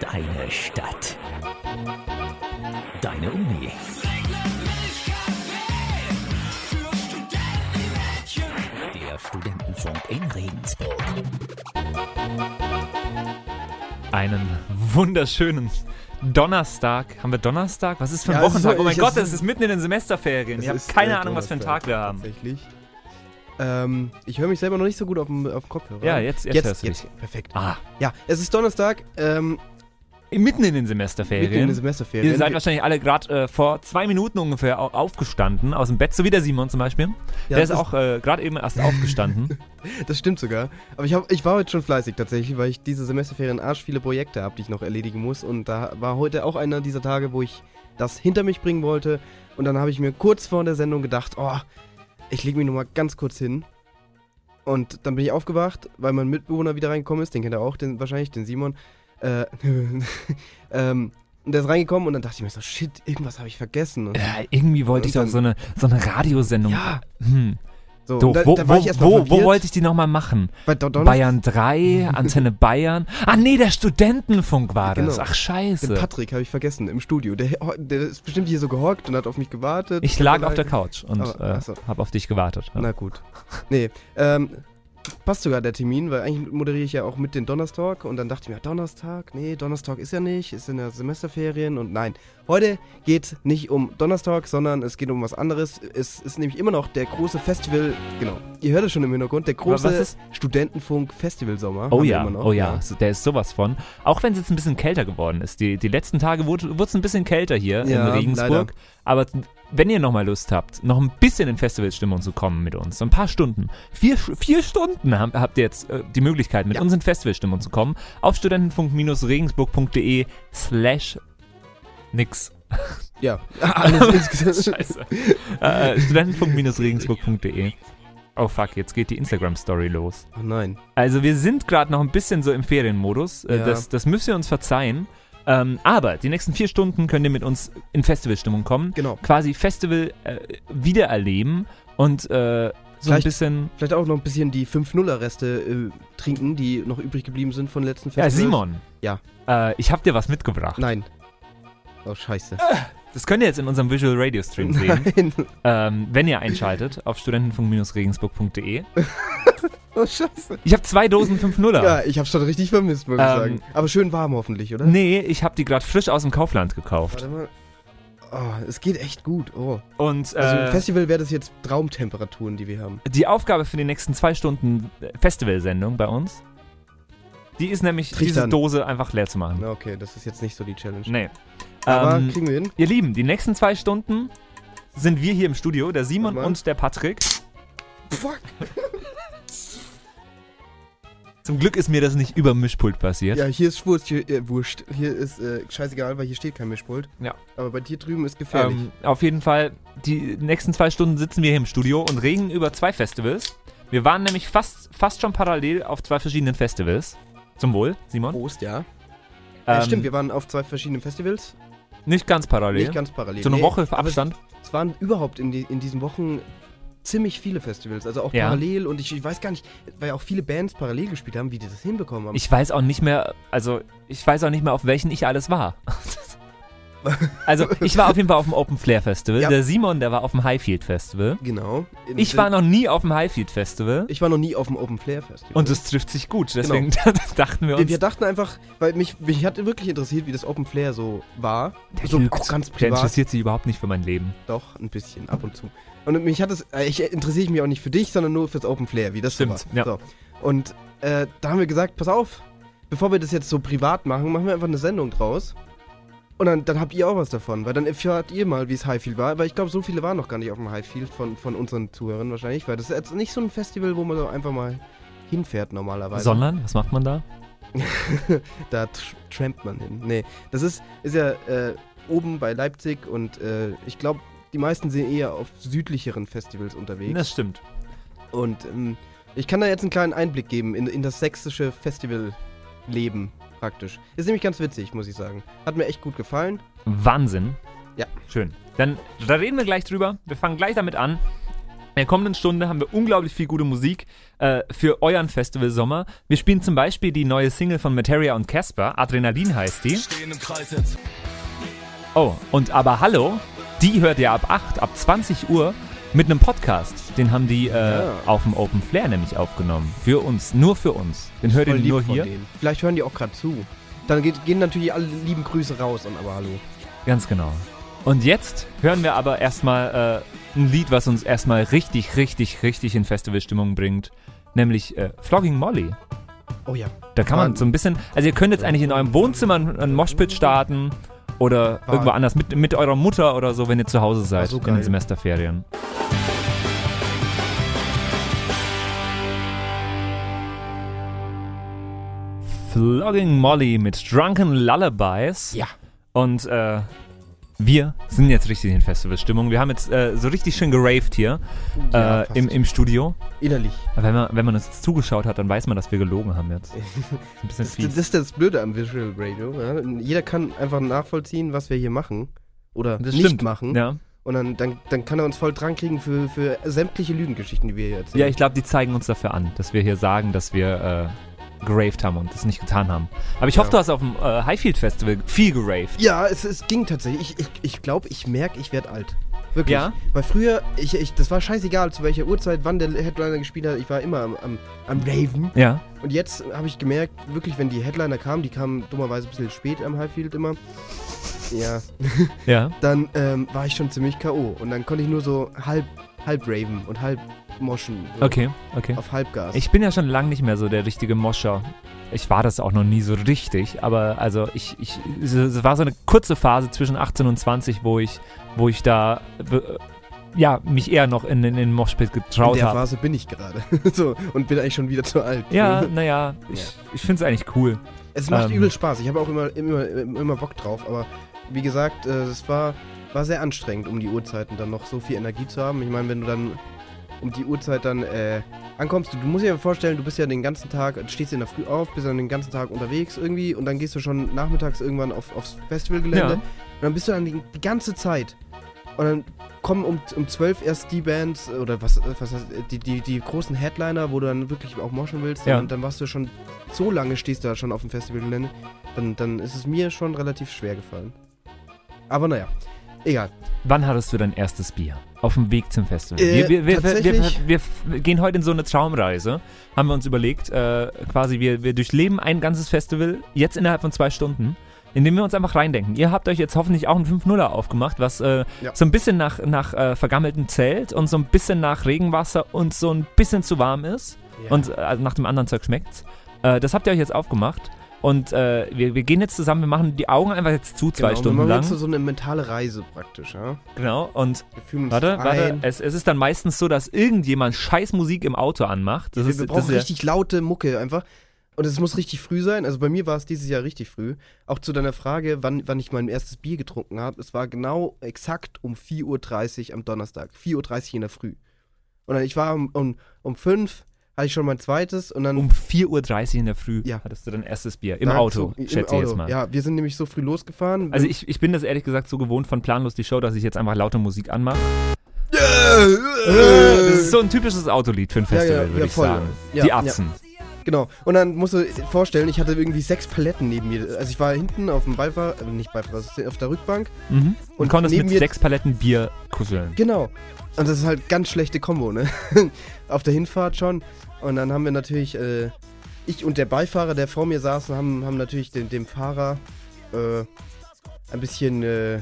Deine Stadt. Deine Uni. Der Studentenfunk in Regensburg. Einen wunderschönen Donnerstag. Haben wir Donnerstag? Was ist für ein Ja, es ist Wochentag? so- oh mein ich- Gott, es es ist mitten in den Semesterferien. Es Ich habe ist, äh, keine Ahnung, was für einen Tag wir haben. Tatsächlich. Ähm, ich höre mich selber noch nicht so gut auf dem, auf dem Kopfhörer. Ja, jetzt- jetzt hörst du jetzt, Perfekt. Ah, Ja, es ist Donnerstag, ähm, mitten in den mitten in den Semesterferien. Semesterferien. Ihr seid Wir- wahrscheinlich alle gerade äh, vor zwei Minuten ungefähr au- aufgestanden aus dem Bett, so wie der Simon zum Beispiel. Ja, der ist das- auch äh, gerade eben erst aufgestanden. Das stimmt sogar. Aber ich, hab, ich war heute schon fleißig tatsächlich, weil ich diese Semesterferien arsch viele Projekte habe, die ich noch erledigen muss. Und da war heute auch einer dieser Tage, wo ich das hinter mich bringen wollte. Und dann habe ich mir kurz vor der Sendung gedacht, oh, ich lege mich nochmal ganz kurz hin. Und dann bin ich aufgewacht, weil mein Mitbewohner wieder reingekommen ist. Den kennt er auch, den, wahrscheinlich, den Simon. Äh, ähm, und der ist reingekommen und dann dachte ich mir so, shit, irgendwas habe ich vergessen. Und, Äh, irgendwie wollte Und ich doch dann- so eine, so eine Radiosendung. ja, Hm. so. Doof. und da, wo, da war wo, ich erstmal wo, wo verwirrt. wollte ich die nochmal machen? Bei Don Donnerstag- Bayern 3, Antenne Bayern. Ah, nee, der Studentenfunk war das. Genau. Ach, scheiße. Den Patrick habe ich vergessen im Studio. Der, oh, der ist bestimmt hier so gehockt und hat auf mich gewartet. Ich lag auf der Couch und Aber- äh, ach so. habe auf dich gewartet. Ja. Na gut. Nee, ähm, passt sogar der Termin, weil eigentlich moderiere ich ja auch mit den Donnerstag und dann dachte ich mir, Donnerstag? Nee, Donnerstag ist ja nicht, ist in der Semesterferien und nein. Heute geht nicht um Donnerstag, sondern es geht um was anderes. Es ist nämlich immer noch der große Festival, genau, ihr hört es schon im Hintergrund, der was große ist- Studentenfunk-Festival-Sommer. Oh haben wir ja, immer noch, oh ja, so- der ist sowas von. Auch wenn es jetzt ein bisschen kälter geworden ist. Die, die letzten Tage wurde es ein bisschen kälter hier Ja, in Regensburg. Aber t- wenn ihr nochmal Lust habt, noch ein bisschen in Festivalstimmung zu kommen mit uns, so ein paar Stunden, vier, Sch- vier Stunden haben, habt ihr jetzt äh, die Möglichkeit, mit Ja. uns in Festivalstimmung zu kommen, auf studentenfunk-regensburg.de slash nix. Ja, alles insgesamt. Scheiße. äh, studentenfunk-regensburg.de Oh fuck, jetzt geht die Instagram-Story los. Oh nein. Also wir sind gerade noch ein bisschen so im Ferienmodus. Äh, Ja. Das, das müsst ihr uns verzeihen. Ähm, aber die nächsten vier Stunden könnt ihr mit uns in Festivalstimmung kommen. Genau. Quasi Festival äh, wiedererleben und äh, so ein Vielleicht- bisschen... Vielleicht auch noch ein bisschen die 5-0er-Reste äh, trinken, die noch übrig geblieben sind von letzten Ja, Festivals. Simon. Ja. Äh, ich habe dir was mitgebracht. Nein. Oh, scheiße. Das könnt ihr jetzt in unserem Visual Radio Stream sehen, Nein. ähm, wenn ihr einschaltet auf studentenfunk-regensburg.de. Oh, scheiße. Ich habe zwei Dosen 5-0er. Ja, ich hab's schon richtig vermisst, muss ich Ähm, sagen. Aber schön warm hoffentlich, oder? Nee, ich habe die gerade frisch aus dem Kaufland gekauft. ne? Warte mal. Oh, es geht echt gut. Oh. Und äh, Also im Festival wäre das jetzt Traumtemperaturen, die wir haben. die Aufgabe für die nächsten zwei Stunden äh, Festivalsendung bei uns, die ist nämlich, diese Trichtern. Dose einfach leer zu machen. Na, okay, das ist jetzt nicht so die Challenge. Nee. Aber Ähm, kriegen wir hin. ihr Lieben, die nächsten zwei Stunden sind wir hier im Studio, der Simon Warte mal. und der Patrick. Fuck. Zum Glück ist mir das nicht über Mischpult passiert. Ja, hier ist Schwurst, hier, äh, Wurscht. Hier ist äh, scheißegal, weil hier steht kein Mischpult. Ja. Aber bei dir drüben ist gefährlich. ähm, auf jeden Fall, die nächsten zwei Stunden sitzen wir hier im Studio und reden über zwei Festivals. Wir waren nämlich fast, fast schon parallel auf zwei verschiedenen Festivals. Zum Wohl, Simon. Prost, ja. Ähm, ja. Stimmt, wir waren auf zwei verschiedenen Festivals. nicht ganz parallel. Nicht ganz parallel. so eine nee. Woche Aber es, Abstand. es waren überhaupt in, die, in diesen Wochen ziemlich viele Festivals, also auch Ja. parallel und ich, ich weiß gar nicht, weil auch viele Bands parallel gespielt haben, wie die das hinbekommen haben. Ich weiß auch nicht mehr, also ich weiß auch nicht mehr, auf welchen ich alles war. also ich war auf jeden Fall auf dem Open Flair Festival. Ja. Der Simon, der war auf dem Highfield Festival. genau. In- Ich war noch nie auf dem Highfield Festival. ich war noch nie auf dem Open Flair Festival. Und es trifft sich gut. Deswegen dachten wir Genau. wir, uns, wir dachten einfach, weil mich, mich hat wirklich interessiert, wie das Open Flair so war. der, so lügt. auch ganz der privat. interessiert sich überhaupt nicht für mein Leben. Doch, ein bisschen, ab und zu. Und mich hat es, äh, ich interessiere mich auch nicht für dich, sondern nur fürs Open Flair, wie das Stimmt, so war. ja. So. Und äh, da haben wir gesagt, pass auf, bevor wir das jetzt so privat machen, machen wir einfach eine Sendung draus. Und dann, dann habt ihr auch was davon, weil dann erfahrt ihr mal, wie es Highfield war. Weil ich glaube, so viele waren noch gar nicht auf dem Highfield von, von unseren Zuhörern wahrscheinlich, weil das ist jetzt nicht so ein Festival, wo man so einfach mal hinfährt normalerweise. Sondern, was macht man da? Da tr trampt man hin. Nee, das ist, ist ja äh, oben bei Leipzig und äh, ich glaube, die meisten sind eher auf südlicheren Festivals unterwegs. Das stimmt. Und ähm, ich kann da jetzt einen kleinen Einblick geben in, in das sächsische Festivalleben praktisch. Ist nämlich ganz witzig, muss ich sagen. Hat mir echt gut gefallen. Wahnsinn. Ja. Schön. Dann da reden wir gleich drüber. Wir fangen gleich damit an. In der kommenden Stunde haben wir unglaublich viel gute Musik äh, für euren Festivalsommer. Wir spielen zum Beispiel die neue Single von Materia und Casper, Adrenalin heißt die. Stehen im Kreis jetzt. Oh, und aber hallo, die hört ihr ab 8, ab 20 Uhr mit einem Podcast. Den haben die äh, auf dem Open Flair nämlich aufgenommen. Für uns, nur für uns. Den hört ihr Voll lieb nur von hier. denen. Vielleicht hören die auch gerade zu. Dann geht, gehen natürlich alle lieben Grüße raus an aber hallo. Ganz genau. Und jetzt hören wir aber erstmal äh, ein Lied, was uns erstmal richtig, richtig, richtig in Festivalstimmung bringt. Nämlich äh, Flogging Molly. Oh ja. Da kann man so ein bisschen, also ihr könnt jetzt eigentlich in eurem Wohnzimmer einen einen Moshpit starten oder irgendwo anders mit, mit eurer Mutter oder so, wenn ihr zu Hause seid so in den geil. Semesterferien. Flogging Molly mit Drunken Lullabies. Ja. Und äh, wir sind jetzt richtig in Festivalstimmung. Wir haben jetzt äh, so richtig schön geraved hier Ja, äh, im, fast. im Studio. Innerlich. Wenn man, wenn man uns jetzt zugeschaut hat, dann weiß man, dass wir gelogen haben jetzt. Ein bisschen Das, das fies. ist das Blöde am Visual Radio. Ja? Jeder kann einfach nachvollziehen, was wir hier machen. Oder Das nicht stimmt. machen. Ja, Und dann, dann, dann kann er uns voll dran kriegen für, für sämtliche Lügengeschichten, die wir hier erzählen. ja ich glaube, die zeigen uns dafür an, dass wir hier sagen, dass wir äh, geraved haben und das nicht getan haben. Aber ich hoffe, Ja. du hast auf dem äh, Highfield Festival viel geraved. Ja, es, es ging tatsächlich. Ich glaube, ich, ich, glaub, ich merke, ich werde alt. Wirklich. Ja? Weil früher, ich, ich, das war scheißegal, zu welcher Uhrzeit, wann der Headliner gespielt hat. Ich war immer am, am, am Raven. Ja. Und jetzt habe ich gemerkt, wirklich, wenn die Headliner kamen, die kamen dummerweise ein bisschen spät am Highfield immer. Ja, Ja. dann ähm, war ich schon ziemlich K.O. Und dann konnte ich nur so halb, halb Raven und halb Moschen. So Okay, okay. Auf Halbgas. Ich bin ja schon lange nicht mehr so der richtige Moscher. Ich war das auch noch nie so richtig, aber also ich, ich es- es war so eine kurze Phase zwischen 18 und 20, wo ich, wo ich da äh, ja, mich eher noch in, in den Moshpit In getraut der habe. Phase bin ich gerade. so, und bin eigentlich schon wieder zu alt. Ja, naja, ich, ich finde es eigentlich cool. Es macht Ähm. übel Spaß. Ich habe auch immer, immer, immer Bock drauf. Aber wie gesagt, äh, es war, war sehr anstrengend, um die Uhrzeiten dann noch so viel Energie zu haben. Ich meine, wenn du dann um die Uhrzeit dann äh, ankommst, du, du musst dir ja vorstellen, du bist ja den ganzen Tag, du stehst in der Früh auf, bist dann den ganzen Tag unterwegs irgendwie und dann gehst du schon nachmittags irgendwann auf, aufs Festivalgelände Ja. und dann bist du dann die, die ganze Zeit. Und dann kommen um, um 12 erst die Bands oder was, was heißt, die, die, die großen Headliner, wo du dann wirklich auch moschen willst. Ja. Und dann warst du schon so lange stehst du da schon auf dem Festivalgelände, dann, dann ist es mir schon relativ schwer gefallen. Aber naja, egal. Wann hattest du dein erstes Bier? Auf dem Weg zum Festival. Äh, wir, wir, wir, tatsächlich- wir, wir, wir gehen heute in so eine Traumreise. Haben wir uns überlegt, äh, quasi wir, wir durchleben ein ganzes Festival jetzt innerhalb von zwei Stunden, indem wir uns einfach reindenken. Ihr habt euch jetzt hoffentlich auch einen 5-0er aufgemacht, was äh, Ja. so ein bisschen nach, nach äh, vergammeltem Zelt und so ein bisschen nach Regenwasser und so ein bisschen zu warm ist. Und äh, also nach dem anderen Zeug schmeckt's. Äh, das habt ihr euch jetzt aufgemacht. Und äh, wir, wir gehen jetzt zusammen, wir machen die Augen einfach jetzt zu zwei Genau, Stunden wir lang. machen jetzt so eine mentale Reise praktisch, ja? Genau. Und Wir fühlen uns Warte, ein. warte. Es, es ist dann meistens so, dass irgendjemand scheiß Musik im Auto anmacht. Das wir, ist, wir das brauchen ist ja- richtig laute Mucke einfach. Und es muss richtig früh sein. Also bei mir war es dieses Jahr richtig früh. Auch zu deiner Frage, wann, wann ich mein erstes Bier getrunken habe. Es war genau exakt um 4.30 Uhr am Donnerstag. 4.30 Uhr in der Früh. Und dann, ich war um, um, um 5 hatte ich schon mein zweites und dann um 4.30 Uhr in der Früh Ja. hattest du dein erstes Bier. Im Da Auto, zu- im schätze ich Auto. jetzt mal. Ja, wir sind nämlich so früh losgefahren. Also ich, ich bin das ehrlich gesagt so gewohnt von Planlos die Show, dass ich jetzt einfach laute Musik anmache. Das ist so ein typisches Autolied für ein Festival, ja, ja, würde ich voll. sagen. Ja, die ja. Atzen. genau. Und dann musst du dir vorstellen, ich hatte irgendwie sechs Paletten neben mir. Also ich war hinten auf dem Beifahrer, äh, nicht Beifahrer, auf der Rückbank. Mhm. Und, Und konntest neben mit mir- sechs Paletten Bier kuscheln. Genau. Und das ist halt ganz schlechte Kombo, ne? auf der Hinfahrt schon. Und dann haben wir natürlich, äh, ich und der Beifahrer, der vor mir saß, haben, haben natürlich den, dem Fahrer äh, ein bisschen äh,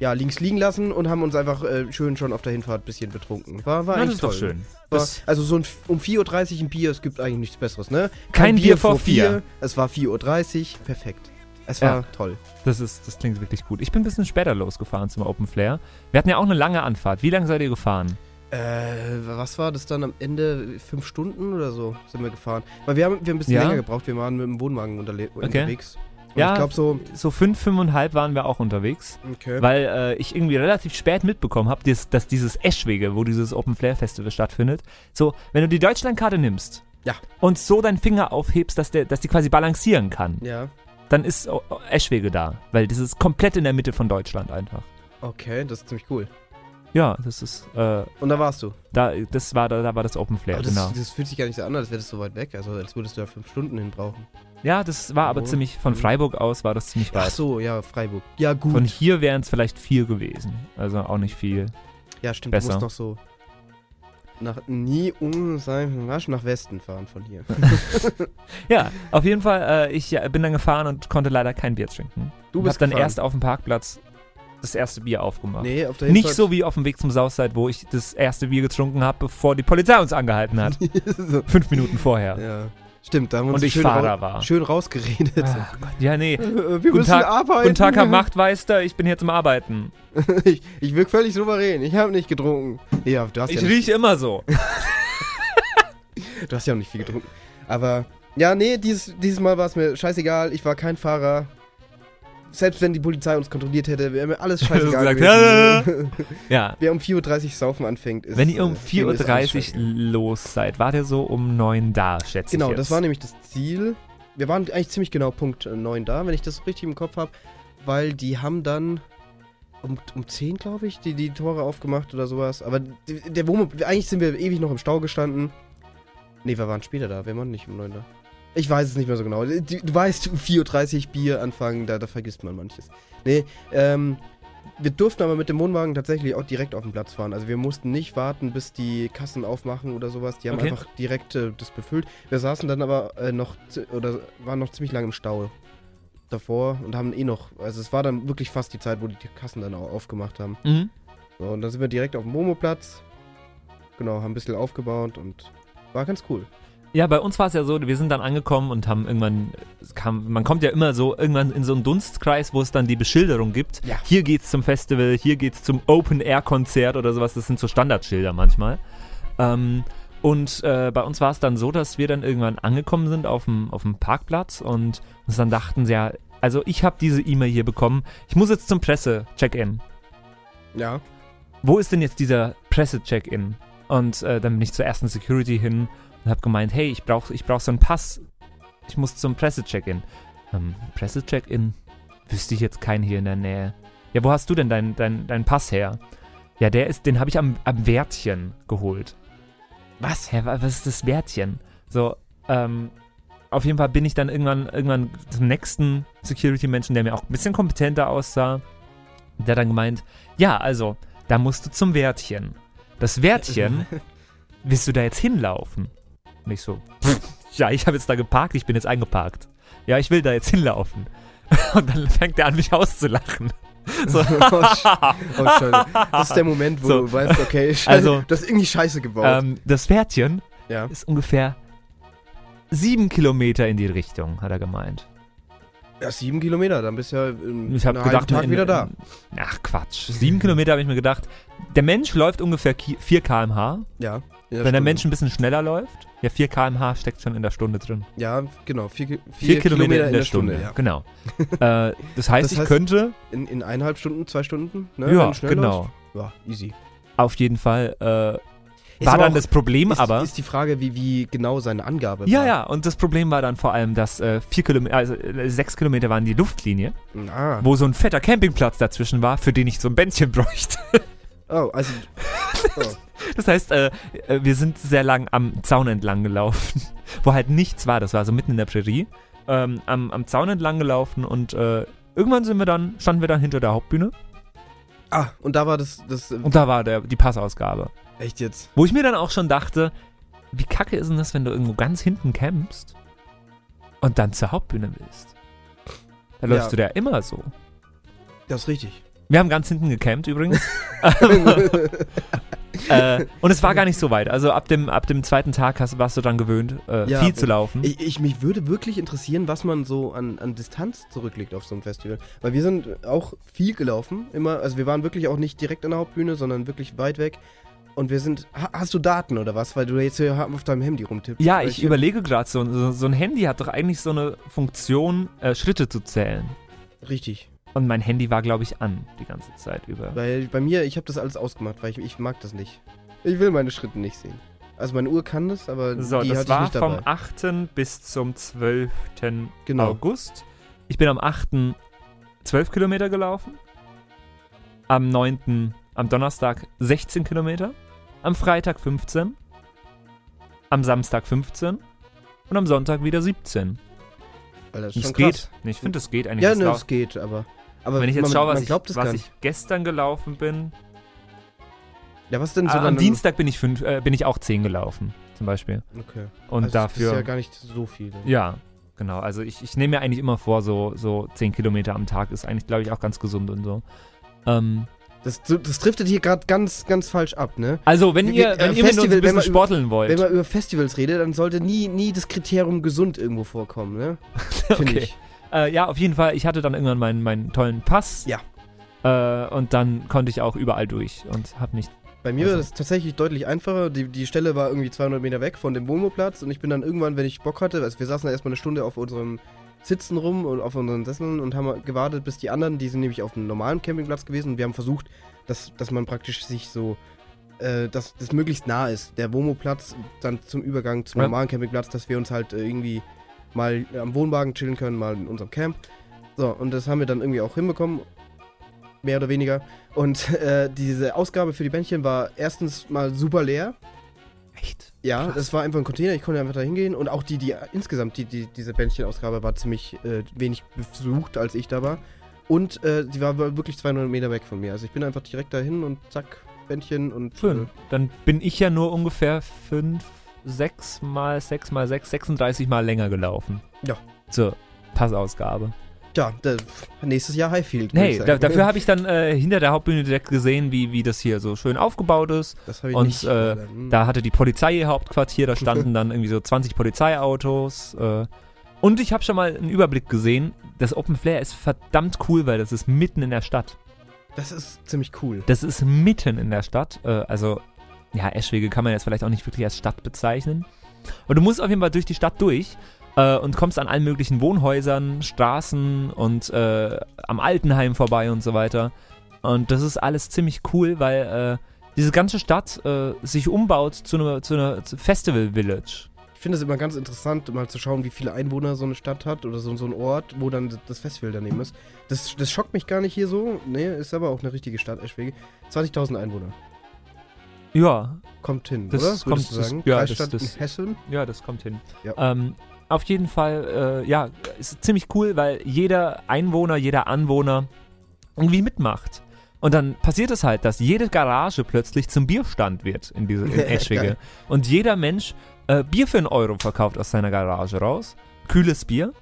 ja, links liegen lassen und haben uns einfach äh, schön schon auf der Hinfahrt ein bisschen betrunken. War, war Na, das eigentlich ist toll. doch schön. War, Das, also so ein, F- um 4.30 Uhr ein Bier, es gibt eigentlich nichts Besseres, ne? Kein Bier vor vier. Es war 4.30 Uhr, perfekt. Es war Ja. toll. das, ist, das klingt wirklich gut. Ich bin ein bisschen später losgefahren zum Open Flair. Wir hatten ja auch eine lange Anfahrt. Wie lange seid ihr gefahren? Äh, was war das dann am Ende? Fünf Stunden oder so sind wir gefahren. Weil wir haben, wir haben ein bisschen Ja. länger gebraucht, wir waren mit dem Wohnwagen unterle unterwegs. Und Ja. ich glaube so, So fünf, fünfeinhalb waren wir auch unterwegs. okay. weil äh, ich irgendwie relativ spät mitbekommen habe, dass, dass dieses Eschwege, wo dieses Open Flair Festival stattfindet, so, wenn du die Deutschlandkarte nimmst Ja. und so deinen Finger aufhebst, dass, der, dass die quasi balancieren kann, ja, dann ist oh, O- O- Eschwege da, weil das ist komplett in der Mitte von Deutschland einfach. okay, das ist ziemlich cool. Ja, das ist, äh, Und da warst du. da, das war, da, da war das Open Flair, Aber das, genau. das fühlt sich gar nicht so an, als wäre das so weit weg. Also als würdest du da fünf Stunden hin brauchen. Ja, das war aber Oh. ziemlich, von Freiburg aus war das ziemlich Ach weit. so, ja, Freiburg. Ja, gut. Von hier wären es vielleicht vier gewesen. Also auch nicht viel. ja, stimmt, besser. du musst noch so nach nie um sein Wasch nach Westen fahren von hier. Ja, auf jeden Fall, äh, ich äh, bin dann gefahren und konnte leider kein Bier trinken. Du und bist hab dann gefahren. erst auf dem Parkplatz das erste Bier aufgemacht. Nee, halt auf der Nicht Hinfahrt- so wie auf dem Weg zum Southside, wo ich das erste Bier getrunken habe, bevor die Polizei uns angehalten hat. so. Fünf Minuten vorher. Ja. Stimmt, da haben wir uns und ich Ah. schön, Fahrer rau- war. schön rausgeredet. Ach Gott, ja, nee. Äh, Wir müssen Tag- arbeiten. Guten Tag, Herr Machtmeister, ich bin hier zum Arbeiten. ich, ich wirke völlig souverän. Ich habe nicht getrunken. Ja, du hast ja Ich nicht rieche immer so. Du hast ja auch nicht viel getrunken. Aber ja, nee, dieses, dieses Mal war es mir scheißegal. Ich war kein Fahrer. Selbst wenn die Polizei uns kontrolliert hätte, wäre mir alles scheißegal Gesagt, "Ja, gewesen. Ja. Wer um 4.30 Uhr saufen anfängt, ist... Wenn ihr um äh, dem ist alles 4.30 scheißegal. Uhr los seid, wart ihr so um 9 da, schätze Genau, ich. jetzt. das war nämlich das Ziel. Wir waren eigentlich ziemlich genau Punkt 9 da, wenn ich das richtig im Kopf habe. Weil die haben dann um, um 10, glaube ich, die, die Tore aufgemacht oder sowas. Aber die, der Wohnmobil... Eigentlich sind wir ewig noch im Stau gestanden. Nee, wir waren später da. Wir waren nicht um 9 da. Ich weiß es nicht mehr so genau. Du, du weißt, 4.30 Uhr Bier anfangen, da, da vergisst man manches. Nee, ähm... Wir durften aber mit dem Wohnwagen tatsächlich auch direkt auf den Platz fahren. Also wir mussten nicht warten, bis die Kassen aufmachen oder sowas. Die haben Okay. einfach direkt äh, das befüllt. Wir saßen dann aber äh, noch zi- oder waren noch ziemlich lange im Stau davor und haben eh noch. Also es war dann wirklich fast die Zeit, wo die Kassen dann auch aufgemacht haben. Mhm. So, und dann sind wir direkt auf dem Momo-Platz. Genau, haben ein bisschen aufgebaut und war ganz cool. Ja, bei uns war es ja so, wir sind dann angekommen und haben irgendwann, es kam, man kommt ja immer so irgendwann in so einen Dunstkreis, wo es dann die Beschilderung gibt. Ja. Hier geht's zum Festival, hier geht's zum Open-Air-Konzert oder sowas. Das sind so Standardschilder manchmal. Ähm, und äh, bei uns war es dann so, dass wir dann irgendwann angekommen sind auf dem, auf dem Parkplatz und uns dann dachten, ja, also ich habe diese E-Mail hier bekommen, ich muss jetzt zum Presse-Check-In Ja. wo ist denn jetzt dieser Presse-Check-In? Und äh, dann bin ich zur ersten Security hin und habe gemeint, hey, ich brauche ich brauch so einen Pass. Ich muss zum Presse-Check-In. Ähm, Presse-Check-In? Wüsste ich jetzt keinen hier in der Nähe. Ja, wo hast du denn deinen dein, dein Pass her? Ja, der ist, den habe ich am, am Wärtchen geholt. Was? Hä, wa- was ist das Wärtchen? So, ähm, auf jeden Fall bin ich dann irgendwann, irgendwann zum nächsten Security-Menschen, der mir auch ein bisschen kompetenter aussah. Der hat dann gemeint, ja, also, da musst du zum Wärtchen. Das Wärtchen, willst du da jetzt hinlaufen? Und ich so, pff, ja, ich habe jetzt da geparkt, ich bin jetzt eingeparkt. Ja, ich will da jetzt hinlaufen. Und dann fängt er an, mich auszulachen. So, oh, sch- oh, scheiße. Das ist der Moment, wo So. du weißt, okay, scheiße, Also, du hast irgendwie Scheiße gebaut. ähm, das Wärtchen ja. ist ungefähr sieben Kilometer in die Richtung, hat er gemeint. ja, sieben Kilometer, dann bist du ja in Ich habe einem gedacht, in- halben Tag halt, wieder da. in- Ach Quatsch. Sieben Kilometer habe ich mir gedacht. Der Mensch läuft ungefähr ki- 4 km/h. Ja. Wenn der Mensch ein bisschen schneller läuft, ja, 4 km/h steckt schon in der Stunde drin. Ja, genau. Vier, Ki- Vier, vier Kilometer, in der Stunde, ja. genau. äh, das heißt, Das ich heißt, könnte, in, in eineinhalb Stunden, zwei Stunden, ne? wenn ja, du schnell genau, läufst. Ja, easy. auf jeden Fall äh, war aber dann auch- das Problem, ist, aber Ist die Frage, wie, wie genau seine Angabe ja, war. ja, und das Problem war dann vor allem, dass äh, vier Kilometer, also äh, sechs Kilometer waren die Luftlinie, Ah. wo so ein fetter Campingplatz dazwischen war, für den ich so ein Bändchen bräuchte. Oh, also. Oh. Das heißt, äh, äh, wir sind sehr lang am Zaun entlang gelaufen, wo halt nichts war. Das war so mitten in der Prärie. Ähm, am, am Zaun entlang gelaufen und äh, irgendwann sind wir dann, standen wir dann hinter der Hauptbühne Ah, und da war das. das äh, und da war der, die Passausgabe. echt jetzt. Wo ich mir dann auch schon dachte, wie kacke ist denn das, wenn du irgendwo ganz hinten campst und dann zur Hauptbühne willst? Da Ja. läufst du da immer so. Das ist richtig. Wir haben ganz hinten gecampt übrigens. äh, und es war gar nicht so weit. Also ab dem, ab dem zweiten Tag hast, warst du dann gewöhnt, äh, Ja, viel zu laufen. Ich, ich, mich würde wirklich interessieren, was man so an, an Distanz zurücklegt auf so einem Festival. Weil wir sind auch viel gelaufen, immer. Also wir waren wirklich auch nicht direkt an der Hauptbühne, sondern wirklich weit weg. Und wir sind. Ha, hast du Daten oder was? Weil du jetzt hier auf deinem Handy rumtippst. ja, Weil ich überlege gerade, so, so, so ein Handy hat doch eigentlich so eine Funktion, äh, Schritte zu zählen. Richtig. Und mein Handy war, glaube ich, an die ganze Zeit über. Weil bei mir, ich habe das alles ausgemacht, weil ich, ich mag das nicht. Ich will meine Schritte nicht sehen. Also meine Uhr kann das, aber So, die das hatte war ich nicht dabei. vom 8. bis zum 12. Genau. August. Ich bin am 8. 12 Kilometer gelaufen, am 9. Am Donnerstag 16 Kilometer, am Freitag 15, am Samstag 15 und am Sonntag wieder 17. Alter, das ist Es schon geht. krass. Nee, Ich finde, es geht eigentlich. Ja, Das ne, lau- es geht, aber. aber wenn ich jetzt man, schaue, was, man glaubt ich, es gar was nicht. ich gestern gelaufen bin. Ja, was denn so Ah, dann am Dienstag bin ich, fünf, äh, bin ich auch 10 gelaufen, zum Beispiel. Okay. Und also dafür. Das ist ja gar nicht so viel. ne? dann. Ja, genau. Also ich, ich nehme mir eigentlich immer vor, so, so 10 Kilometer am Tag ist eigentlich, glaube ich, auch ganz gesund und so. Ähm, Das, das driftet hier gerade ganz, ganz falsch ab, ne? also, wenn Wir- ihr, wir- wenn am ihr mit uns Festival, ein wenn bisschen man über- sporteln Wenn wollt, man über Festivals redet, dann sollte nie, nie das Kriterium gesund irgendwo vorkommen, ne? Finde Okay. ich. äh, ja, auf jeden Fall, ich hatte dann irgendwann meinen, meinen tollen Pass. Ja. Äh, und dann konnte ich auch überall durch und habe nicht. Bei mir Also- war das tatsächlich deutlich einfacher. Die, die Stelle war irgendwie 200 Meter weg von dem Wohnmobilplatz und ich bin dann irgendwann, wenn ich Bock hatte, also wir saßen da erstmal eine Stunde auf unserem Sitzen rum und auf unseren Sesseln und haben gewartet, bis die anderen, die sind nämlich auf einem normalen Campingplatz gewesen und wir haben versucht, dass, dass man praktisch sich so, äh, dass das möglichst nah ist. Der Wohnmobilplatz dann zum Übergang zum Ja. normalen Campingplatz, dass wir uns halt äh, irgendwie mal äh, am Wohnwagen chillen können, mal in unserem Camp. So, und das haben wir dann irgendwie auch hinbekommen. Mehr oder weniger. Und äh, diese Ausgabe für die Bändchen war erstens mal super leer. Echt? Ja, Krass. das war einfach ein Container, ich konnte einfach da hingehen. Und auch die, die insgesamt, die, die, diese Bändchenausgabe war ziemlich äh, wenig besucht, als ich da war. Und äh, die war wirklich 200 Meter weg von mir. Also ich bin einfach direkt dahin und zack, Bändchen und. äh, Schön. Dann bin ich ja nur ungefähr 5, 6 mal 6 mal 6, 36 mal länger gelaufen. Ja. Zur Passausgabe. Äh, ja, da, pff, nächstes Jahr Highfield. würd Nee, ich sagen. da, dafür habe ich dann äh, hinter der Hauptbühne direkt gesehen, wie, wie das hier so schön aufgebaut ist. Das hab ich und, nicht, äh, leider. Hm. Da hatte die Polizei ihr Hauptquartier, da standen dann irgendwie so 20 Polizeiautos. Äh, und ich habe schon mal einen Überblick gesehen. Das Open Flair ist verdammt cool, weil das ist mitten in der Stadt. Das ist ziemlich cool. Das ist mitten in der Stadt. Äh, also, ja, Eschwege kann man jetzt vielleicht auch nicht wirklich als Stadt bezeichnen. Aber du musst auf jeden Fall durch die Stadt durch äh, und kommst an allen möglichen Wohnhäusern, Straßen und äh, am Altenheim vorbei und so weiter. Und das ist alles ziemlich cool, weil äh, diese ganze Stadt äh, sich umbaut zu einer zu einer zu Festival Village. Ich finde es immer ganz interessant, mal zu schauen, wie viele Einwohner so eine Stadt hat oder so, so ein Ort, wo dann das Festival daneben ist. Das, das schockt mich gar nicht hier so. Nee, ist aber auch eine richtige Stadt, Eschwege. 20.000 Einwohner. Ja, Kommt hin, Das oder? kommt- Würdest du das- sagen? ja, das- Kreisstadt das- in Hessen? Ja, das kommt hin. Ja. Ähm, auf jeden Fall, äh, ja, ist ziemlich cool, weil jeder Einwohner, jeder Anwohner irgendwie mitmacht. Und dann passiert es halt, dass jede Garage plötzlich zum Bierstand wird in, diese, in Eschwege. Geil. Und jeder Mensch äh, Bier für einen Euro verkauft aus seiner Garage raus. Kühles Bier.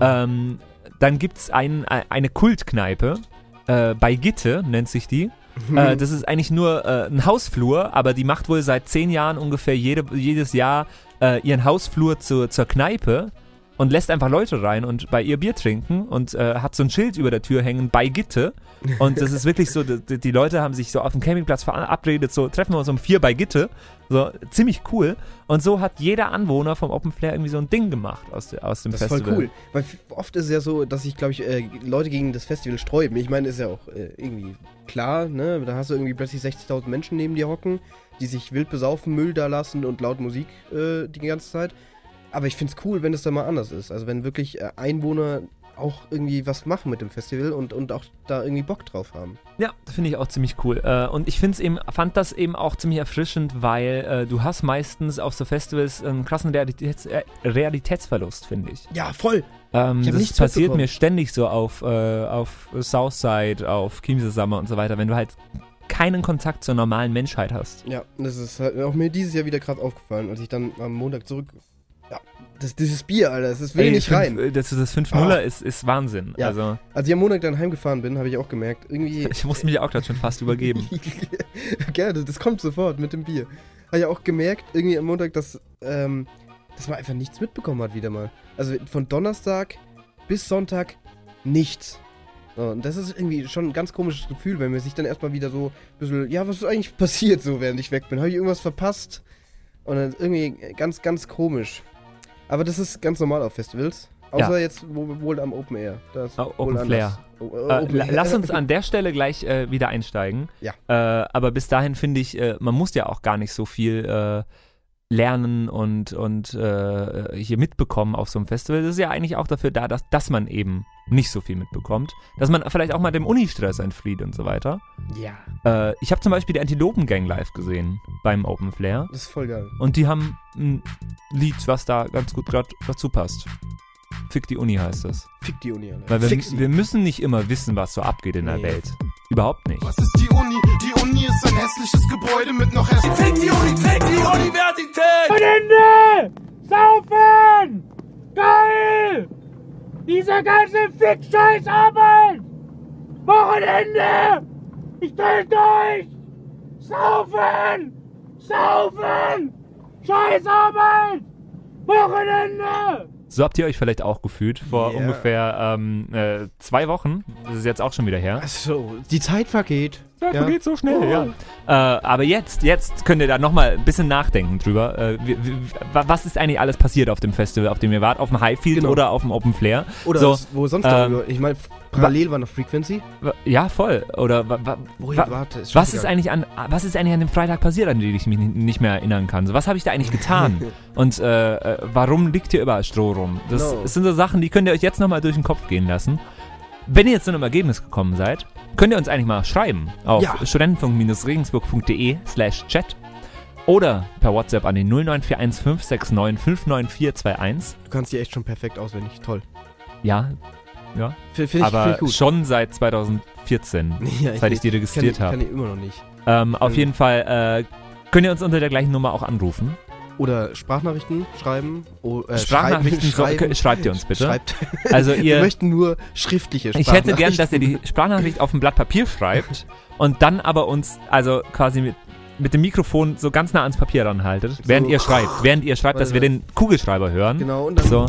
Ähm, dann gibt es ein, ein- eine Kultkneipe. Äh, bei Gitte nennt sich die. Mhm. Äh, das ist eigentlich nur äh, ein Hausflur, aber die macht wohl seit zehn Jahren ungefähr jede, jedes Jahr äh, ihren Hausflur zur- zur Kneipe und lässt einfach Leute rein und bei ihr Bier trinken und äh, hat so ein Schild über der Tür hängen, bei Gitte. Und das ist wirklich so, die, die Leute haben sich so auf dem Campingplatz verabredet, so treffen wir uns um vier bei Gitte. So, ziemlich cool. Und so hat jeder Anwohner vom Open Flair irgendwie so ein Ding gemacht aus, der- aus dem das ist Festival. voll cool. Weil f- oft ist es ja so, dass sich, glaube ich, äh, Leute gegen das Festival sträuben. Ich meine, ist ja auch äh, irgendwie klar, ne? Da hast du irgendwie plötzlich 60.000 Menschen neben dir hocken, die sich wild besaufen, Müll da lassen und laut Musik äh, die ganze Zeit. Aber ich finde es cool, wenn es dann mal anders ist. Also wenn wirklich äh, Einwohner auch irgendwie was machen mit dem Festival und, und auch da irgendwie Bock drauf haben. Ja, finde ich auch ziemlich cool. Äh, und ich find's eben, fand das eben auch ziemlich erfrischend, weil äh, du hast meistens auf so Festivals einen krassen Realitäts äh, Realitätsverlust, finde ich. Ja, voll! Ähm, Ich hab das nichts passiert mitbekommen. mir ständig so auf, äh, auf Southside, auf Chiemsee-Summer und so weiter, wenn du halt keinen Kontakt zur normalen Menschheit hast. Ja, das ist halt auch mir dieses Jahr wieder krass aufgefallen, als ich dann am Montag zurück. Ja, das, dieses Bier, Alter, das will Ey, nicht fünf- rein. Ah. äh, Das, das 5-0er ist, ist Wahnsinn. Ja. Also, Als ich am Montag dann heimgefahren bin, habe ich auch gemerkt, irgendwie. ich musste mich auch gerade schon fast übergeben. Gerne, das kommt sofort mit dem Bier. Habe ich auch gemerkt, irgendwie am Montag, dass, ähm, dass man einfach nichts mitbekommen hat, wieder mal. Also von Donnerstag bis Sonntag nichts. So, und das ist irgendwie schon ein ganz komisches Gefühl, wenn man sich dann erstmal wieder so ein bisschen, ja, was ist eigentlich passiert, so während ich weg bin? Habe ich irgendwas verpasst? Und dann irgendwie ganz, ganz komisch. Aber das ist ganz normal auf Festivals. Ja. Außer jetzt wo- wohl am Open Air. Da ist Oh, wohl Open Flair. anders. oh, O- o- Äh, Open la- Air. lass uns an der Stelle gleich äh, wieder einsteigen. Ja. Äh, aber bis dahin finde ich, äh, man muss ja auch gar nicht so viel äh, lernen und, und äh, hier mitbekommen auf so einem Festival, das ist ja eigentlich auch dafür da, dass, dass man eben nicht so viel mitbekommt. Dass man vielleicht auch mal dem Uni-Stress entflieht und so weiter. Ja. Äh, ich habe zum Beispiel die Antilopen Gang live gesehen beim Open Flair. Das ist voll geil. Und die haben ein Lied, was da ganz gut grad dazu passt. Fick die Uni heißt das. Fick die Uni, Alter. Weil wir, Fick sie. wir müssen nicht immer wissen, was so abgeht in der Nee. Welt. Überhaupt nicht. Was ist die Uni? Die Uni ist ein hässliches Gebäude mit noch hässlichen. Fick die Uni, fick die Universität! Ende! Saufen! Geil! Diese ganze Fick-Scheiß-Arbeit! Wochenende! Ich töte euch! Saufen! Saufen! Scheißarbeit! Wochenende! So habt ihr euch vielleicht auch gefühlt vor Ja. ungefähr ähm, äh, zwei Wochen. Das ist jetzt auch schon wieder her. Achso, die Zeit vergeht. Ja. Geht so schnell, ja. Äh, aber jetzt, jetzt könnt ihr da nochmal ein bisschen nachdenken drüber. Äh, wie, wie, wa- was ist eigentlich alles passiert auf dem Festival, auf dem ihr wart? Auf dem Highfield Genau. oder auf dem Open Flair? Oder so, was- wo sonst ähm, darüber? Ich meine, parallel war noch Frequency. wa- ja, voll. Oder wa, wa, Ui, wa, warte, ist schon was ist wieder- eigentlich an was ist eigentlich an dem Freitag passiert, an den ich mich ni- nicht mehr erinnern kann? So, was habe ich da eigentlich getan? Und äh, äh, warum liegt hier überall Stroh rum? Das, Genau. das sind so Sachen, die könnt ihr euch jetzt nochmal durch den Kopf gehen lassen. Wenn ihr jetzt zu einem Ergebnis gekommen seid, könnt ihr uns eigentlich mal schreiben auf Ja. studentenfunk-regensburg.de slash chat oder per WhatsApp an den 0941569594421. Du kannst die echt schon perfekt auswendig. Toll. Ja, Finde find ich, aber find ich gut. schon seit 2014, Ja, seit ich die kann, ich- registriert habe. kann ich immer noch nicht. Ähm, auf Mhm. jeden Fall äh, könnt ihr uns unter der gleichen Nummer auch anrufen. Oder Sprachnachrichten schreiben. Oh, äh, Sprachnachrichten so, schreiben, kö- schreiben. schreibt ihr uns bitte. Schreibt. Also Wir ihr, möchten nur schriftliche ich Sprachnachrichten. hätte gern, dass ihr die Sprachnachricht auf ein Blatt Papier schreibt und dann aber uns also quasi mit, mit dem Mikrofon so ganz nah ans Papier ranhaltet, während ihr schreibt, während ihr schreibt, dass wir den Kugelschreiber hören. Genau, und dann So.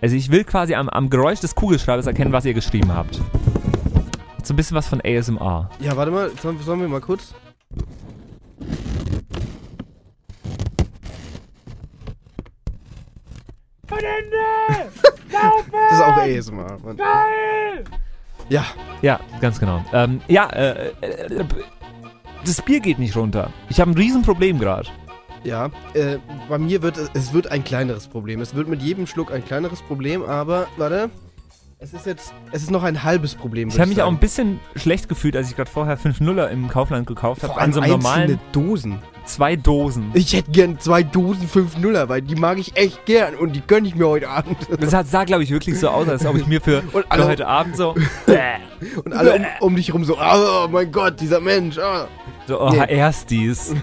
Also ich will quasi am, am Geräusch des Kugelschreibers erkennen, was ihr geschrieben habt. So ein bisschen was von ASMR. Ja, warte mal, sollen, sollen wir mal kurz? Wochenende! Das ist auch Saufen! ASMR. Mann. Geil! Ja, Ja, ganz genau. Ähm, ja, äh, äh, das Bier geht nicht runter. Ich habe ein Riesenproblem gerade. ja. Äh, bei mir wird es, es wird ein kleineres Problem. Es wird mit jedem Schluck ein kleineres Problem, aber warte. Es ist jetzt, es ist noch ein halbes Problem. Ich würd habe mich auch ein sagen. bisschen schlecht gefühlt, als ich gerade vorher 5 Nuller im Kaufland gekauft habe. Vor An allem so einem normalen einzelne Dosen. zwei Dosen. Ich hätte gern zwei Dosen 5 Nuller, weil die mag ich echt gern und die gönne ich mir heute Abend. Das hat- sah, glaube ich, wirklich so aus, als ob ich mir für, Und für alle- heute Abend so. Und alle um, um dich rum so, oh mein Gott, dieser Mensch. ah." so oh, Nee. erst dies.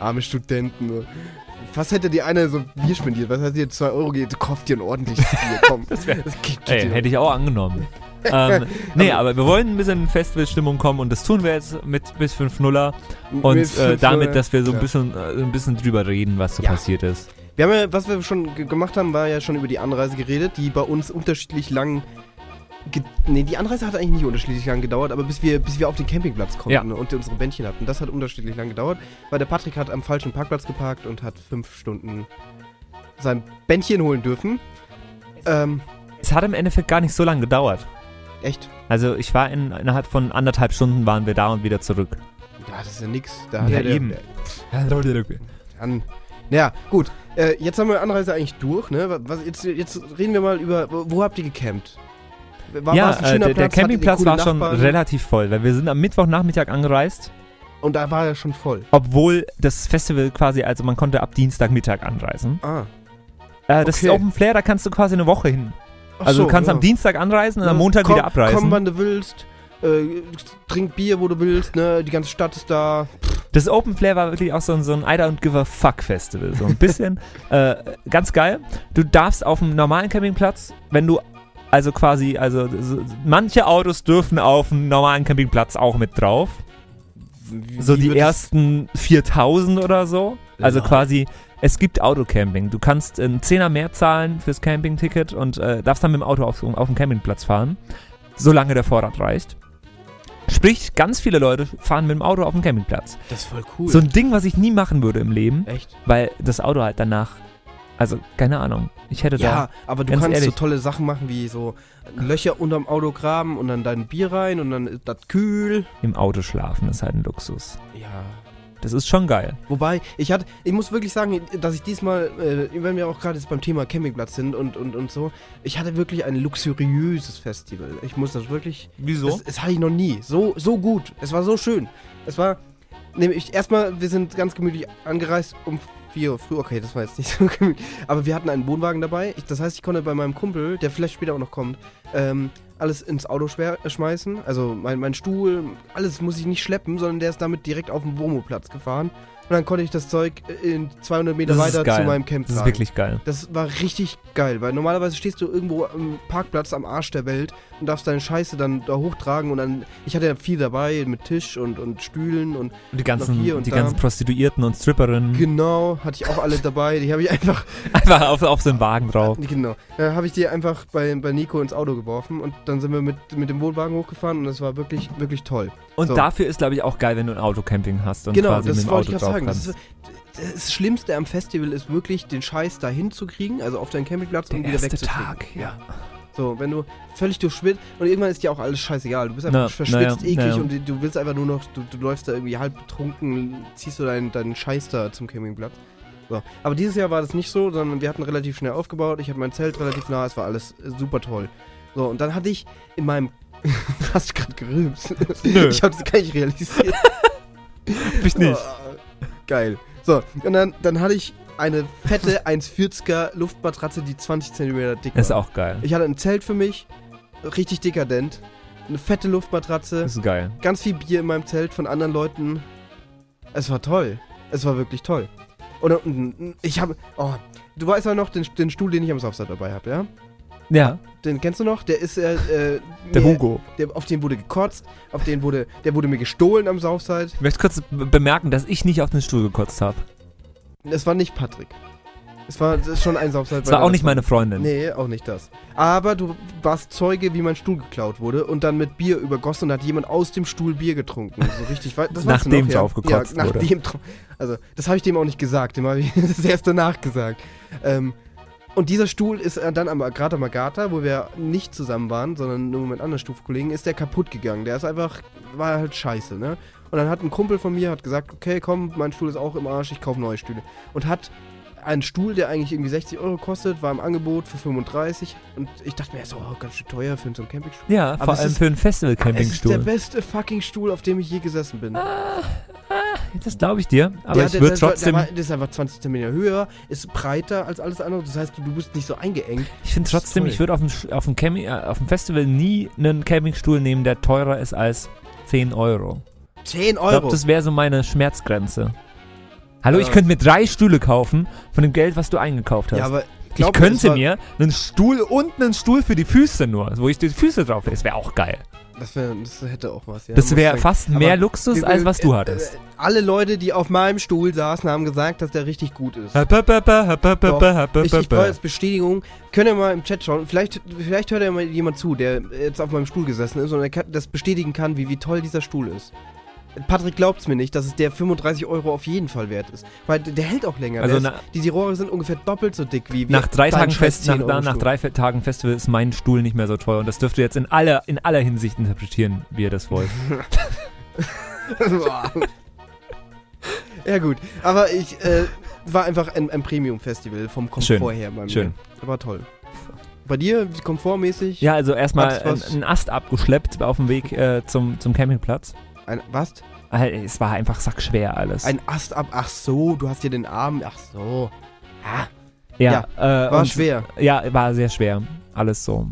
Arme Studenten. Was hätte dir einer so Bier spendiert? Was hat dir 2 Euro gegeben? Du kauf dir ein ordentliches Bier, komm. das wäre... Ey, hätte ich auch angenommen. Also ähm, nee, aber wir wollen ein bisschen in Festivalstimmung kommen und das tun wir jetzt mit bis 5 Nuller und äh, damit, dass wir so ein Ja. bisschen, äh, ein bisschen drüber reden, was so Ja. passiert ist. Wir haben ja, was wir schon ge- gemacht haben, war ja schon über die Anreise geredet, die bei uns unterschiedlich lang. Ge nee, die Anreise hat eigentlich nicht unterschiedlich lang gedauert, aber bis wir, bis wir auf den Campingplatz konnten ne, Ja. und unsere Bändchen hatten. Das hat unterschiedlich lang gedauert, weil der Patrick hat am falschen Parkplatz geparkt und hat fünf Stunden sein Bändchen holen dürfen. Ähm, Es hat im Endeffekt gar nicht so lange gedauert. echt. Also ich war in, innerhalb von anderthalb Stunden waren wir da und wieder zurück. Ja, das ist ja nix. Da hat Ja, er der- eben. der- Ja, An. Naja, gut. Äh, jetzt haben wir Anreise eigentlich durch, ne? Was, jetzt, jetzt reden wir mal über, wo wo habt ihr gecampt? War, war es ein äh, schöner der, der Platz? Hattet ihr Campingplatz coole war schon Nachbarn? relativ voll, weil wir sind am Mittwochnachmittag angereist, Und da war er schon voll. obwohl das Festival quasi, also man konnte ab Dienstagmittag anreisen. Ah. Äh, das ist Okay. Open Flair, da kannst du quasi eine Woche hin. Also du kannst am Dienstag anreisen und am Montag wieder abreisen. Hm, Komm, wann du willst. Äh, trink Bier, wo du willst, ne? Die ganze Stadt ist da. Das Open Flair war wirklich auch so ein, so ein I don't give a fuck Festival. So ein bisschen. äh, ganz geil. Du darfst auf dem normalen Campingplatz, wenn du, also quasi, also so, manche Autos dürfen auf dem normalen Campingplatz auch mit drauf. Wie- So wie die wird das- ersten 4000 oder so. Also Ja. quasi, es gibt Autocamping. Du kannst einen Zehner mehr zahlen fürs Campingticket und äh, darfst dann mit dem Auto auf, auf dem Campingplatz fahren, solange der Vorrat reicht. Sprich, ganz viele Leute fahren mit dem Auto auf dem Campingplatz. Das ist voll cool. So ein Ding, was ich nie machen würde im Leben, Echt? weil das Auto halt danach, also keine Ahnung, ich hätte Ja, aber du Ganz kannst ehrlich. so tolle Sachen machen wie so Löcher unterm Auto graben und dann dein Bier rein und dann ist das kühl. da im Auto schlafen, ist halt ein Luxus. Ja. Das ist schon geil. Wobei, ich hatte, ich muss wirklich sagen, dass ich diesmal, äh, wenn wir auch gerade jetzt beim Thema Campingplatz sind und, und, und so, ich hatte wirklich ein luxuriöses Festival. Ich muss das wirklich. Wieso? Das, das hatte ich noch nie. So, so gut. Es war so schön. Es war. Nämlich, erstmal, wir sind ganz gemütlich angereist um 4 Uhr früh. Okay, das war jetzt nicht so gemütlich. Aber wir hatten einen Wohnwagen dabei. Ich, das heißt, ich konnte bei meinem Kumpel, der vielleicht später auch noch kommt, ähm, alles ins Auto schwer, schmeißen. Also mein, mein Stuhl, alles muss ich nicht schleppen, sondern der ist damit direkt auf den Womo-Platz gefahren. Und dann konnte ich das Zeug äh, in 200 Meter Das ist weiter geil. zu meinem Camp Das ist tragen. wirklich geil. Das war richtig geil, weil normalerweise stehst du irgendwo am Parkplatz am Arsch der Welt und darfst deine Scheiße dann da hochtragen und dann. Ich hatte ja viel dabei mit Tisch und, und Stühlen und Und die ganzen, Noch hier und die da. ganzen Prostituierten und Stripperinnen. genau, hatte ich auch alle dabei. Die habe ich einfach. Einfach auf, auf so einen Wagen drauf. Genau. Dann habe ich die einfach bei, bei Nico ins Auto geworfen und dann sind wir mit, mit dem Wohnwagen hochgefahren und das war wirklich, wirklich toll. Und So. dafür ist, glaube ich, auch geil, wenn du ein Autocamping hast und genau, quasi mit das dem wollte Auto ich drauf auch sagen. Das, kannst. ist, das Schlimmste am Festival ist wirklich, den Scheiß da hinzukriegen, also auf deinen Campingplatz und der wieder erste wegzukriegen. Tag, ja. So, wenn du völlig durchschwitzt und irgendwann ist dir auch alles scheißegal. Du bist einfach Na, verschwitzt, na ja, eklig na ja. und du- du willst einfach nur noch, du, du läufst da irgendwie halb betrunken, ziehst du deinen, deinen Scheiß da zum Campingplatz. So. Aber dieses Jahr war das nicht so, sondern wir hatten relativ schnell aufgebaut. Ich hatte mein Zelt relativ nah, es war alles äh, super toll. So, und dann hatte ich in meinem. Hast du gerade gerülpst? Nö. Ich habe das gar nicht realisiert. Ich nicht. Oh, geil. So, und dann, dann hatte ich eine fette 1,40er Luftmatratze, die 20 cm dick war. Das ist auch geil. Ich hatte ein Zelt für mich, richtig dekadent, eine fette Luftmatratze, Das ist geil. ganz viel Bier in meinem Zelt von anderen Leuten. Es war toll. Es war wirklich toll. Und, und, und ich habe, oh, du weißt ja noch den, den Stuhl, den ich am Samstag dabei habe, ja? Ja, Den kennst du noch? Der ist äh, äh, der mir- Hugo. Der, auf den wurde gekotzt, auf den wurde, der wurde mir gestohlen am Saufside. Ich möchte kurz be- bemerken, dass ich nicht auf den Stuhl gekotzt habe. Es war nicht Patrick. Es war das ist schon ein Saufside. Das war auch nicht meine Freundin. Nee, auch nicht das. Aber du warst Zeuge, wie mein Stuhl geklaut wurde und dann mit Bier übergossen und hat jemand aus dem Stuhl Bier getrunken. So richtig weit. Das weißt du Nachdem noch, es ja. aufgekotzt ja, wurde. nachdem, Also, das habe ich dem auch nicht gesagt. Dem habe ich das erst danach gesagt. Ähm, und dieser Stuhl ist äh, dann am, gerade am Agata, wo wir nicht zusammen waren, sondern nur mit anderen Stufkollegen, ist der kaputt gegangen. Der ist einfach, war halt scheiße, ne? Und dann hat ein Kumpel von mir hat gesagt, okay, komm, mein Stuhl ist auch im Arsch, ich kaufe neue Stühle. Und hat einen Stuhl, der eigentlich irgendwie 60 Euro kostet, war im Angebot für 35. Und ich dachte mir so, oh, ganz schön teuer für so einen Campingstuhl. Ja, Aber vor es allem ist- für einen Es ist der Festival-Campingstuhl. beste fucking Stuhl, auf dem ich je gesessen bin. Das glaube ich dir, aber Der- ich der- würde der- der- trotzdem, Der, war- der ist einfach 20 Zentimeter höher, ist breiter als alles andere. Das heißt, du, du bist nicht so eingeengt. ich finde das ist trotzdem, toll. ich würde auf dem, Sch- auf, dem Campi- äh, auf dem Festival nie einen Campingstuhl nehmen, der teurer ist als 10 Euro. 10 Ich glaube, Euro. das wäre so meine Schmerzgrenze. Hallo, ich Ja. könnte mir drei Stühle kaufen von dem Geld, was du eingekauft hast. ja, aber ich glaub mir, das könnte war- mir einen Stuhl und einen Stuhl für die Füße nur, wo ich die Füße drauf Das wäre auch geil. Das, wär, das hätte auch was. Ja, das muss wäre sagen. fast Aber mehr Luxus, wir- als was du äh, hattest. äh, Alle Leute, die auf meinem Stuhl saßen, haben gesagt, dass der richtig gut ist. Hap, hap, hap, hap, hap, Doch, hap, hap, Ich, ich hap. brauche jetzt Bestätigung. Könnt ihr mal im Chat schauen? Vielleicht, vielleicht hört ja mal jemand zu, der jetzt auf meinem Stuhl gesessen ist und er kann, das bestätigen kann, wie, wie toll dieser Stuhl ist. Patrick glaubt es mir nicht, dass es der 35 Euro auf jeden Fall wert ist. Weil der hält auch länger. Also der na- ist, diese Rohre sind ungefähr doppelt so dick wie. wie Nach drei, dein Tagen scheiß Fest, nach, 10 Euro nach Stuhl. drei Fe- Tagen Festival ist mein Stuhl nicht mehr so teuer und das dürft ihr jetzt in aller, in aller Hinsicht interpretieren, wie ihr das wollt. Wow. ja, gut. Aber ich äh, war einfach ein, ein Premium-Festival vom Komfort Schön. her bei mir. Schön. War toll. Bei dir, komfortmäßig? Ja, also erstmal Hat's was- einen Ast abgeschleppt auf dem Weg äh, zum, zum Campingplatz. Ein, was? Ah, Es war einfach sackschwer alles. Ein Ast ab. Ach so, du hast dir den Arm. Ach so. Ah, ja, äh, war und- schwer. Ja, war sehr schwer. Alles so.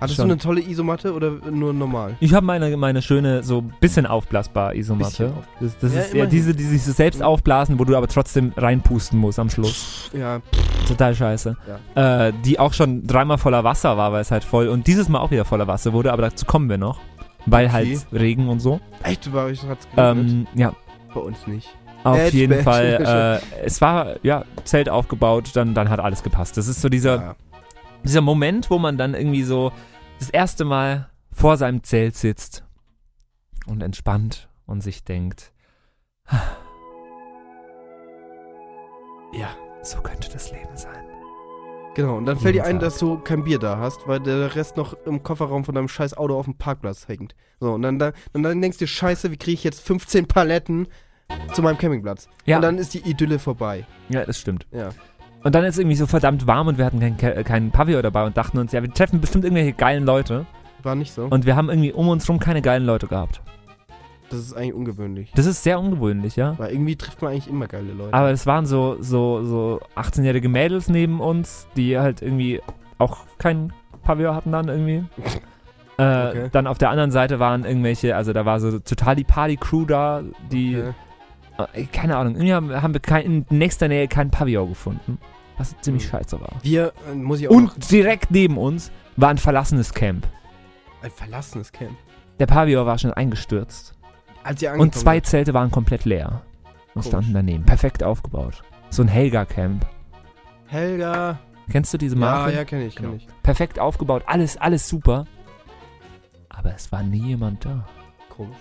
Hattest schon. du eine tolle Isomatte oder nur normal? Ich habe meine, meine schöne, so ein bisschen aufblasbar Isomatte. Bisschen Das, das Ja, ist ja immerhin. diese, die sich so selbst aufblasen, wo du aber trotzdem reinpusten musst am Schluss. Ja, Total scheiße. Äh, die auch schon dreimal voller Wasser war, weil es halt voll und dieses Mal auch wieder voller Wasser wurde, aber dazu kommen wir noch. Weil Okay. halt Regen und so. echt, war ich hat's Ähm, geregnet. ja, Bei uns nicht. auf Edge jeden Badge. Fall. Äh, es war, ja, Zelt aufgebaut, dann, dann hat alles gepasst. Das ist so dieser, Ja. dieser Moment, wo man dann irgendwie so das erste Mal vor seinem Zelt sitzt und entspannt und sich denkt, ja, so könnte das Leben sein. Genau, und dann fällt dir Jeden ein, Tag. dass du kein Bier da hast, weil der Rest noch im Kofferraum von deinem scheiß Auto auf dem Parkplatz hängt. So, und dann, dann, und dann denkst du, scheiße, wie kriege ich jetzt 15 Paletten zu meinem Campingplatz. Ja. Und dann ist die Idylle vorbei. Ja, das stimmt. Ja. Und dann ist es irgendwie so verdammt warm und wir hatten keinen Ke- keinen Pavillon dabei und dachten uns, ja, wir treffen bestimmt irgendwelche geilen Leute. War nicht so. Und wir haben irgendwie um uns rum keine geilen Leute gehabt. Das ist eigentlich ungewöhnlich. Das ist sehr ungewöhnlich, ja. Weil irgendwie trifft man eigentlich immer geile Leute. Aber es waren so, so, so 18-jährige Mädels neben uns, die halt irgendwie auch kein Pavillon hatten dann irgendwie. Äh, Okay. Dann auf der anderen Seite waren irgendwelche, also da war so total die Party-Crew da, die, Ja. äh, keine Ahnung, irgendwie haben, haben wir kein, in nächster Nähe kein Pavillon gefunden, was ziemlich Hm. scheiße war. Wir, äh, muss ich auch noch, Und direkt neben uns war ein verlassenes Camp. ein verlassenes äh, Camp. Der Pavillon war schon eingestürzt. Als ihr Und angekommen zwei Zelte waren komplett leer und Komisch. standen daneben. Perfekt aufgebaut. So ein Helga-Camp. seid. Helga. Kennst du diese Marke? Ja, ja, kenne ich, kenne Genau. ich. perfekt aufgebaut, alles, alles super. Aber es war nie jemand da. Komisch.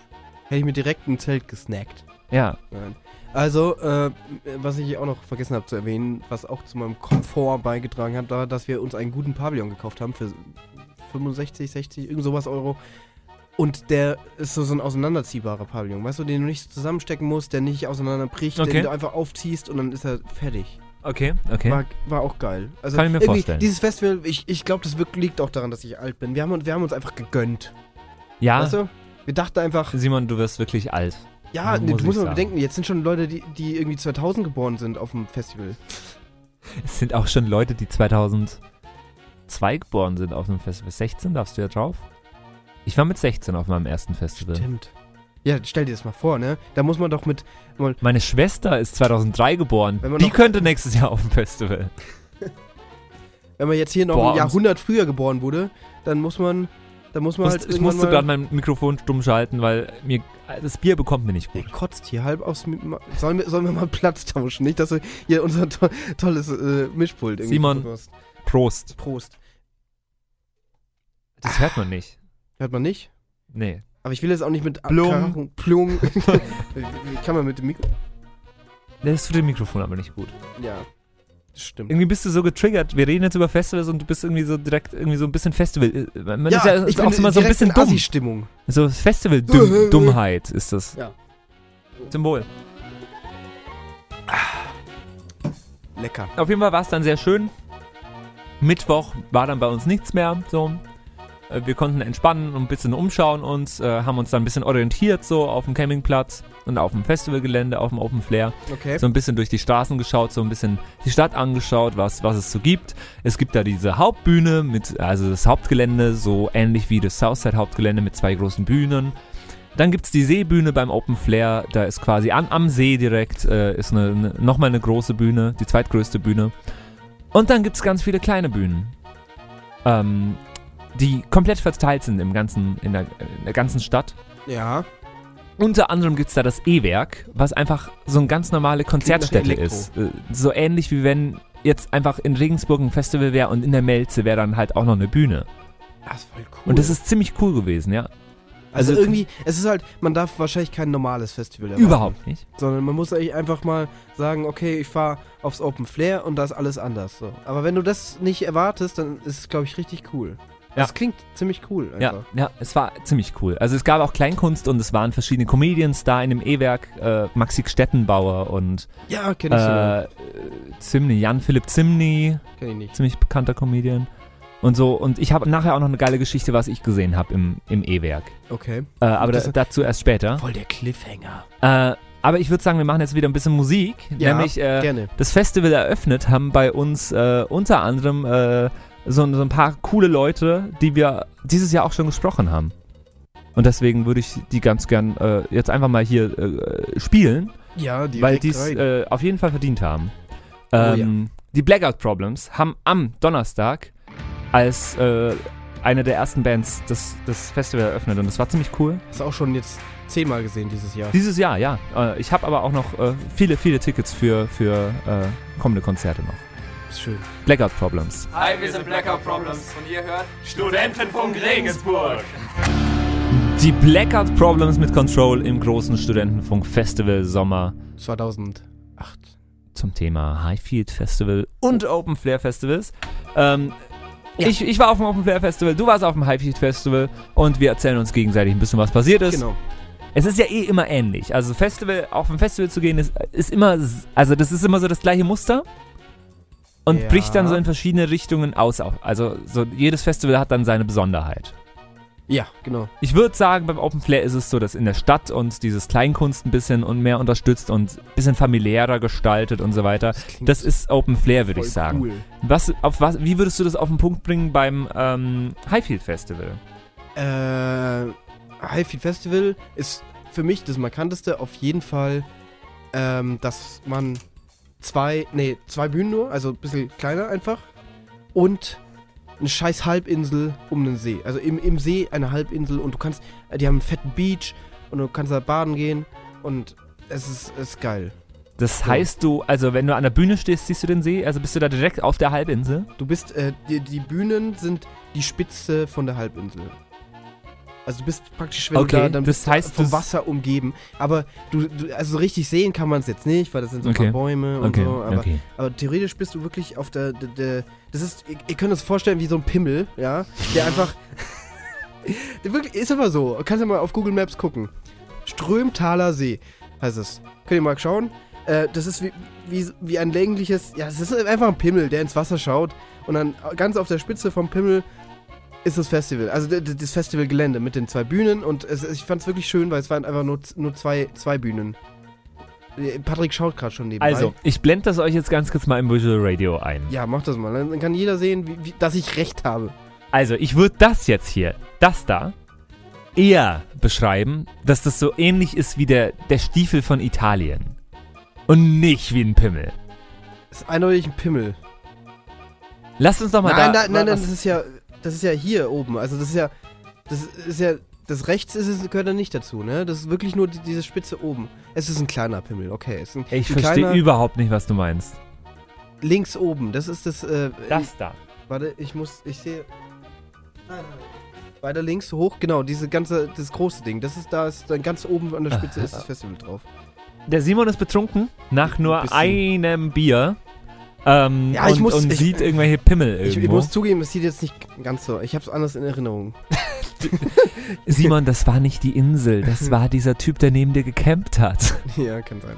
Hätte ich mir direkt ein Zelt gesnackt. Ja, Nein. Also, äh, was ich auch noch vergessen habe zu erwähnen, was auch zu meinem Komfort beigetragen hat, war, dass wir uns einen guten Pavillon gekauft haben für 65, 60, irgend sowas Euro. Und der ist so, so ein auseinanderziehbarer Pavillon, weißt du, den du nicht zusammenstecken musst, der nicht auseinanderbricht, Okay. den du einfach aufziehst und dann ist er fertig. okay, okay. War, war auch geil. Also Kann ich mir irgendwie vorstellen. Dieses Festival, ich, ich glaube, das wirkt- liegt auch daran, dass ich alt bin. Wir haben, wir haben uns einfach gegönnt. ja, Weißt du? Wir dachten einfach, Simon, du wirst wirklich alt. ja, Muss muss ich muss man sagen. bedenken, jetzt sind schon Leute, die, die irgendwie 2000 geboren sind auf dem Festival. Es sind auch schon Leute, die 2002 geboren sind auf einem Festival. 16 darfst du ja drauf? Ich war mit 16 auf meinem ersten Festival. Stimmt. Ja, stell dir das mal vor, ne? Da muss man doch mit. Meine Schwester ist 2003 geboren. Wenn man Die noch- könnte nächstes Jahr auf dem Festival. Wenn man jetzt hier noch Boah, ein und- Jahrhundert früher geboren wurde, dann muss man. Dann muss man halt. ich irgendwann musste mal- gerade mein Mikrofon stumm schalten, weil mir das Bier bekommt mir nicht Der gut. kotzt hier halb aufs. Mi- Ma- Sollen wir, sollen wir mal Platz tauschen? Nicht, dass du hier unser to tolles äh, Mischpult irgendwie. Simon. verbrauchst. Prost. Prost. Das hört man nicht. Hört man nicht? Nee. Aber ich will jetzt auch nicht mit. Plung. Abkarren- Plung. Wie Kann man mit dem Mikro. Das tut dem Mikrofon aber nicht gut. Ja. Stimmt. irgendwie bist du so getriggert. Wir reden jetzt über Festivals und du bist irgendwie so direkt irgendwie so ein bisschen Festival. Äh, Man ja, ist ja ich auch bin immer so ein direkt bisschen in dumm. Assi-Stimmung. So Festival-Dummheit ist das. Ja. Symbol. Lecker. Auf jeden Fall war es dann sehr schön. Mittwoch war dann bei uns nichts mehr. So. Äh, Wir konnten entspannen und ein bisschen umschauen uns, äh, haben uns dann ein bisschen orientiert so auf dem Campingplatz und auf dem Festivalgelände, auf dem Open Flair. Okay. so ein bisschen durch die Straßen geschaut, so ein bisschen die Stadt angeschaut, was, was es so gibt. Es gibt da diese Hauptbühne mit, also das Hauptgelände, so ähnlich wie das Southside-Hauptgelände mit zwei großen Bühnen. Dann gibt es die Seebühne beim Open Flair, da ist quasi an, am See direkt, äh, ist eine, eine, nochmal eine große Bühne, die zweitgrößte Bühne. Und dann gibt es ganz viele kleine Bühnen, ähm, die komplett verteilt sind im ganzen, in, der, in der ganzen Stadt. Ja. Unter anderem gibt es da das E-Werk, was einfach so eine ganz normale Konzertstätte Elektro. ist. Äh, So ähnlich wie wenn jetzt einfach in Regensburg ein Festival wäre und in der Melze wäre dann halt auch noch eine Bühne. Das ist voll cool. Und das ist ziemlich cool gewesen, ja. Also, Also- irgendwie, es ist halt, man darf wahrscheinlich kein normales Festival erwarten, Überhaupt nicht. Sondern man muss eigentlich einfach mal sagen, okay, ich fahre aufs Open Flair und da ist alles anders. So. Aber wenn du das nicht erwartest, dann ist es, glaube ich, richtig cool. Ja. Das klingt ziemlich cool Ja, einfach. ja, es war ziemlich cool. Also es gab auch Kleinkunst und es waren verschiedene Comedians da in dem E-Werk, äh, Maxi Stettenbauer und Ja, kenne ich, sogar. äh, äh, Zimny, Jan-Philipp Zimny, kenn ich nicht. ziemlich bekannter Comedian. Und so, und ich habe nachher auch noch eine geile Geschichte, was ich gesehen habe im, im E-Werk. Okay. Äh, aber Das- da, dazu erst später. Voll der Cliffhanger. Äh, aber ich würde sagen, wir machen jetzt wieder ein bisschen Musik. Ja, nämlich äh, Gerne. das Festival eröffnet haben bei uns äh, unter anderem äh, so, so ein paar coole Leute, die wir dieses Jahr auch schon gesprochen haben. Und deswegen würde ich die ganz gern äh, jetzt einfach mal hier äh, spielen, Ja, die Oh weil die es äh, auf jeden Fall verdient haben. ja. Ähm, Die Blackout Problems haben am Donnerstag als äh, eine der ersten Bands das, das Festival eröffnet und das war ziemlich cool. Hast du auch schon jetzt zehnmal gesehen dieses Jahr. Dieses Jahr, ja. Äh, Ich habe aber auch noch äh, viele, viele Tickets für, für äh, kommende Konzerte noch. ist schön. Blackout Problems. Hi, wir sind Blackout Problems und ihr hört Studentenfunk Regensburg. Die Blackout Problems mit Control im großen Studentenfunk Festival Sommer 2008. zum Thema Highfield Festival und Open Flair Festivals. Ähm, ich, ich war auf dem Open Flair Festival, du warst auf dem Highfield Festival und wir erzählen uns gegenseitig ein bisschen, was passiert ist. Genau. Es ist ja eh immer ähnlich. Also Festival, auf ein Festival zu gehen, ist, ist immer, s- also das ist immer so das gleiche Muster und Ja. bricht dann so in verschiedene Richtungen aus. auch. Also so jedes Festival hat dann seine Besonderheit. Ja, genau. Ich würde sagen, beim Open Flair ist es so, dass in der Stadt uns dieses Kleinkunst ein bisschen und mehr unterstützt und ein bisschen familiärer gestaltet und so weiter. klingt Das ist Open Flair, würde voll ich sagen. Cool. Was, auf was, wie würdest du das auf den Punkt bringen beim ähm, Highfield Festival? Äh, Highfield Festival ist für mich das markanteste auf jeden Fall, ähm, dass man zwei, nee, zwei Bühnen nur, also ein bisschen kleiner einfach und eine scheiß Halbinsel um den See. Also im, im See eine Halbinsel und du kannst, äh, die haben einen fetten Beach und du kannst da baden gehen und es ist, ist geil. Das Ja. heißt, du, also wenn du an der Bühne stehst, siehst du den See? Also bist du da direkt auf der Halbinsel? Du bist, äh, die, die Bühnen sind die Spitze von der Halbinsel. Also du bist praktisch, wenn Okay, du da, dann das bist du heißt, vom das- Wasser umgeben. Aber du, du, also so richtig sehen kann man es jetzt nicht, weil das sind so ein Okay. paar Bäume und so. Aber, okay. aber theoretisch bist du wirklich auf der, der, der das ist, ihr, ihr könnt das vorstellen wie so ein Pimmel, ja, der einfach, der wirklich, ist aber so, kannst du mal auf Google Maps gucken. Strömtaler See heißt es. Könnt ihr mal schauen. Äh, das ist wie, wie, wie ein längliches, ja, es ist einfach ein Pimmel, der ins Wasser schaut und dann ganz auf der Spitze vom Pimmel ist das Festival, also d- d- das Festivalgelände mit den zwei Bühnen und es, ich fand es wirklich schön, weil es waren einfach nur, z- nur zwei, zwei Bühnen. Äh, Patrick schaut gerade schon nebenbei. Also, ich blende das euch jetzt ganz kurz mal im Visual Radio ein. Ja, mach das mal. Dann kann jeder sehen, wie, wie, dass ich recht habe. Also, ich würde das jetzt hier, das da, eher beschreiben, dass das so ähnlich ist wie der, der Stiefel von Italien. Und nicht wie ein Pimmel. ist eindeutig ein Pimmel. Lasst uns doch mal nein, da... nein, nein, nein, was- das ist ja, das ist ja hier oben. Also das ist ja, das ist ja, das rechts ist es gehört da nicht dazu, ne? Das ist wirklich nur die, diese Spitze oben. Es ist ein kleiner Pimmel, okay. Es ist ein, ich ein verstehe kleiner überhaupt nicht, was du meinst. links oben. Das ist das. Äh, Das da. Ich, warte, ich muss, ich sehe. Nein, nein. Weiter links hoch, genau. Diese ganze, das große Ding. Das ist da, ist dann ganz oben an der Spitze ist das Festival drauf. Der Simon ist betrunken nach nur Bisschen. einem Bier. Ähm, Ja, ich und, muss- und ich- sieht irgendwelche Pimmel Ich, ich irgendwo. muss zugeben, es sieht jetzt nicht ganz so. Ich hab's anders in Erinnerung. Simon, das war nicht die Insel, das war dieser Typ, der neben dir gecampt hat. Ja, kann sein.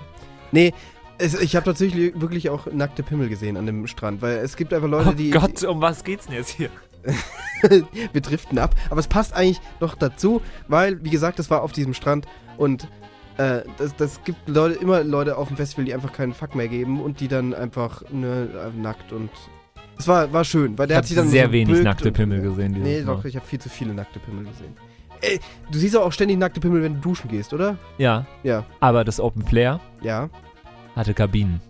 Nee, es, ich habe tatsächlich wirklich auch nackte Pimmel gesehen an dem Strand, weil es gibt einfach Leute, Oh die, Gott, um was geht's denn jetzt hier? die. Wir driften ab. Aber es passt eigentlich noch dazu, weil, wie gesagt, es war auf diesem Strand und. äh, Das, das gibt Leute, immer Leute auf dem Festival, die einfach keinen Fuck mehr geben und die dann einfach ne, äh, nackt und. Es war, war schön, weil Ich der hat hab sich dann. sehr so wenig gebückt nackte und- Pimmel gesehen dieses Nee, Mal. doch, ich habe viel zu viele nackte Pimmel gesehen. Ey, du siehst doch auch ständig nackte Pimmel, wenn du duschen gehst, oder? Ja, Ja. aber das Open Flair Ja. hatte Kabinen.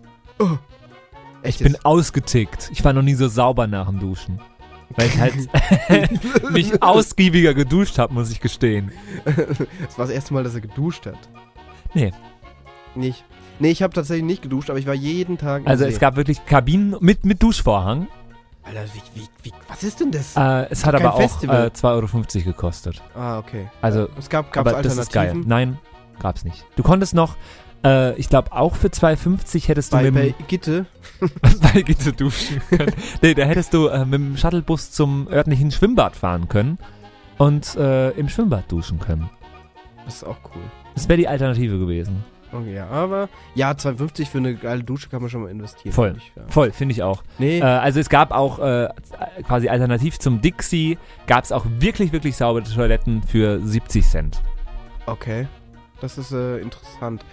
Echt? Ich bin ausgetickt. Ich war noch nie so sauber nach dem Duschen. Weil ich halt mich ausgiebiger geduscht habe, muss ich gestehen. das war das erste Mal, dass er geduscht hat. Nee. Nicht. Nee, ich habe tatsächlich nicht geduscht, aber ich war jeden Tag. im Also See. es gab wirklich Kabinen mit, mit Duschvorhang. Alter, wie, wie, wie, was ist denn das? Äh, es hat Kein aber auch äh, Festival. 2,50 Euro gekostet. Ah, okay. Also Es gab, gab's Aber das Alternativen. ist geil. Nein, gab's nicht. Du konntest noch, äh, ich glaube, auch für 2,50 hättest du Bei, mit bei dem Gitte. bei Gitte duschen können. nee, da hättest du äh, mit dem Shuttlebus zum örtlichen Schwimmbad fahren können und äh, im Schwimmbad duschen können. Das ist auch cool. Das wäre die Alternative gewesen. Okay, ja, aber. Ja, 2,50 für eine geile Dusche kann man schon mal investieren. Voll. finde ich, Ja. Voll, finde ich auch. Nee, Äh, also es gab auch äh, quasi alternativ zum Dixie, gab es auch wirklich, wirklich saubere Toiletten für 70 Cent. okay. Das ist äh, interessant.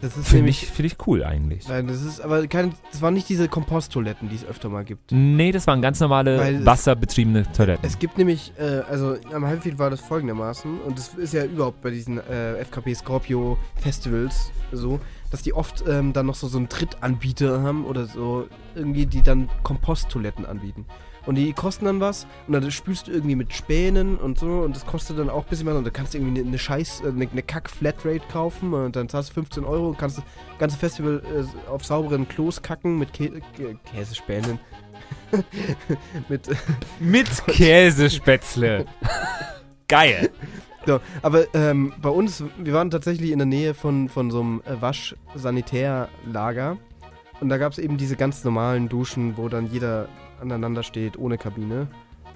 Das ist Finde nämlich. ich, find ich cool eigentlich. Nein, das ist aber kein. Das waren nicht diese Komposttoiletten, die es öfter mal gibt. Nee, das waren ganz Weil es- normale wasserbetriebene Toiletten. Es gibt nämlich, äh, also am Highfield war das folgendermaßen, und das ist ja überhaupt bei diesen äh, FKP Scorpio Festivals so, dass die oft ähm, dann noch so, so einen Drittanbieter haben oder so, irgendwie, die dann Komposttoiletten anbieten. Und die kosten dann was und dann spülst du irgendwie mit Spänen und so und das kostet dann auch ein bisschen was und du kannst irgendwie eine, eine scheiß, äh, eine, eine Kack-Flatrate kaufen und dann zahlst du 15 Euro und kannst das ganze Festival äh, auf sauberen Klos kacken mit Kä Kä- Käsespänen. mit Mit Käsespätzle. Geil. So, aber ähm, bei uns, wir waren tatsächlich in der Nähe von, von so einem äh, Waschsanitärlager. Und da gab es eben diese ganz normalen Duschen, wo dann jeder aneinander steht, ohne Kabine.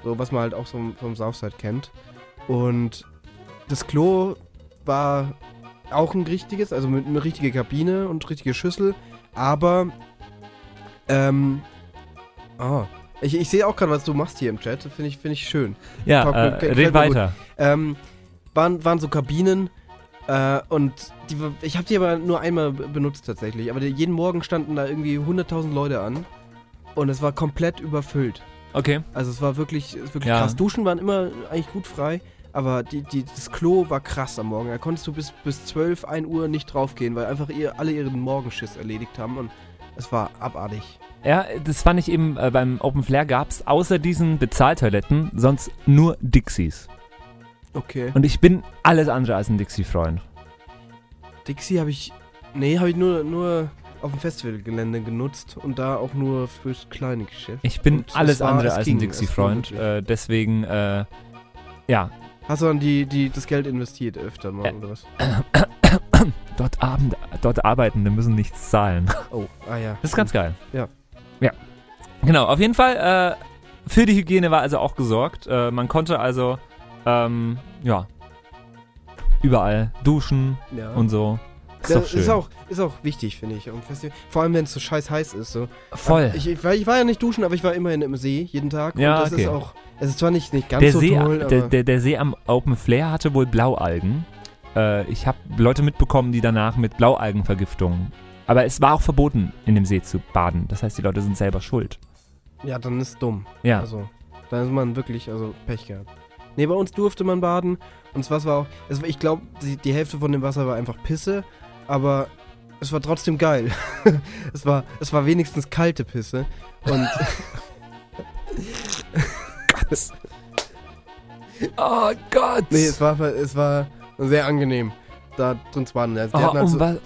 So, was man halt auch so vom Southside kennt. Und das Klo war Auch ein richtiges, also mit einer richtigen Kabine und richtige Schüssel. Aber, ähm, ah, ich, ich sehe auch gerade, was du machst hier im Chat. Finde ich, finde ich schön. Ja, Talk- äh, gefällt red mir gut. weiter. Ähm, waren, waren so Kabinen. Äh, und die, ich habe die aber nur einmal b- benutzt tatsächlich. Aber die- jeden Morgen standen da irgendwie 100.000 Leute an. Und es war komplett überfüllt. Okay. Also es war wirklich, wirklich Ja. krass. Duschen waren immer eigentlich gut frei, aber die, die, das Klo war krass am Morgen. Da konntest du bis, bis 12, 1 Uhr nicht draufgehen, weil einfach ihr, alle ihren Morgenschiss erledigt haben und es war abartig. Ja, das fand ich eben äh, beim Open Flair gab es außer diesen Bezahltoiletten sonst nur Dixies. Okay. Und ich bin alles andere als ein Dixie-Freund. Dixie habe ich, nee, habe ich nur, nur auf dem Festivalgelände genutzt und da auch nur fürs kleine Geschäft. Ich bin Und es alles war- andere es als ein ging, es ging Dixie-Freund. wirklich. Äh, deswegen, äh, ja, Hast du dann die, die, das Geld investiert öfter mal Ja. oder was? dort, Abend, dort Arbeitende müssen nichts zahlen. Oh, ah ja. Das ist ganz geil. Ja. Ja. Genau, auf jeden Fall, äh, für die Hygiene war also auch gesorgt. Äh, man konnte also, ähm, ja, überall duschen Ja. und so. Ist Ja, doch schön. ist auch, ist auch wichtig, finde ich, am Festival. Vor allem, wenn es so scheiß heiß ist. So. Voll. Ich, ich, war, ich war ja nicht duschen, aber ich war immerhin im See jeden Tag. Ja, und das okay. ist auch. Es ist zwar nicht, nicht ganz der, so See, toll, aber. der, der, der See am Open Flair hatte wohl Blaualgen. Äh, ich habe Leute mitbekommen, die danach mit Blaualgenvergiftungen. Aber es war auch verboten, in dem See zu baden. Das heißt, die Leute sind selber schuld. ja, dann ist dumm. Ja. Also, dann ist man wirklich, also Pech gehabt. Nee, bei uns durfte man baden und das Wasser war auch. Es, war- ich glaube, die, die Hälfte von dem Wasser war einfach Pisse, aber es war trotzdem geil. es, war, es war wenigstens kalte Pisse. Und oh Gott! nee, es war, es war sehr angenehm, da drin zu baden. Also, die hatten halt so, um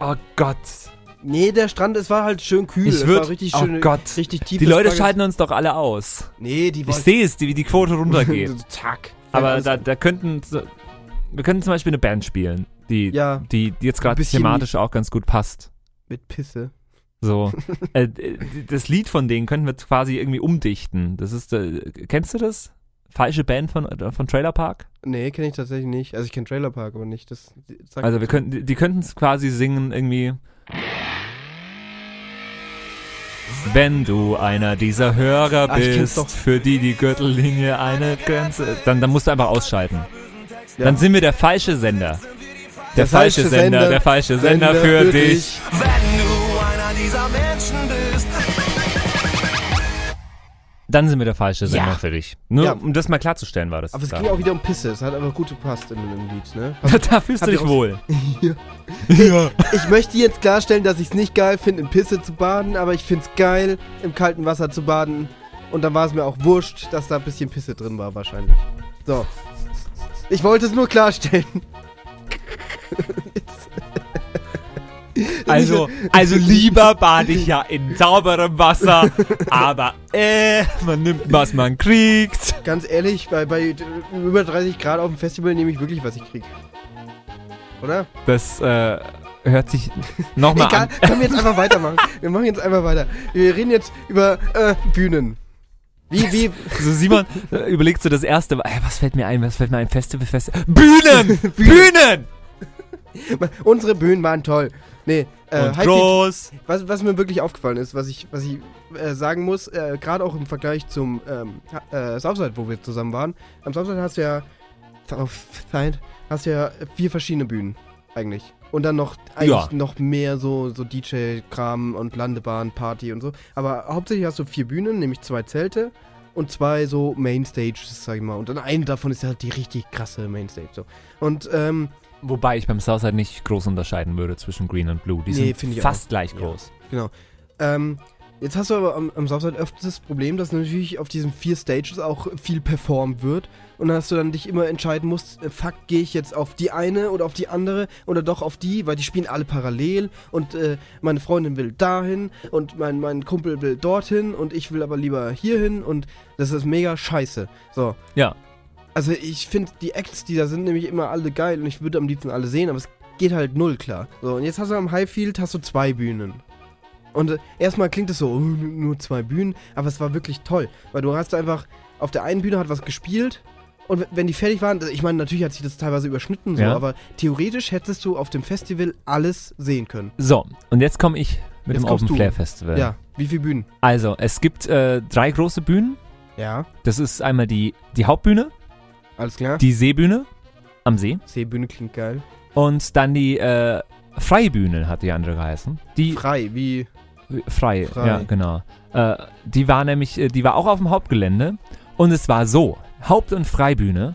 oh Gott! nee, der Strand, es war halt schön kühl. Ich es würd- war richtig oh schön. Gott. Richtig tief. Die das Leute war- schalten uns doch alle aus. Nee, die Ich wollten- sehe es, die- wie die Quote runtergeht. Zack. Also, Aber Alles- da, da könnten. so- Wir könnten zum Beispiel eine Band spielen, die, Ja. die, die jetzt gerade bisschen- thematisch auch ganz gut passt. Mit Pisse. So, äh, d- das Lied von denen könnten wir quasi irgendwie umdichten. Das ist, äh, kennst du das? Falsche Band von, äh, von Trailer Park? Nee, kenne ich tatsächlich nicht. Also ich kenne Trailer Park, aber nicht. Das sagt Also wir könnten, die- die könnten es quasi singen irgendwie. Wenn du einer dieser Hörer Ah, ich kenn's bist, doch. für die die Gürtellinie eine Grenze, dann, dann musst du einfach ausschalten. Ja. Dann sind wir der falsche Sender. Der, falsche Sender, der falsche Sender, für, dich. Wenn du einer dieser Menschen bist. Dann sind wir der falsche Sender für dich. Nur Ja. um das mal klarzustellen war das. Aber es da. ging auch wieder um Pisse. Es hat aber gut gepasst in dem Lied, ne? da fühlst du Habt ihr dich auch- wohl. Ich möchte jetzt klarstellen, dass ich es nicht geil finde, in Pisse zu baden, aber ich finde es geil, im kalten Wasser zu baden. Und dann war es mir auch wurscht, dass da ein bisschen Pisse drin war, wahrscheinlich. So. Ich wollte es nur klarstellen. Also, also lieber bade ich ja in sauberem Wasser, aber äh, man nimmt, was man kriegt. Ganz ehrlich, bei, bei über 30 Grad auf dem Festival nehme ich wirklich, was ich kriege. Oder? Das äh, hört sich nochmal Egal, an. können wir jetzt einfach weitermachen. Wir machen jetzt einfach weiter. Wir reden jetzt über äh, Bühnen. Wie, wie, So Simon äh, überlegt so das erste, äh, was fällt mir ein, was fällt mir ein, Festival, Festival. Bühnen! Bühnen! unsere Bühnen waren toll. Nee, äh, Und Highfield, groß. was, was mir wirklich aufgefallen ist, was ich, was ich äh, sagen muss, äh, gerade auch im Vergleich zum ähm, ha- äh, Southside, wo wir zusammen waren. Am Southside hast du ja, Southside, hast du ja vier verschiedene Bühnen, eigentlich. Und dann noch, eigentlich Ja. noch mehr so, so DJ-Kram und Landebahn, Party und so. Aber hauptsächlich hast du vier Bühnen, nämlich zwei Zelte und zwei so Mainstages, sag ich mal. Und dann eine davon ist ja die richtig krasse Mainstage. So. Und ähm, Wobei ich beim Southside nicht groß unterscheiden würde zwischen Green und Blue. Die Nee, sind find ich fast gleich groß. Ähm, jetzt hast du aber am, am Southside öfters das Problem, dass natürlich auf diesen vier Stages auch viel performt wird. Und dann hast du dann dich immer entscheiden musst, äh, fuck, gehe ich jetzt auf die eine oder auf die andere oder doch auf die, weil die spielen alle parallel und äh, meine Freundin will dahin und mein, mein Kumpel will dorthin und ich will aber lieber hierhin und das ist mega scheiße. So. Ja. Also ich finde die Acts, die da sind, nämlich immer alle geil und ich würde am liebsten alle sehen, aber es geht halt null klar. So, und jetzt hast du am Highfield hast du zwei Bühnen. Und äh, erstmal klingt es so, oh, n- nur zwei Bühnen, aber es war wirklich toll, weil du hast einfach auf der einen Bühne hat was gespielt Und w- wenn die fertig waren, ich meine, natürlich hat sich das teilweise überschnitten, so, Ja. aber theoretisch hättest du auf dem Festival alles sehen können. So, und jetzt komme ich mit Jetzt dem kommst Open du. Flair Festival. Ja, wie viele Bühnen? Also, es gibt äh, drei große Bühnen. Ja, Das ist einmal die, die Hauptbühne, alles klar. die Seebühne am See Seebühne klingt geil. und dann die äh, Freibühne, hat die andere geheißen. Die äh, Frei, wie. frei, Frei. ja, genau. Äh, die war nämlich, äh, die war auch auf dem Hauptgelände und es war so, Haupt- und Freibühne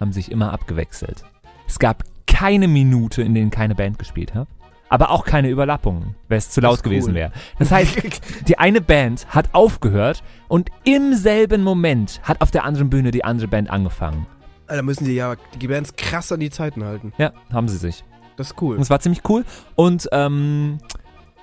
haben sich immer abgewechselt. Es gab keine Minute, in denen keine Band gespielt hat, aber auch keine Überlappungen, wenn es zu laut ist gewesen cool. wäre. Das heißt, die eine Band hat aufgehört und im selben Moment hat auf der anderen Bühne die andere Band angefangen. Da müssen die ja die Bands krass an die Zeiten halten. Ja, haben sie sich. Das ist cool. Das war ziemlich cool. Und ähm,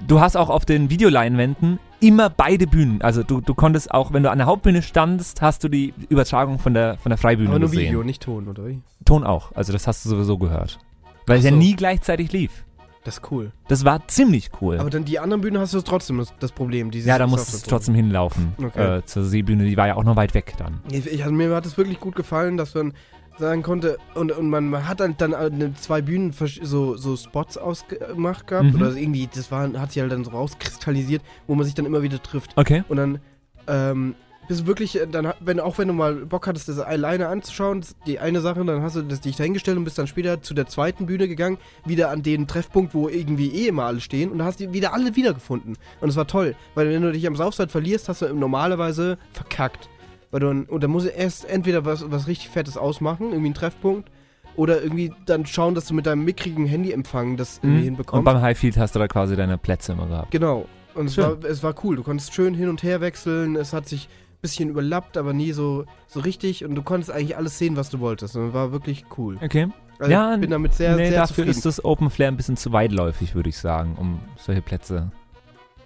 du hast auch auf den Videoleinwänden immer beide Bühnen. Also du, du konntest auch, wenn du an der Hauptbühne standest, hast du die Übertragung von der, von der Freibühne Aber nur gesehen. Video, nicht Ton, oder? wie? Ton auch. Also das hast du sowieso gehört. Weil es Ach ja so. nie gleichzeitig lief. Das ist cool. Das war ziemlich cool. Aber dann die anderen Bühnen hast du trotzdem das, das Problem. Dieses ja, da das musstest du Software-Problem. trotzdem hinlaufen Okay. äh, zur Seebühne. Die war ja auch noch weit weg dann. Ich, ich, also mir hat es wirklich gut gefallen, dass man sagen konnte, und, und man, man hat dann, dann äh, zwei Bühnen versch- so, so Spots ausgemacht gehabt, Mhm. oder also irgendwie, das war, hat sich halt dann so rauskristallisiert, wo man sich dann immer wieder trifft. Okay. Und dann ähm, bist du wirklich, äh, dann, ha- wenn, auch wenn du mal Bock hattest, das alleine anzuschauen, das, die eine Sache, dann hast du das dich dahingestellt und bist dann später zu der zweiten Bühne gegangen, wieder an den Treffpunkt, wo irgendwie eh immer alle stehen und da hast du wieder alle wiedergefunden. Und es war toll, weil wenn du dich am Saufside verlierst, hast du normalerweise verkackt. Weil du, dann- und dann musst du erst entweder was, was richtig Fettes ausmachen, irgendwie einen Treffpunkt, oder irgendwie dann schauen, dass du mit deinem mickrigen Handyempfang das irgendwie Mhm. Und hinbekommst. beim Highfield hast du da quasi deine Plätze immer gehabt. Genau. Und es Schön. war, es war cool. Du konntest schön hin und her wechseln. Es hat sich ein bisschen überlappt, aber nie so, so richtig. Und du konntest eigentlich alles sehen, was du wolltest. Und war wirklich cool. Okay. Also Ja, ich bin damit sehr, nee, sehr dafür zufrieden. ist das Open Flair ein bisschen zu weitläufig, würde ich sagen, um solche Plätze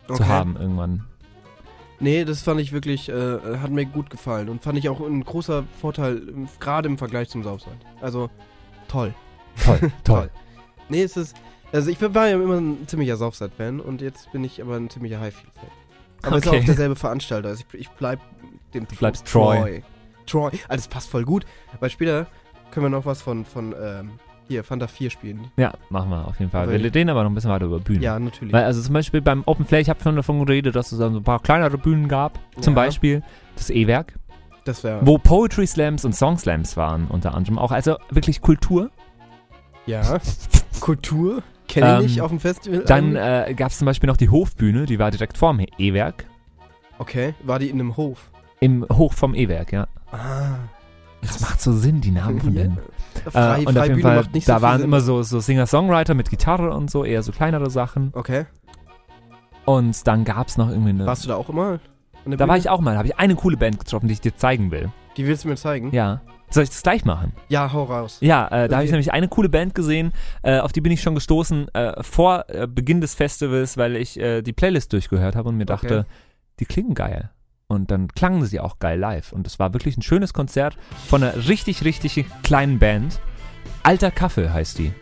okay. zu haben irgendwann. Nee, das fand ich wirklich, äh, hat mir gut gefallen. Und fand ich auch ein großer Vorteil, ähm, gerade im Vergleich zum Southside. Also, toll. Toll, toll. Nee, es ist, also ich war ja immer ein ziemlicher Southside-Fan und jetzt bin ich aber ein ziemlicher Highfield-Fan. Aber es ist Okay. auch derselbe Veranstalter. Also ich, ich bleib dem Du bleibst Troy. Troy. Also das passt voll gut, weil später können wir noch was von, von ähm, hier, Fanta 4 spielen. Ja, machen wir auf jeden Fall. Weil- Wir reden aber noch ein bisschen weiter über Bühnen. Ja, natürlich. Weil also zum Beispiel beim Open Flair, ich habe schon davon geredet, dass es dann so ein paar kleinere Bühnen gab. Zum Ja. Beispiel das E-Werk, das wäre. wo Poetry Slams und Song Slams waren unter anderem auch. Also wirklich Kultur. Ja. Kultur. Kenne ich Ähm, nicht auf dem Festival. Ähm, Dann eigentlich. äh, gab es zum Beispiel noch die Hofbühne, die war direkt vorm E-Werk. okay, war die in einem Hof. Im Hoch vom E-Werk, ja. Ah. Das macht so Sinn, die Namen von denen. äh, und auf Frei, jeden Freibühne Fall, macht nicht da so waren viel Sinn. immer so, so Singer-Songwriter mit Gitarre und so, eher so kleinere Sachen. Okay. Und dann gab es noch irgendwie eine. Warst du da auch immer? an der Da Bühne? war ich auch mal, da habe ich eine coole Band getroffen, die ich dir zeigen will. Die willst du mir zeigen? Ja. Soll ich das gleich machen? ja hau raus. Ja, äh, da habe ich Mhm. Okay. nämlich eine coole Band gesehen, äh, auf die bin ich schon gestoßen äh, vor äh, Beginn des Festivals, weil ich äh, die Playlist durchgehört habe und mir dachte, die klingen geil. Und dann klangen sie auch geil live. Und es war wirklich ein schönes Konzert von einer richtig, richtig kleinen Band. Alter Kaffee heißt die.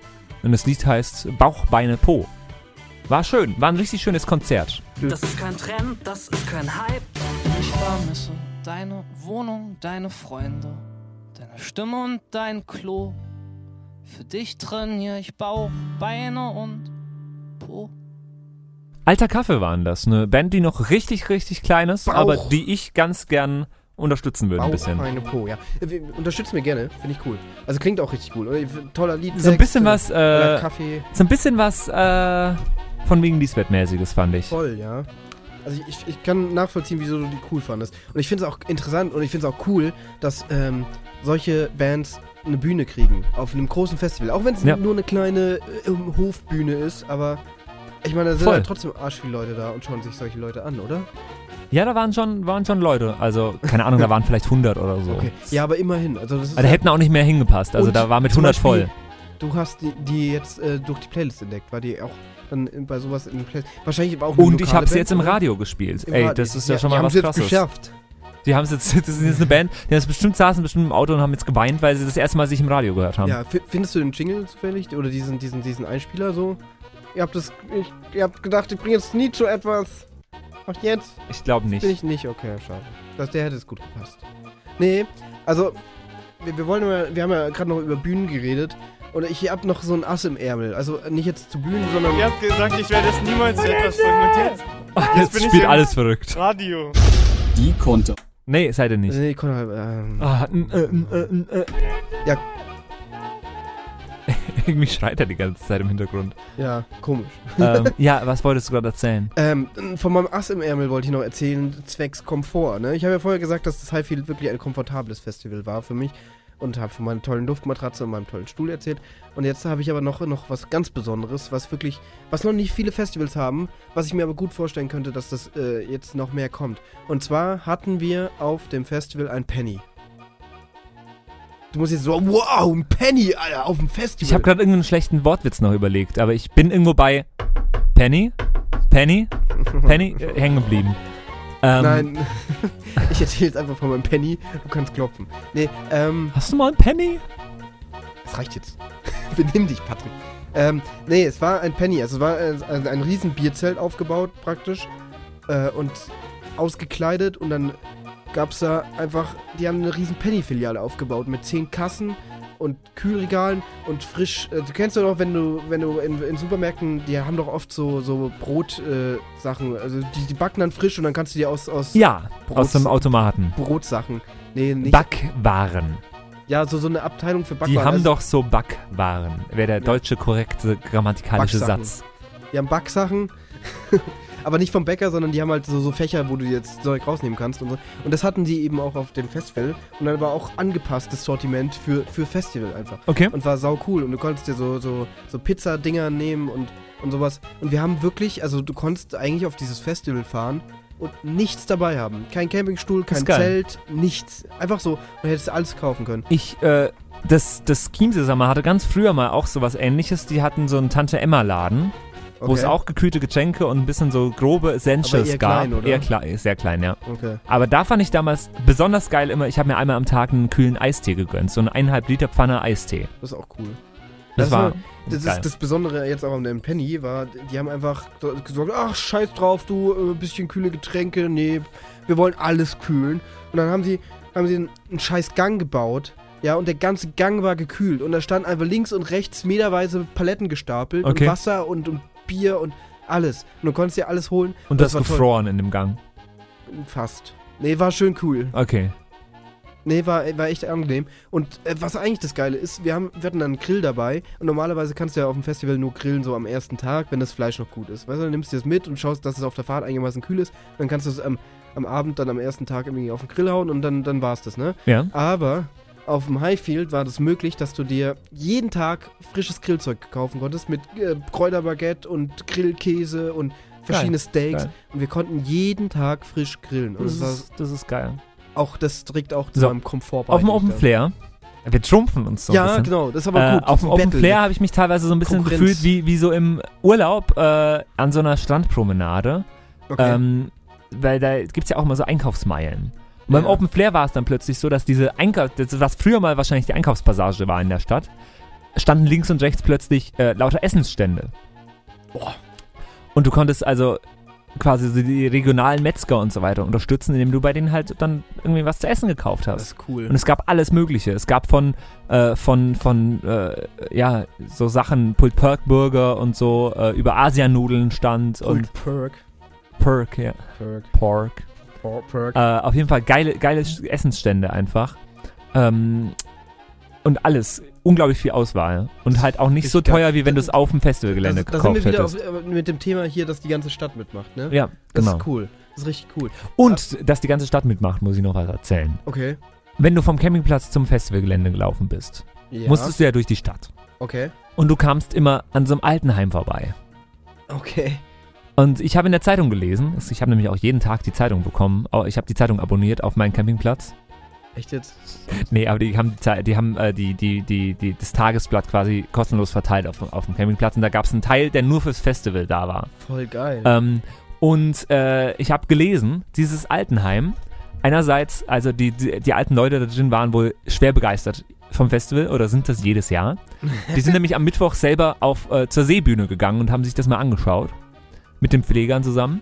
Und das Lied heißt Bauch, Beine, Po. War schön, war ein richtig schönes Konzert. Das ist kein Trend, das ist kein Hype. Ich vermisse deine Wohnung, deine Freunde, deine Stimme und dein Klo. Für dich trainiere ich Bauch, Beine und Po. Alter Kaffee waren das. Eine Band, die noch richtig, richtig klein ist, Bauch. aber die ich ganz gern unterstützen würde Bauch, ein bisschen. Beine, Po, ja. Äh, wir- Unterstützt mir gerne, finde ich cool. Also klingt auch richtig cool. Oder? Toller Lied. So ein bisschen was, Oder äh, Kaffee, so ein bisschen was äh, von wegen Lisbeth-mäßiges, fand ich. voll, ja. Also ich- ich, ich kann nachvollziehen, wieso du die cool fandest. Und ich finde es auch interessant und ich finde es auch cool, dass ähm, solche Bands eine Bühne kriegen auf einem großen Festival. Auch wenn es Ja. nur eine kleine äh, ähm, Hofbühne ist, aber ich meine, da sind Voll. ja trotzdem arsch viele Leute da und schauen sich solche Leute an, oder? Ja, da waren schon, waren schon Leute. Also, keine Ahnung, da waren vielleicht 100 oder so. Okay. Ja, aber immerhin. Also das ist Aber da ja- hätten auch nicht mehr hingepasst. Also, Und da war mit zum 100 Beispiel- voll. Du hast die, die jetzt äh, durch die Playlist entdeckt, war die auch dann in- bei sowas in den Playlist. Wahrscheinlich aber auch eine Und ich lokale habe sie Band, jetzt im oder? Radio gespielt. Im Ey, Radio. das ist ja, schon die mal was haben's jetzt Krasses. geschafft. Die haben es jetzt, das ist jetzt eine Band, die haben es bestimmt saßen bestimmt im Auto und haben jetzt geweint, weil sie das erste Mal sich im Radio gehört haben. Ja, fi- findest du den Jingle zufällig oder diesen, diesen, diesen Einspieler so? Ihr habt das, ich, ihr habt gedacht, ich bringe jetzt nie zu etwas. Und jetzt Ich glaube nicht. bin ich nicht okay, schade. Das, der hätte es gut gepasst. Nee, also wir, wir, wollen ja, wir haben ja gerade noch über Bühnen geredet. Und ich hab noch so ein Ass im Ärmel. Also nicht jetzt zu Bühnen, sondern. Ihr habt gesagt, ich werde es niemals etwas sagen. Und jetzt? Jetzt bin ich spielt im- alles verrückt. Radio. Die konnte. Nee, seid ihr nicht. Nee, Konrad, ähm, Ah, n- äh, n- äh, n- äh. Ja. Irgendwie schreit er die ganze Zeit im Hintergrund. ja, komisch. ähm, ja, was wolltest du gerade erzählen? Ähm, von meinem Ass im Ärmel wollte ich noch erzählen, zwecks Komfort. Ne? Ich habe ja vorher gesagt, dass das Highfield wirklich ein komfortables Festival war für mich und habe von meiner tollen Luftmatratze und meinem tollen Stuhl erzählt. Und jetzt habe ich aber noch, noch was ganz Besonderes, was wirklich, was noch nicht viele Festivals haben, was ich mir aber gut vorstellen könnte, dass das äh, jetzt noch mehr kommt. Und zwar hatten wir auf dem Festival ein Penny. Du musst jetzt so, wow, ein Penny, Alter, auf dem Festival. Ich habe gerade irgendeinen schlechten Wortwitz noch überlegt, aber ich bin irgendwo bei Penny, Penny, Penny äh, hängen geblieben. Ähm, Nein, ich erzähle jetzt einfach von meinem Penny. Du kannst klopfen. Nee, ähm, Hast du mal einen Penny? es reicht jetzt. Benimm dich, Patrick. Ähm, nee, es war ein Penny. Also es war äh, ein, ein riesen Bierzelt aufgebaut praktisch äh, und ausgekleidet und dann gab's da einfach, die haben eine riesen Penny-Filiale aufgebaut mit zehn Kassen und Kühlregalen und frisch. Äh, du kennst doch noch, wenn du, wenn du in, in Supermärkten, die haben doch oft so, so Brotsachen. Äh, Sachen. also die, die backen dann frisch und dann kannst du die aus, aus Ja, aus Brot- dem Automaten. Brotsachen. Nee, nicht. Backwaren. ja, so, so eine Abteilung für Backwaren. Die haben also, doch so Backwaren. Wäre der deutsche korrekte grammatikalische Backsachen. Satz. Die haben Backsachen. Aber nicht vom Bäcker, sondern die haben halt so, so Fächer, wo du jetzt Zeug rausnehmen kannst und so. Und das hatten die eben auch auf dem Festival. Und dann war auch angepasstes Sortiment für, für Festival einfach. Okay. Und war sau cool. Und du konntest dir so, so, so Pizzadinger nehmen und, und sowas. Und wir haben wirklich, also du konntest eigentlich auf dieses Festival fahren und nichts dabei haben. Kein Campingstuhl, Das kein ist geil. Zelt, nichts. Einfach so. Und hättest alles kaufen können. Ich, äh, das, das Chiemsee-Sommer hatte ganz früher mal auch sowas ähnliches. Die hatten so einen Tante-Emma-Laden, wo es Okay. auch gekühlte Geschenke und ein bisschen so grobe Essentials Aber eher gab. klein, oder? Eher klein, sehr klein, ja. Okay. Aber da fand ich damals besonders geil immer, ich habe mir einmal am Tag einen kühlen Eistee gegönnt. So einen eineinhalb Liter Pfanne Eistee. Das ist auch cool. Das, Das war. Das geil. ist das Besondere jetzt auch an dem Penny war, die haben einfach so- gesagt, ach scheiß drauf, du, äh, bisschen kühle Getränke, nee, wir wollen alles kühlen. Und dann haben sie, haben sie einen, einen scheiß Gang gebaut, ja, und der ganze Gang war gekühlt. Und da standen einfach links und rechts meterweise Paletten gestapelt Okay. und Wasser und, und Bier und alles. Und du konntest dir alles holen. und das, war toll. gefroren in dem Gang. Fast. Nee, war schön cool. Okay. Nee, war, war echt angenehm. Und äh, was eigentlich das Geile ist, wir, haben, wir hatten dann einen Grill dabei. Und normalerweise kannst du ja auf dem Festival nur grillen, so am ersten Tag, wenn das Fleisch noch gut ist. Weißt du, dann nimmst du das mit und schaust, dass es auf der Fahrt einigermaßen kühl ist. Dann kannst du es am, am Abend, dann am ersten Tag irgendwie auf den Grill hauen und dann, dann war's das, ne? Ja. Aber auf dem Highfield war das möglich, dass du dir jeden Tag frisches Grillzeug kaufen konntest mit äh, Kräuterbaguette und Grillkäse und verschiedene Steaks. Geil. Und wir konnten jeden Tag frisch grillen. Und Das das, war ist, das ist geil. auch, das trägt auch zu So. meinem Komfort bei. Auf dem den ich Open da- Flair. Wir trumpfen uns so ein ja, bisschen. genau, das ist aber gut. äh, auf dem Open Battle. Flair habe ich mich teilweise so ein bisschen Konkurrenz. gefühlt wie, wie so im Urlaub äh, an so einer Strandpromenade. Okay. Ähm, weil da gibt es ja auch immer so Einkaufsmeilen. Und beim Ja. Open Flair war es dann plötzlich so, dass diese Einkauf, das, was früher mal wahrscheinlich die Einkaufspassage war in der Stadt, standen links und rechts plötzlich äh, lauter Essensstände. Und du konntest also quasi so die regionalen Metzger und so weiter unterstützen, indem du bei denen halt dann irgendwie was zu essen gekauft hast. das ist cool. Und es gab alles Mögliche. Es gab von, äh, von, von äh, ja, so Sachen, Pulled Perk Burger und so, äh, über Asianudeln stand und Und Perk. Perk, ja, Perk. Pork. Por- Perk. Äh, auf jeden Fall geile, geile Sch- Essensstände einfach. Ähm, und alles. Unglaublich viel Auswahl. Und halt auch nicht ist so geil. teuer, wie wenn du es auf dem Festivalgelände da sind gekauft wir wieder hättest. auf, äh, mit dem Thema hier, dass die ganze Stadt mitmacht, ne? Ja, Das genau. ist cool. Das ist richtig cool. Und dass die ganze Stadt mitmacht, muss ich noch was erzählen. Okay. Wenn du vom Campingplatz zum Festivalgelände gelaufen bist, Ja. musstest du ja durch die Stadt. okay. Und du kamst immer an so einem Altenheim vorbei. Okay. Und ich habe in der Zeitung gelesen, also ich habe nämlich auch jeden Tag die Zeitung bekommen, aber ich habe die Zeitung abonniert auf meinen Campingplatz. Echt jetzt? Nee, aber die haben die, Zei- die, haben, äh, die, die, die, die das Tagesblatt quasi kostenlos verteilt auf, auf dem Campingplatz und da gab es einen Teil, der nur fürs Festival da war. Voll geil. Ähm, und äh, ich habe gelesen, dieses Altenheim, einerseits, also die, die, die alten Leute da drin waren wohl schwer begeistert vom Festival oder sind das jedes Jahr. Die sind nämlich am Mittwoch selber auf, äh, zur Seebühne gegangen und haben sich das mal angeschaut. Mit den Pflegern zusammen.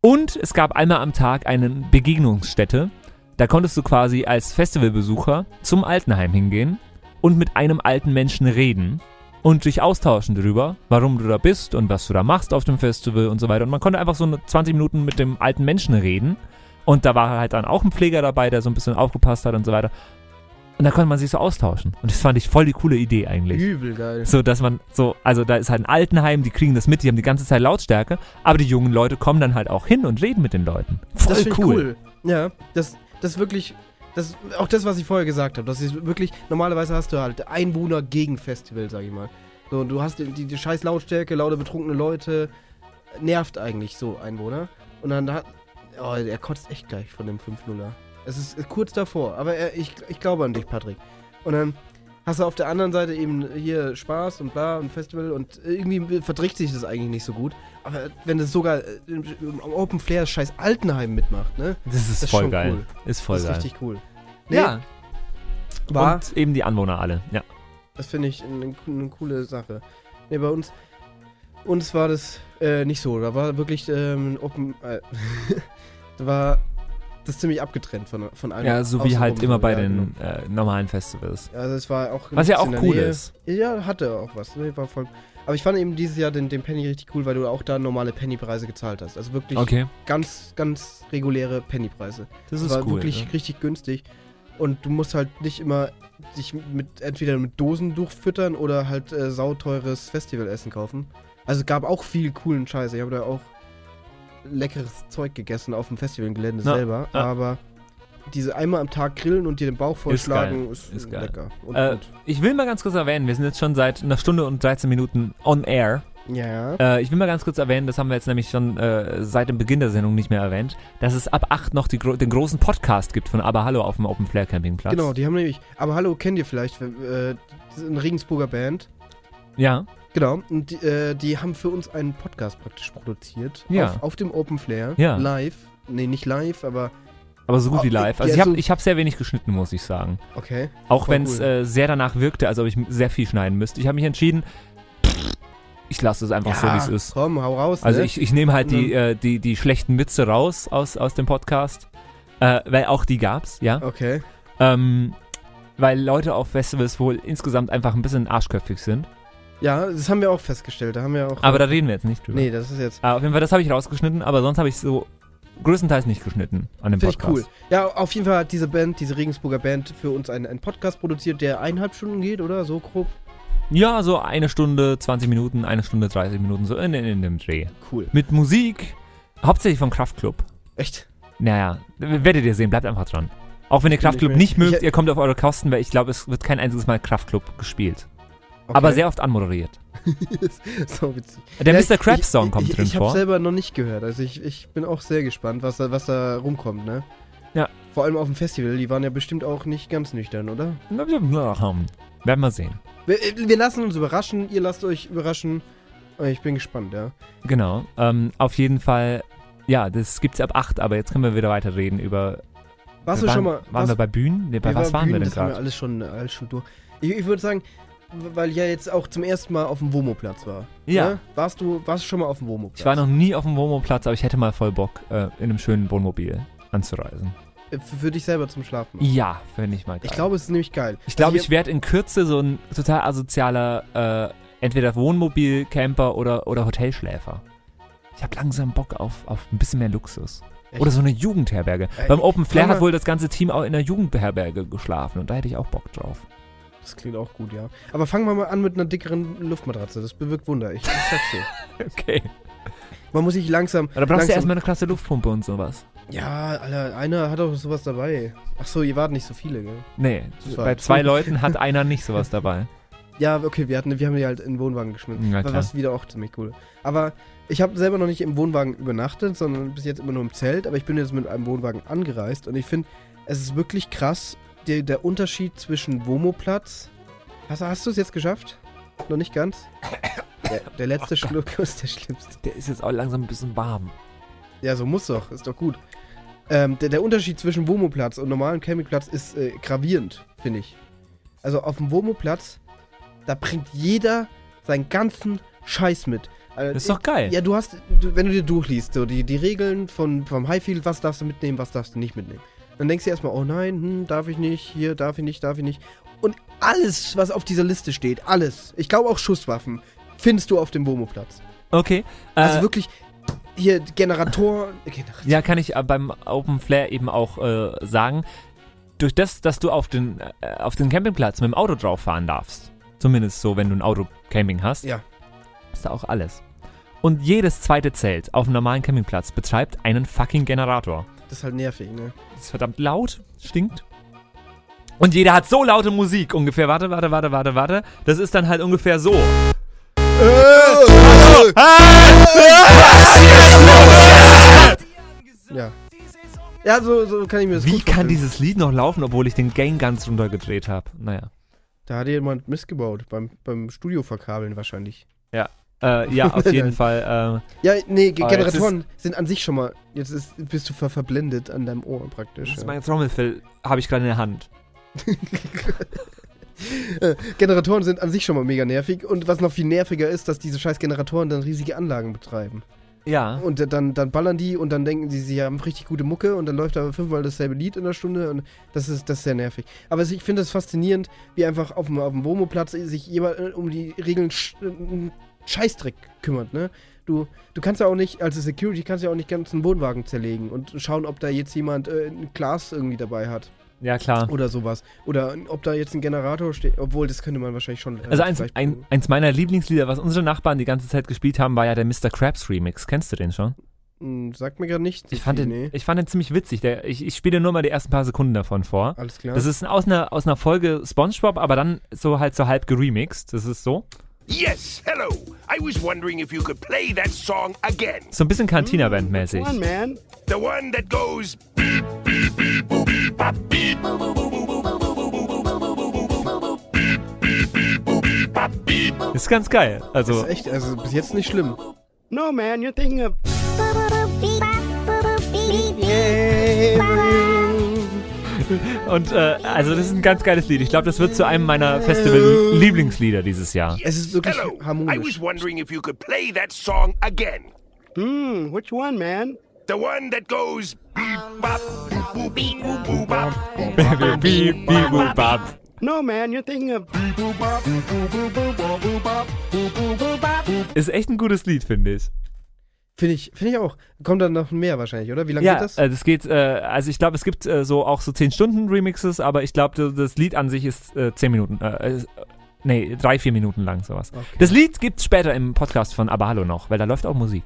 Und es gab einmal am Tag eine Begegnungsstätte. Da konntest du quasi als Festivalbesucher zum Altenheim hingehen und mit einem alten Menschen reden und dich austauschen darüber, warum du da bist und was du da machst auf dem Festival und so weiter. Und man konnte einfach so eine 20 Minuten mit dem alten Menschen reden. Und da war halt dann auch ein Pfleger dabei, der so ein bisschen aufgepasst hat und so weiter. Und da konnte man sich so austauschen. Und das fand ich voll die coole Idee eigentlich. Übel geil. So, dass man so, also da ist halt ein Altenheim, die kriegen das mit, die haben die ganze Zeit Lautstärke, aber die jungen Leute kommen dann halt auch hin und reden mit den Leuten. Voll das find ich cool. Ja, das, das wirklich. Das, auch das, was ich vorher gesagt habe, das ist wirklich, normalerweise hast du halt Einwohner gegen Festival, sag ich mal. So, und du hast die, die, die scheiß Lautstärke, laute betrunkene Leute, nervt eigentlich so Einwohner. Und dann hat, oh, er kotzt echt gleich von dem 5-0er. Es ist äh, kurz davor, aber er, ich, ich glaube an dich, Patrick. Und dann hast du auf der anderen Seite eben hier Spaß und bla und Festival und irgendwie verträgt sich das eigentlich nicht so gut. Aber wenn das sogar äh, im, im Open Flair scheiß Altenheim mitmacht, ne? Das ist Das ist voll schon geil. cool. Ist voll das ist geil. richtig cool. ja, war, und eben die Anwohner alle. Ja. das finde ich eine, eine coole Sache. Nee, bei uns, uns war das äh, nicht so. Da war wirklich ähm, Open. Äh, da war das ziemlich abgetrennt von, von einem. ja, so wie halt außenrum. immer bei Ja, den äh, normalen Festivals. genau. Also, es war auch. Was ja nichts auch in der cool Nähe. ist. Ja, hatte auch was. Ne? War voll. Aber ich fand eben dieses Jahr den, den Penny richtig cool, weil du auch da normale Pennypreise gezahlt hast. Also wirklich Okay. ganz, ganz reguläre Pennypreise. Das Das ist war cool. wirklich ne? richtig günstig. Und du musst halt nicht immer dich mit entweder mit Dosenduch füttern oder halt äh, sauteures Festivalessen kaufen. Also gab auch viel coolen Scheiße. Ich habe da auch leckeres Zeug gegessen auf dem Festivalgelände Na, selber. ja. Aber diese einmal am Tag grillen und dir den Bauch vollschlagen ist, ist geil. lecker. Und, Äh, ich will mal ganz kurz erwähnen, wir sind jetzt schon seit einer Stunde und 13 Minuten on air. und, ja. Äh, ich will mal ganz kurz erwähnen, das haben wir jetzt nämlich schon äh, seit dem Beginn der Sendung nicht mehr erwähnt, dass es ab 8 noch die, gro den großen Podcast gibt von Aber Hallo auf dem Open Flair Campingplatz. Genau, die haben nämlich. Aber hallo, kennt ihr vielleicht? Äh, das ist eine Regensburger Band. Ja, Genau, und die, äh, die haben für uns einen Podcast praktisch produziert. Ja. Auf, auf dem Open Flair. Ja. Live. Nee, nicht live, aber aber so gut Oh, wie live. Also ja, ich habe so- ich hab sehr wenig geschnitten, muss ich sagen. okay. Auch Voll wenn es cool. äh, sehr danach wirkte, als ob ich sehr viel schneiden müsste. Ich habe mich entschieden, pff, ich lasse es einfach so, wie es ist. Komm, hau raus. Also ne? ich, ich nehme halt die, äh, die, die schlechten Witze raus aus, aus dem Podcast, äh, weil auch die gab's, ja. Okay. Ähm, weil Leute auf Festivals wohl insgesamt einfach ein bisschen arschköpfig sind. Ja, das haben wir auch festgestellt. Da haben wir auch. Aber da reden wir jetzt nicht drüber. nee, das ist jetzt. Äh, auf jeden Fall, das habe ich rausgeschnitten, aber sonst habe ich so größtenteils nicht geschnitten an dem Finde ich Podcast. cool. Ja, auf jeden Fall hat diese Band, diese Regensburger Band, für uns einen, einen Podcast produziert, der eineinhalb Stunden geht, oder? So grob. Ja, so eine Stunde, 20 Minuten, eine Stunde, 30 Minuten, so in, in, in dem Dreh. Cool. Mit Musik, hauptsächlich vom Kraftclub. Echt? Naja, werdet ihr sehen, bleibt einfach dran. Auch wenn ihr Kraftclub mir- nicht mögt, ich- ihr kommt auf eure Kosten, weil ich glaube, es wird kein einziges Mal Kraftclub gespielt. Okay. Aber sehr oft anmoderiert. so witzig. Der Ja, Mr. ich- Krabs Song kommt ich, ich, drin ich Ich vor. habe selber noch nicht gehört. Also ich, ich bin auch sehr gespannt, was da, was da rumkommt, ne? Ja. Vor allem auf dem Festival, die waren ja bestimmt auch nicht ganz nüchtern, oder? Werden wir sehen. Wir, wir lassen uns überraschen, ihr lasst euch überraschen. Ich bin gespannt, ja. Genau. Ähm, auf jeden Fall, ja, das gibt's ab 8, aber jetzt können wir wieder weiterreden über. Warst wir du waren, schon mal. Waren wir bei Bühnen? Nee, bei wir was waren Bühnen, wir denn Das haben wir gerade? alles schon, alles schon durch. Ich, ich würde sagen, weil ich ja jetzt auch zum ersten Mal auf dem Womo-Platz war. Ja. ne? Warst du warst du schon mal auf dem Womo-Platz? Ich war noch nie auf dem Wohnmobilplatz, aber ich hätte mal voll Bock, äh, in einem schönen Wohnmobil anzureisen. Äh, Für, für dich selber zum Schlafen. Ja, fände ich mal geil. Ich glaube, es ist nämlich geil. Ich glaube, Also ich werde in Kürze so ein total asozialer, äh, entweder Wohnmobil-Camper oder, oder Hotelschläfer. Ich habe langsam Bock auf, auf ein bisschen mehr Luxus. Echt? Oder so eine Jugendherberge. Äh, Beim Open Flair Mama- hat wohl das ganze Team auch in der Jugendherberge geschlafen und da hätte ich auch Bock drauf. Das klingt auch gut, ja. Aber fangen wir mal an mit einer dickeren Luftmatratze. Das bewirkt Wunder. Ich, ich sag's dir. Okay. Man muss sich langsam. Aber da brauchst du langsam, erstmal eine klasse Luftpumpe und sowas. Ja, Alter, einer hat auch sowas dabei. Ach so, ihr wart nicht so viele, gell? Nee, Das war bei halt zwei cool. Leuten hat einer nicht sowas dabei. Ja, okay, wir, hatten, wir haben die halt in den Wohnwagen geschmissen. Ja, Ja, klar. was wieder auch ziemlich cool. Aber ich habe selber noch nicht im Wohnwagen übernachtet, sondern bis jetzt immer nur im Zelt. Aber ich bin jetzt mit einem Wohnwagen angereist und ich finde, es ist wirklich krass, der, der Unterschied zwischen Womo-Platz. Hast, hast du es jetzt geschafft? Noch nicht ganz? Der, der Oh letzte Schluck ist der schlimmste. Der ist jetzt auch langsam ein bisschen warm. Ja, so muss doch. Ist doch gut. Ähm, der, der Unterschied zwischen Womo-Platz und normalem Campingplatz ist äh, gravierend, finde ich. Also auf dem Womo-Platz, da bringt jeder seinen ganzen Scheiß mit. Also, Ist doch geil. Ja, du hast, du, wenn du dir durchliest, so die, die Regeln von, vom Highfield, was darfst du mitnehmen, was darfst du nicht mitnehmen. Dann denkst du erstmal, oh nein, hm, darf ich nicht, hier darf ich nicht, darf ich nicht. Und alles, was auf dieser Liste steht, alles, ich glaube auch Schusswaffen, findest du auf dem Bomo-Platz. Okay. Äh, Also wirklich, hier Generator, Generator. Ja, kann ich äh, beim Open Flair eben auch äh, sagen, durch das, dass du auf den, äh, auf den Campingplatz mit dem Auto drauf fahren darfst, zumindest so, wenn du ein Auto-Camping hast, Ja. ist da auch alles. Und jedes zweite Zelt auf einem normalen Campingplatz betreibt einen fucking Generator. Das ist halt nervig, ne? Das ist verdammt laut, stinkt. Und jeder hat so laute Musik ungefähr. Warte, warte, warte, warte, warte. Das ist dann halt ungefähr so. Ja. Ja, so, so kann ich mir das Wie gut kann vorstellen. dieses Lied noch laufen, obwohl ich den Gang ganz runtergedreht habe? Naja. Da hat jemand missgebaut, beim, beim Studio verkabeln wahrscheinlich. Äh, ja, auf jeden Nein. Fall. Ja, nee, Ge Ah, jetzt Generatoren sind an sich schon mal, jetzt ist, bist du ver verblendet an deinem Ohr Äh, praktisch. das ist Ja. mein Trommelfell, habe ich gerade in der Hand. Äh, Generatoren sind an sich schon mal mega nervig und was noch viel nerviger ist, dass diese scheiß Generatoren dann riesige Anlagen betreiben. Ja. Und dann, dann ballern die und dann denken sie, sie haben richtig gute Mucke und dann läuft aber fünfmal dasselbe Lied in der Stunde und das ist, das ist sehr nervig. Aber es- ich finde es faszinierend, wie einfach auf dem, auf dem Bomo-Platz sich jemand äh, um die Regeln sch äh, um Scheißdreck kümmert, ne? Du, du kannst ja auch nicht, als Security kannst ja auch nicht ganz einen Wohnwagen zerlegen und schauen, ob da jetzt jemand äh, ein Glas irgendwie dabei hat Ja, klar. oder sowas. Oder ob da jetzt ein Generator steht, obwohl das könnte man wahrscheinlich schon. äh, Also eins, vielleicht- ein, eins meiner Lieblingslieder, was unsere Nachbarn die ganze Zeit gespielt haben, war ja der Mr. Krabs Remix. Kennst du den schon? Mh, Hm, sagt mir gerade nichts. Ich fand den, Nee. ich fand den ziemlich witzig. Der, ich, ich spiele nur mal die ersten paar Sekunden davon vor. Alles klar. Das ist aus einer, aus einer Folge Spongebob, aber dann so halt so halb geremixed. Das ist so. Yes, hello. I was wondering if you could play that song again. So ein bisschen Cantina-Band-mäßig. man. The one that goes. Ist ganz geil. Also, ist echt, also bis jetzt nicht schlimm. No, man, you're thinking of. und äh, also das ist ein ganz geiles Lied. Ich glaube, das wird zu einem meiner Festival-Lieblingslieder dieses Jahr. Es ist wirklich Hello. I was harmonisch. wondering if you could play that song again. Hmm, which one, man? The one that goes. Beep, bop, boop, beep, boop, boop, bop. Beep, beep, boop, bap. No, man, you're thinking of. Ist echt ein gutes Lied, finde ich. Finde ich, finde ich auch. Kommt dann noch mehr wahrscheinlich, oder? Wie lange Ja, geht das? äh, das geht, äh, also ich glaube, es gibt äh, so auch so 10-Stunden-Remixes, aber ich glaube, das Lied an sich ist äh, 10 Minuten, äh, ist, äh, nee, 3, 4 Minuten lang sowas. Das Lied gibt's später im Podcast von Abalo noch, weil da läuft auch Musik.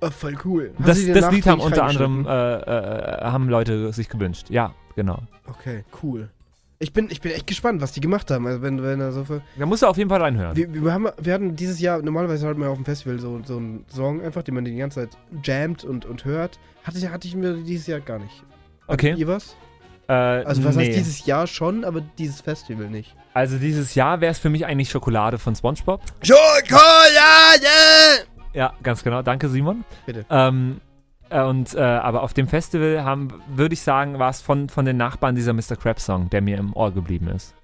oh, voll cool. Hast du Das, dir das danach Lied haben nicht unter anderem, reingeschnitten? äh, äh, haben Leute sich gewünscht. Ja, genau. Okay, cool. Ich bin, ich bin echt gespannt, was die gemacht haben. Also wenn, wenn da so viel, Da musst du auf jeden Fall reinhören. wir, wir, haben, wir hatten dieses Jahr, normalerweise hatten wir auf dem Festival so, so einen Song einfach, den man die ganze Zeit jammt und, und hört. Hatte, ich- hatte ich mir dieses Jahr gar nicht. Okay. Ihr was? Äh, Also was nee. heißt dieses Jahr schon, aber dieses Festival nicht. also dieses Jahr wäre es für mich eigentlich Schokolade von Spongebob. Schokolade! Ja, ganz genau. Danke, Simon. Bitte. Ähm, äh, und, äh, aber auf dem Festival haben, würde ich sagen, war es von, von den Nachbarn dieser Mr. Crab-Song, der mir im Ohr geblieben ist.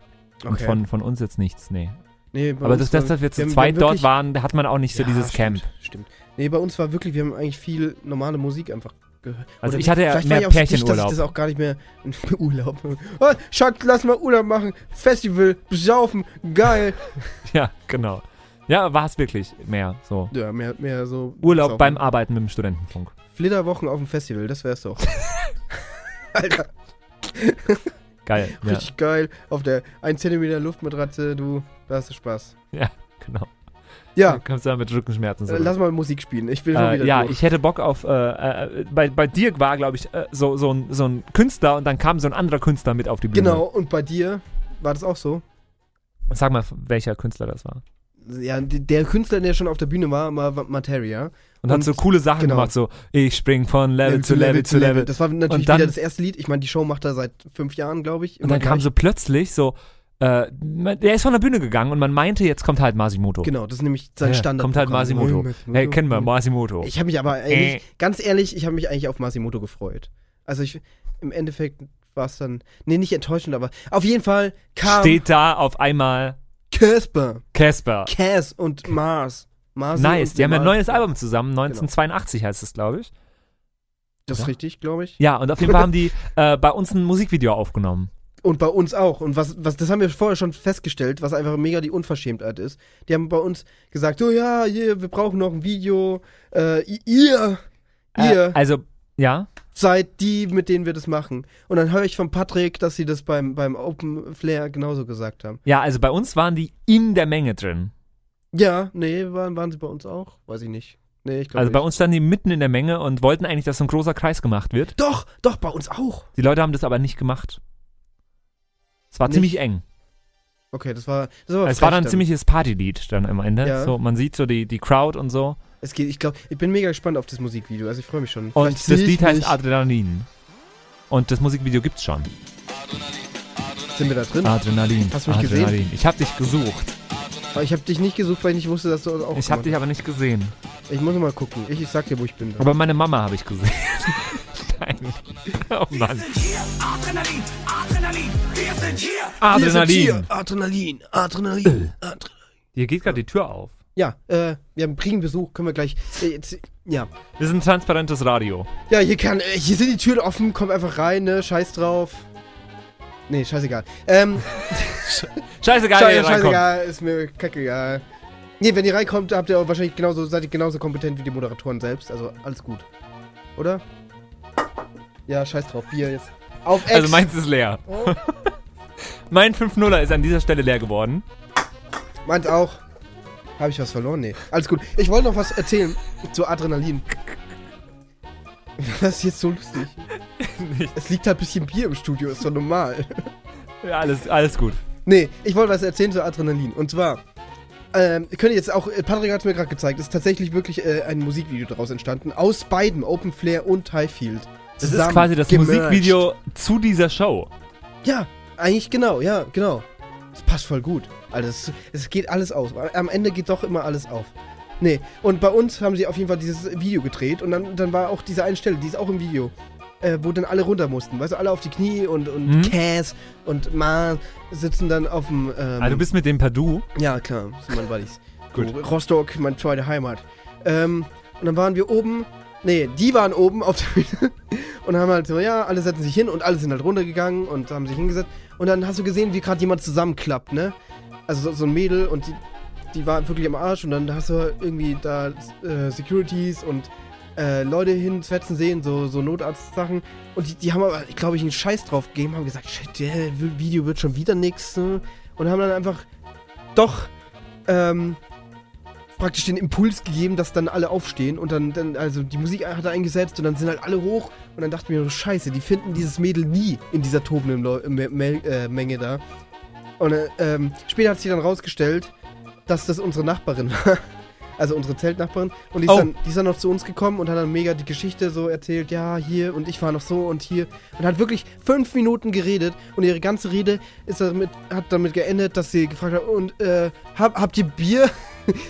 Und Okay. von, von uns jetzt nichts, nee. Nee, bei aber das, uns das, war- dass wir zu haben- zweit haben dort wirklich- waren, da hat man auch nicht so Ja, dieses stimmt, Camp. Stimmt. Nee, bei uns war wirklich, wir haben eigentlich viel normale Musik einfach gehört. Also Oder ich hatte ja vielleicht mehr war ich auch dicht, Pärchenurlaub. Dass ich das auch gar nicht mehr Urlaub. Oh, Schack, lass mal Urlaub machen. Festival, besaufen, geil. Ja, genau. Ja, war es wirklich mehr so. Ja, mehr, mehr so. Urlaub besaufen. beim Arbeiten mit dem Studentenfunk. Flitterwochen auf dem Festival, das wär's doch. Alter, Geil. Ja, richtig geil. Auf der 1 cm Luftmatratze, du, da hast du Spaß. genau. Ja, Du kommst dann mit Rückenschmerzen so. äh, lass mal Musik spielen. Ich bin schon Äh, wieder ja, durch. ich hätte Bock auf. Äh, äh, bei, bei Dirk war, glaube ich, äh, so, so, ein, so ein Künstler und dann kam so ein anderer Künstler mit auf die Bühne. Genau, und bei dir war das auch so? Sag mal, welcher Künstler das war. Ja, d- der Künstler, der schon auf der Bühne war, war Materia. Und, hat Und- so coole Sachen genau. gemacht, so ich spring von Level, zu Level zu Level. Das war natürlich Und dann- wieder das erste Lied. Ich meine, die Show macht er seit fünf Jahren, glaube ich. und dann kam so plötzlich so, äh, man- der ist von der Bühne gegangen und man meinte, jetzt kommt halt Masimoto. Genau, das ist nämlich sein Ja, Standard. Mhm. Kommt halt Masimoto. Hey, kennen wir, Masimoto. Äh. Ich habe mich aber eigentlich, ganz ehrlich, ich habe mich eigentlich auf Masimoto gefreut. Also ich, im Endeffekt war es dann, nee, nicht enttäuschend, aber auf jeden Fall kam Steht da auf einmal Casper, Casper. Cass und Mars. Mars Nice, und Genau. die haben ja ein Mars. neues Album zusammen, 1982 heißt es, glaube ich. Das ist richtig, glaube ich. Ja, und auf jeden Fall haben die äh, bei uns ein Musikvideo aufgenommen. Und bei uns auch. Und was, was, das haben wir vorher schon festgestellt, was einfach mega die Unverschämtheit ist. Die haben bei uns gesagt, so ja, hier, wir brauchen noch ein Video. Äh, i- ihr, ihr Äh, also, ja. seid die, mit denen wir das machen. Und dann höre ich von Patrick, dass sie das beim, beim Open Flair genauso gesagt haben. Ja, also bei uns waren die in der Menge drin. Ja, nee, waren, waren sie bei uns auch? Weiß ich nicht. Nee, ich glaube Also nicht. bei uns standen die mitten in der Menge und wollten eigentlich, dass so ein großer Kreis gemacht wird. Doch, doch, bei uns auch. Die Leute haben das aber nicht gemacht. Es war Nicht? ziemlich eng. Okay, das war. Das war, Es war frech dann ein ziemliches Partylied dann am Ende. Ja. So, man sieht so die, die Crowd und so. Es geht, ich glaube, ich bin mega gespannt auf das Musikvideo. Also ich freue mich schon. Und Vielleicht das sehe ich Lied heißt mich. Adrenalin. Und das Musikvideo gibt's schon. Sind wir da Ah, drin? Adrenalin. Hast du mich Adrenalin. gesehen? Ich hab dich gesucht. Aber ich habe dich nicht gesucht, weil ich nicht wusste, dass du also auch. ich hab dich gemacht aber nicht gesehen. hast. Ich muss mal gucken. Ich, ich sag dir, wo ich bin. Aber meine Mama habe ich gesehen. Nein. Oh Mann. Adrenalin, Adrenalin, wir sind hier. Wir sind Adrenalin. Äh. hier. Adrenalin. Adrenalin. Adrenalin. Hier geht gerade die Tür auf. Ja, äh, wir haben kriegen Besuch. Können wir gleich. Äh, jetzt, ja. Wir sind transparentes Radio. Ja, hier kann. Äh, hier sind die Türen offen. Komm einfach rein, ne? Scheiß drauf. Nee, scheißegal. Ähm, Scheißegal, wer hier Scheiße, reinkommt. scheißegal, ist mir kackegal. Nee, wenn ihr reinkommt, habt ihr auch wahrscheinlich genauso, seid ihr genauso kompetent wie die Moderatoren selbst. Also alles gut. Oder? Ja, scheiß drauf, Bier jetzt. Auf Ex. Oh. Also meins ist leer. mein 5-0er ist an dieser Stelle leer geworden. Meint auch. Habe ich was verloren? Nee. Alles gut. Ich wollte noch was erzählen zu Adrenalin. Das ist jetzt so lustig. Es liegt halt ein bisschen Bier im Studio, ist doch normal. Ja, alles, alles gut. Nee, ich wollte was erzählen zu Adrenalin. Und zwar, ähm, könnt ihr jetzt auch, äh, Patrick hat es mir gerade gezeigt, ist tatsächlich wirklich äh, ein Musikvideo daraus entstanden. Aus beiden, Open Flair und Highfield. Das ist quasi das Musikvideo zu dieser Show. Ja, eigentlich genau, ja, genau. Es passt voll gut. Also es, es geht alles aus. Am Ende geht doch immer alles auf. Nee, und bei uns haben sie auf jeden Fall dieses Video gedreht und dann, dann war auch diese eine Stelle, die ist auch im Video, äh, wo dann alle runter mussten. Weißt du, alle auf die Knie und, und Mhm. Cass und Ma sitzen dann auf dem. Ähm, Ah, du bist mit dem Padu. ja, klar, das sind meine Buddies. Gut. So, Rostock, meine zweite Heimat. Ähm, und dann waren wir oben, nee, die waren oben auf der Bühne und haben halt so, ja, alle setzen sich hin und alle sind halt runtergegangen und haben sich hingesetzt. Und dann hast du gesehen, wie gerade jemand zusammenklappt, ne? Also so, so ein Mädel und die, die war wirklich am Arsch und dann hast du halt irgendwie da äh, Securities und äh, Leute hinfetzen sehen, so, so Notarztsachen. Und die, die haben aber, glaube ich, einen Scheiß drauf gegeben, haben gesagt, shit, der Video wird schon wieder nix. Ne? Und haben dann einfach doch ähm, praktisch den Impuls gegeben, dass dann alle aufstehen und dann, dann, also die Musik hat er eingesetzt und dann sind halt alle hoch und dann dachte ich mir, oh, scheiße, die finden dieses Mädel nie in dieser tobenden Leu Me Me äh, Menge da. Und äh, ähm, später hat sich dann rausgestellt, dass das unsere Nachbarin war. Also unsere Zeltnachbarin. Und die ist, Oh. dann, die ist dann noch zu uns gekommen und hat dann mega die Geschichte so erzählt, ja, hier und ich war noch so und hier. Und hat wirklich fünf Minuten geredet und ihre ganze Rede ist damit, hat damit geendet, dass sie gefragt hat, und äh, hab, habt ihr Bier?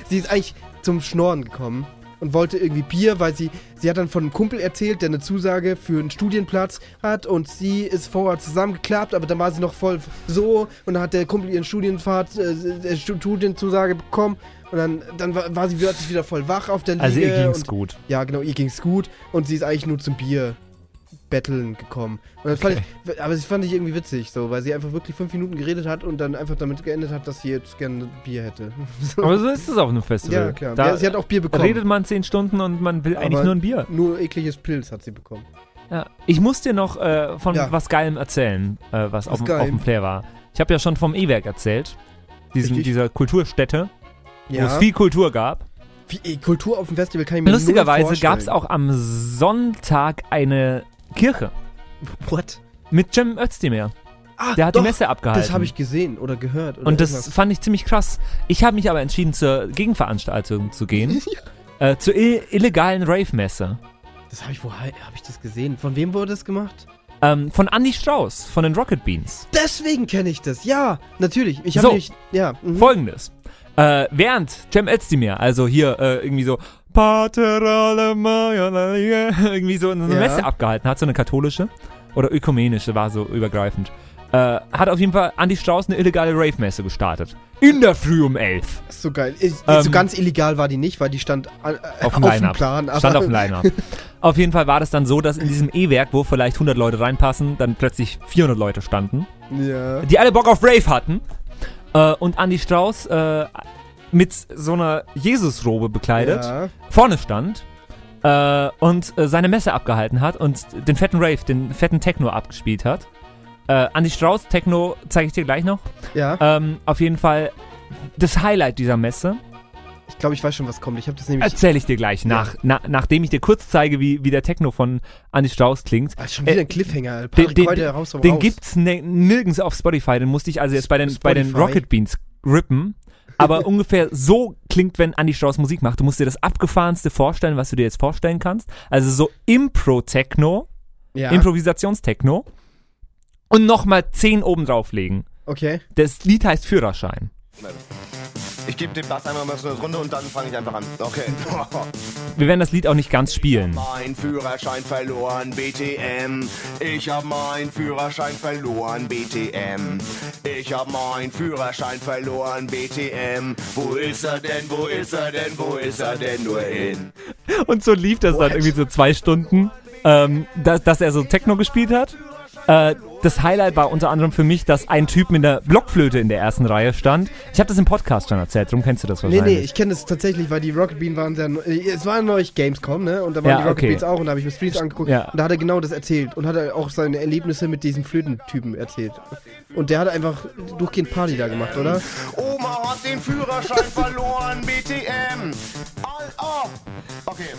sie ist eigentlich zum Schnorren gekommen und wollte irgendwie Bier, weil sie, sie hat dann von einem Kumpel erzählt, der eine Zusage für einen Studienplatz hat und sie ist vorher zusammengeklappt, aber dann war sie noch voll so und dann hat der Kumpel ihren Studienfahrt, äh, äh, Studienzusage bekommen und dann, dann war, war sie plötzlich wieder voll wach auf der Liege. Also ihr ging's und, gut. Ja, genau, ihr ging's gut und sie ist eigentlich nur zum Bier. Betteln gekommen. Und das fand ich, aber das fand ich irgendwie witzig, so, weil sie einfach wirklich fünf Minuten geredet hat und dann einfach damit geendet hat, dass sie jetzt gerne Bier hätte. Aber so ist es auf einem Festival. Ja, klar. Da ja, sie hat auch Bier bekommen. redet man zehn Stunden und man will eigentlich Aber- nur ein Bier. Nur ekliges Pilz hat sie bekommen. Ja. Ich muss dir noch äh, von Ja. was Geilem erzählen, äh, was auf, dem- geil. auf dem Flair war. Ich habe ja schon vom E-Werk erzählt, diesem, Richtig. dieser Kulturstätte, wo es viel Kultur gab. Wie, ey, eh, Kultur auf dem Festival kann ich mir Lustigerweise null gab es vorstellen. auch am Sonntag eine Kirche What? mit Cem Özdemir. Ah, Der hat doch, die Messe abgehalten. Das habe ich gesehen oder gehört. Oder und das irgendwas. fand ich ziemlich krass. Ich habe mich aber entschieden, zur Gegenveranstaltung zu Mhm. gehen. äh, zur i- illegalen Rave-Messe. Das habe ich woher habe ich das gesehen? Von wem wurde das gemacht? Ähm, von Andy Strauß, von den Rocket Beans. Deswegen kenne ich das. Ja, natürlich. Ich habe So. nämlich ja. mhm. Folgendes. Äh, während Cem Özdemir, also hier äh, irgendwie so Pater Allemayr, irgendwie so eine Ja. Messe abgehalten hat, so eine katholische oder ökumenische, war so übergreifend, äh, hat auf jeden Fall Andi Strauß eine illegale Rave-Messe gestartet. In der Früh um 11. Ist so geil. Ist, Ähm, so ganz illegal war die nicht, weil die stand an- äh, Auf dem auf dem Line-Up. Plan. aber- Stand auf dem Line-Up. Auf jeden Fall war das dann so, dass in diesem E-Werk, wo vielleicht 100 Leute reinpassen, dann plötzlich 400 Leute standen, Ja. die alle Bock auf Brave hatten. Äh, und Andy Strauß äh, mit so einer Jesusrobe bekleidet Ja. vorne stand äh, und äh, seine Messe abgehalten hat und den fetten Rave, den fetten Techno abgespielt hat. Äh, Andy Strauß, Techno zeige ich dir gleich noch. ja. Ähm, auf jeden Fall das Highlight dieser Messe. Ich glaube, ich weiß schon, was kommt. Ich habe das nämlich. Erzähle ich dir gleich, nach, na, nachdem ich dir kurz zeige, wie, wie der Techno von Andy Strauß klingt. Ah, schon wieder Äh, ein Cliffhanger. Den, den, Heute raus, den raus. gibt's ne, nirgends auf Spotify, den musste ich also jetzt bei den, bei den Spotify. Rocket Beans rippen. Aber ungefähr so klingt, wenn Andy Strauss Musik macht. Du musst dir das abgefahrenste vorstellen, was du dir jetzt vorstellen kannst. Also so Impro-Techno, Ja. Improvisationstechno und nochmal 10 oben drauflegen. Okay. Das Lied heißt Führerschein. Ich gebe dem Bass einmal mal so eine Runde und dann fange ich einfach an. Okay. Wir werden das Lied auch nicht ganz spielen. Mein Führerschein verloren, BTM. Ich hab mein Führerschein verloren, BTM. Ich hab mein Führerschein verloren, BTM. Wo ist er denn, wo ist er denn, wo ist er denn nur hin? Und so lief das dann irgendwie so zwei Stunden, ähm, dass, dass er so Techno gespielt hat. Äh, das Highlight war unter anderem für mich, dass ein Typ mit einer Blockflöte in der ersten Reihe stand. Ich habe das im Podcast schon erzählt, darum kennst du das Nee, wahrscheinlich. nee, ich kenne das tatsächlich, weil die Rocket Bean waren sehr. neu- äh, Es war neulich Gamescom, ne? Und da waren Ja, die Rocket okay. Beans auch und da habe ich mir Streams angeguckt. Ja. Und da hat er genau das erzählt. Und hat er auch seine Erlebnisse mit diesem Flötentypen erzählt. Und der hat einfach durchgehend Party da gemacht, oder? Oma hat den Führerschein verloren, BTM. All off. Okay.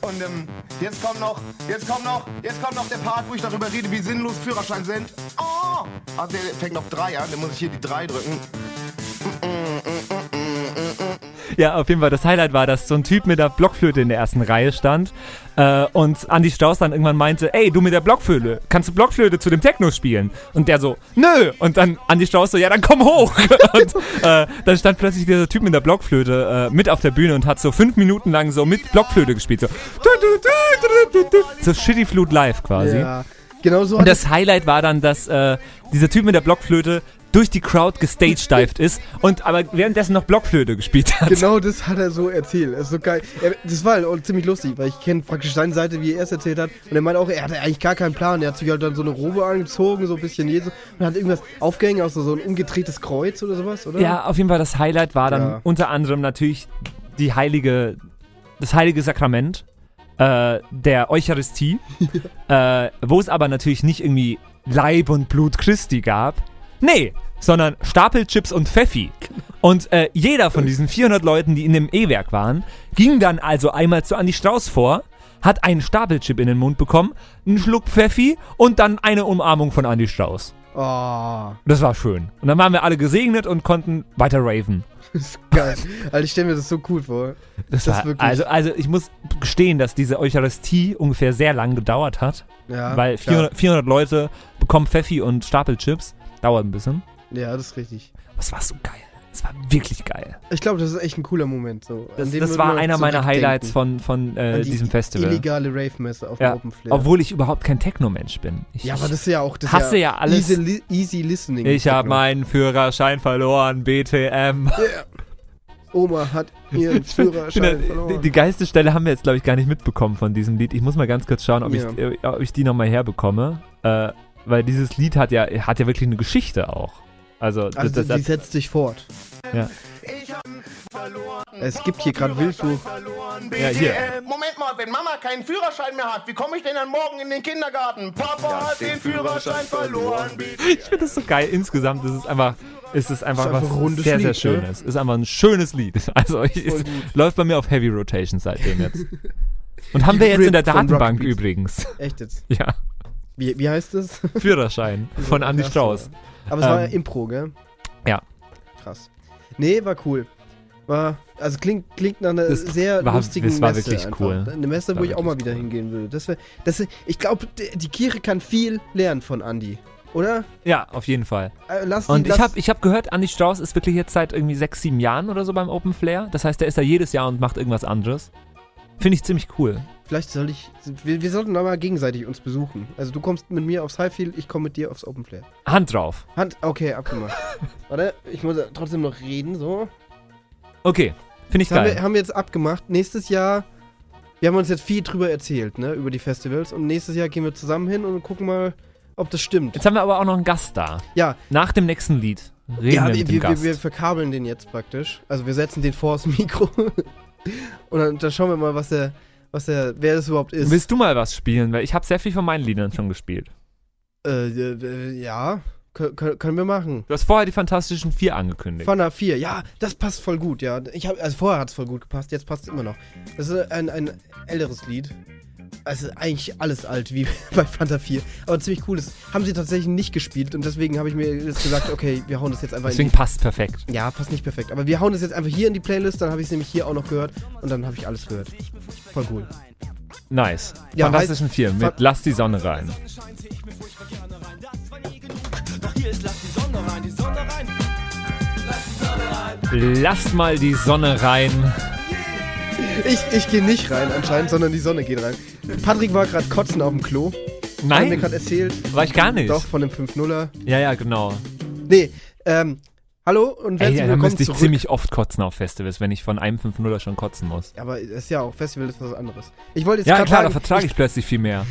Und ähm, jetzt kommt noch, jetzt kommt noch, jetzt kommt noch der Part, wo ich darüber rede, wie sinnlos Führerschein sind. Oh! Ah, der fängt auf 3 an, dann muss ich hier die 3 drücken. Ja, auf jeden Fall. Das Highlight war, dass so ein Typ mit der Blockflöte in der ersten Reihe stand äh, und Andy Strauß dann irgendwann meinte, ey, du mit der Blockflöte, kannst du Blockflöte zu dem Techno spielen? Und der so, nö. Und dann Andy Strauß so, ja, dann komm hoch. und äh, dann stand plötzlich dieser Typ mit der Blockflöte äh, mit auf der Bühne und hat so fünf Minuten lang so mit Blockflöte gespielt. So, so Shitty Flute live quasi. Ja. Genau so Und hat das Highlight war dann, dass äh, dieser Typ mit der Blockflöte durch die Crowd gestagedived ist und aber währenddessen noch Blockflöte gespielt hat. Genau das hat er so erzählt. Das ist so geil. Er, das war halt auch ziemlich lustig, weil ich kenne praktisch seine Seite, wie er es erzählt hat. Und er meinte auch, er hatte eigentlich gar keinen Plan. Er hat sich halt dann so eine Robe angezogen, so ein bisschen Jesus. Und hat irgendwas aufgehängt, also so ein umgedrehtes Kreuz oder sowas, oder? Ja, auf jeden Fall das Highlight war dann Ja. unter anderem natürlich die heilige, das heilige Sakrament äh, der Eucharistie, äh, wo es aber natürlich nicht irgendwie Leib und Blut Christi gab. Nee, sondern Stapelchips und Pfeffi. Genau. Und äh, jeder von diesen 400 Leuten, die in dem E-Werk waren, ging dann also einmal zu Andi Strauß vor, hat einen Stapelchip in den Mund bekommen, einen Schluck Pfeffi und dann eine Umarmung von Andi Strauß. Oh, Das war schön. Und dann waren wir alle gesegnet und konnten weiter raven. geil. Alter, ich stelle mir das so cool vor. Das Das war, wirklich- also, also ich muss gestehen, dass diese Eucharistie ungefähr sehr lang gedauert hat, Ja, weil klar. 400, 400 Leute bekommen Pfeffi und Stapelchips. Dauert ein bisschen. Ja, das ist richtig. Aber es war so geil. Es war wirklich geil. Ich glaube, das ist echt ein cooler Moment. So. An Das, dem das wird war man einer meiner zurückdenken. Highlights von, von An äh, die diesem Festival. Illegale Rave-Messe auf Ja, Open Flair. obwohl ich überhaupt kein Techno-Mensch bin. Ich, ja, aber das ist ja auch. Das ist hasse ja alles. Easy, li easy listening. ich habe mal. meinen Führerschein verloren, BTM. Oma hat ihren Ich finde, Führerschein die, verloren. die geilste Stelle haben wir jetzt, glaube ich, gar nicht mitbekommen von diesem Lied. Ich muss mal ganz kurz schauen, ob Ja. ich, äh, ob ich die nochmal herbekomme. Äh, weil dieses Lied hat ja, hat ja wirklich eine Geschichte auch. Also, das, Also das, die das, setzt sich fort. Ja. Es gibt hier gerade Wildbuch. ja, hier. Äh, Moment mal, wenn Mama keinen Führerschein mehr hat, wie komme ich denn dann morgen in den Kindergarten? Papa hat den Führerschein verloren. Ich finde das so geil. Insgesamt ist es einfach, ist es einfach Ist was einfach ein rundes sehr, sehr Lied, ne? Schönes. Ist einfach ein schönes Lied. Also, ich, Voll es gut. läuft bei mir auf Heavy Rotation seitdem jetzt. Und haben wir jetzt in der Rip von Datenbank Rocket Beats. übrigens. Echt jetzt. Ja. Wie, wie heißt das? Führerschein von Andy Krass, Strauß. Aber es war Ähm, Impro, gell? ja. Krass. Nee, war cool. War, also klingt, klingt nach einer Das sehr war- lustigen das war Messe wirklich einfach. cool. Eine Messe, War wo ich auch mal wirklich wieder cool. hingehen würde. Das wär, das, wär- ich glaube, die Kirche kann viel lernen von Andi, oder? Ja, auf jeden Fall. Äh, Lass die- Und lass, ich habe ich hab gehört, Andy Strauß ist wirklich jetzt seit irgendwie sechs, sieben Jahren oder so beim Open Flair. Das heißt, der ist da jedes Jahr und macht irgendwas anderes. Finde ich ziemlich cool. Vielleicht soll ich. Wir, wir sollten doch mal gegenseitig uns besuchen. Also du kommst mit mir aufs Highfield, ich komme mit dir aufs Open Flair. Hand drauf. Hand, okay, abgemacht. Warte, ich muss trotzdem noch reden, so. Okay, finde ich Das haben geil. wir, haben wir jetzt abgemacht. Nächstes Jahr wir haben uns jetzt viel drüber erzählt, ne, über die Festivals. Und nächstes Jahr gehen wir zusammen hin und gucken mal, ob das stimmt. Jetzt haben wir aber auch noch einen Gast da. Ja, Nach dem nächsten Lied reden ja wir wir, mit dem wir, wir, Gast. wir verkabeln den jetzt praktisch. Also wir setzen den vor das Mikro. und dann, dann schauen wir mal, was der, was der, wer das überhaupt ist. Willst du mal was spielen? Weil ich habe sehr viel von meinen Liedern schon gespielt. Äh, äh, ja, kö- kö- können wir machen. Du hast vorher die Fantastischen Vier angekündigt. Fana 4, ja, das passt voll gut, ja. Ich hab, also vorher hat es voll gut gepasst, jetzt passt es immer noch. Das ist ein, ein älteres Lied. Also eigentlich alles alt, wie bei Fanta 4. Aber ziemlich cool. Das haben sie tatsächlich nicht gespielt und deswegen habe ich mir jetzt gesagt, okay, wir hauen das jetzt einfach Deswegen in passt perfekt. die... Ja, passt nicht perfekt. Aber wir hauen das jetzt einfach hier in die Playlist, dann habe ich es nämlich hier auch noch gehört und dann habe ich alles gehört. Voll cool. Nice. Ja, Fantastischen Vier mit Fan- Lass die Sonne rein. Lasst mal die Sonne rein. Ich, ich gehe nicht rein anscheinend, sondern die Sonne geht rein. Patrick war gerade kotzen auf dem Klo. Hat mir Nein, gerade erzählt. war ich gar nicht. Doch, von dem 5-0er. Ja, ja, genau. Nee, ähm, hallo und Ey, herzlich ja, da willkommen müsste ich zurück. ziemlich oft kotzen auf Festivals, wenn ich von einem 5-0er schon kotzen muss. Aber es ist ja auch Festival ist was anderes. Ich wollte jetzt Ja, grad klar, da sagen, vertrage ich plötzlich viel mehr.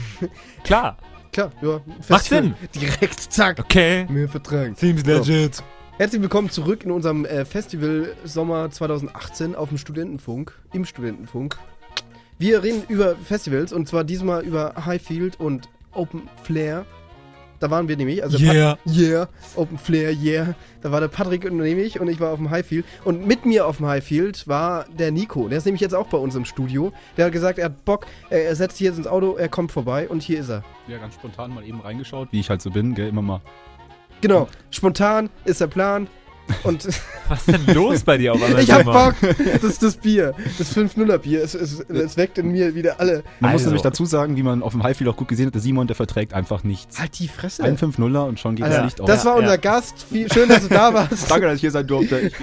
Klar. ich- Klar, ja. Macht Festival. Direkt, zack. Okay. Mir vertragen. Teams Legends. Herzlich willkommen zurück in unserem äh, Festival Sommer 2018 auf dem Studentenfunk, im Studentenfunk. Wir reden über Festivals und zwar diesmal über Highfield und Open Flair. Da waren wir nämlich, also Pat- Yeah. Yeah, Open Flair, yeah. Da war der Patrick und nämlich und ich war auf dem Highfield. Und mit mir auf dem Highfield war der Nico. Der ist nämlich jetzt auch bei uns im Studio. Der hat gesagt, er hat Bock, er, er setzt sich jetzt ins Auto, er kommt vorbei und hier ist er. Ja, ganz spontan mal eben reingeschaut, wie ich halt so bin, gell, immer mal. Genau, spontan ist der Plan. Und Was ist denn los bei dir auf einmal? ich hab Simon? Bock. Das ist das Bier. Das 5-0er Bier. Es, es, es weckt in mir wieder alle. Man muss Also. nämlich dazu sagen, wie man auf dem Highfield auch gut gesehen hat, der Simon, der verträgt einfach nichts. Halt die Fresse. Ein 5-0er und schon geht Alter, das Licht auf. das war Ja, unser ja. Gast. Viel, schön, dass du da warst. Danke, dass ich hier sein durfte. Ich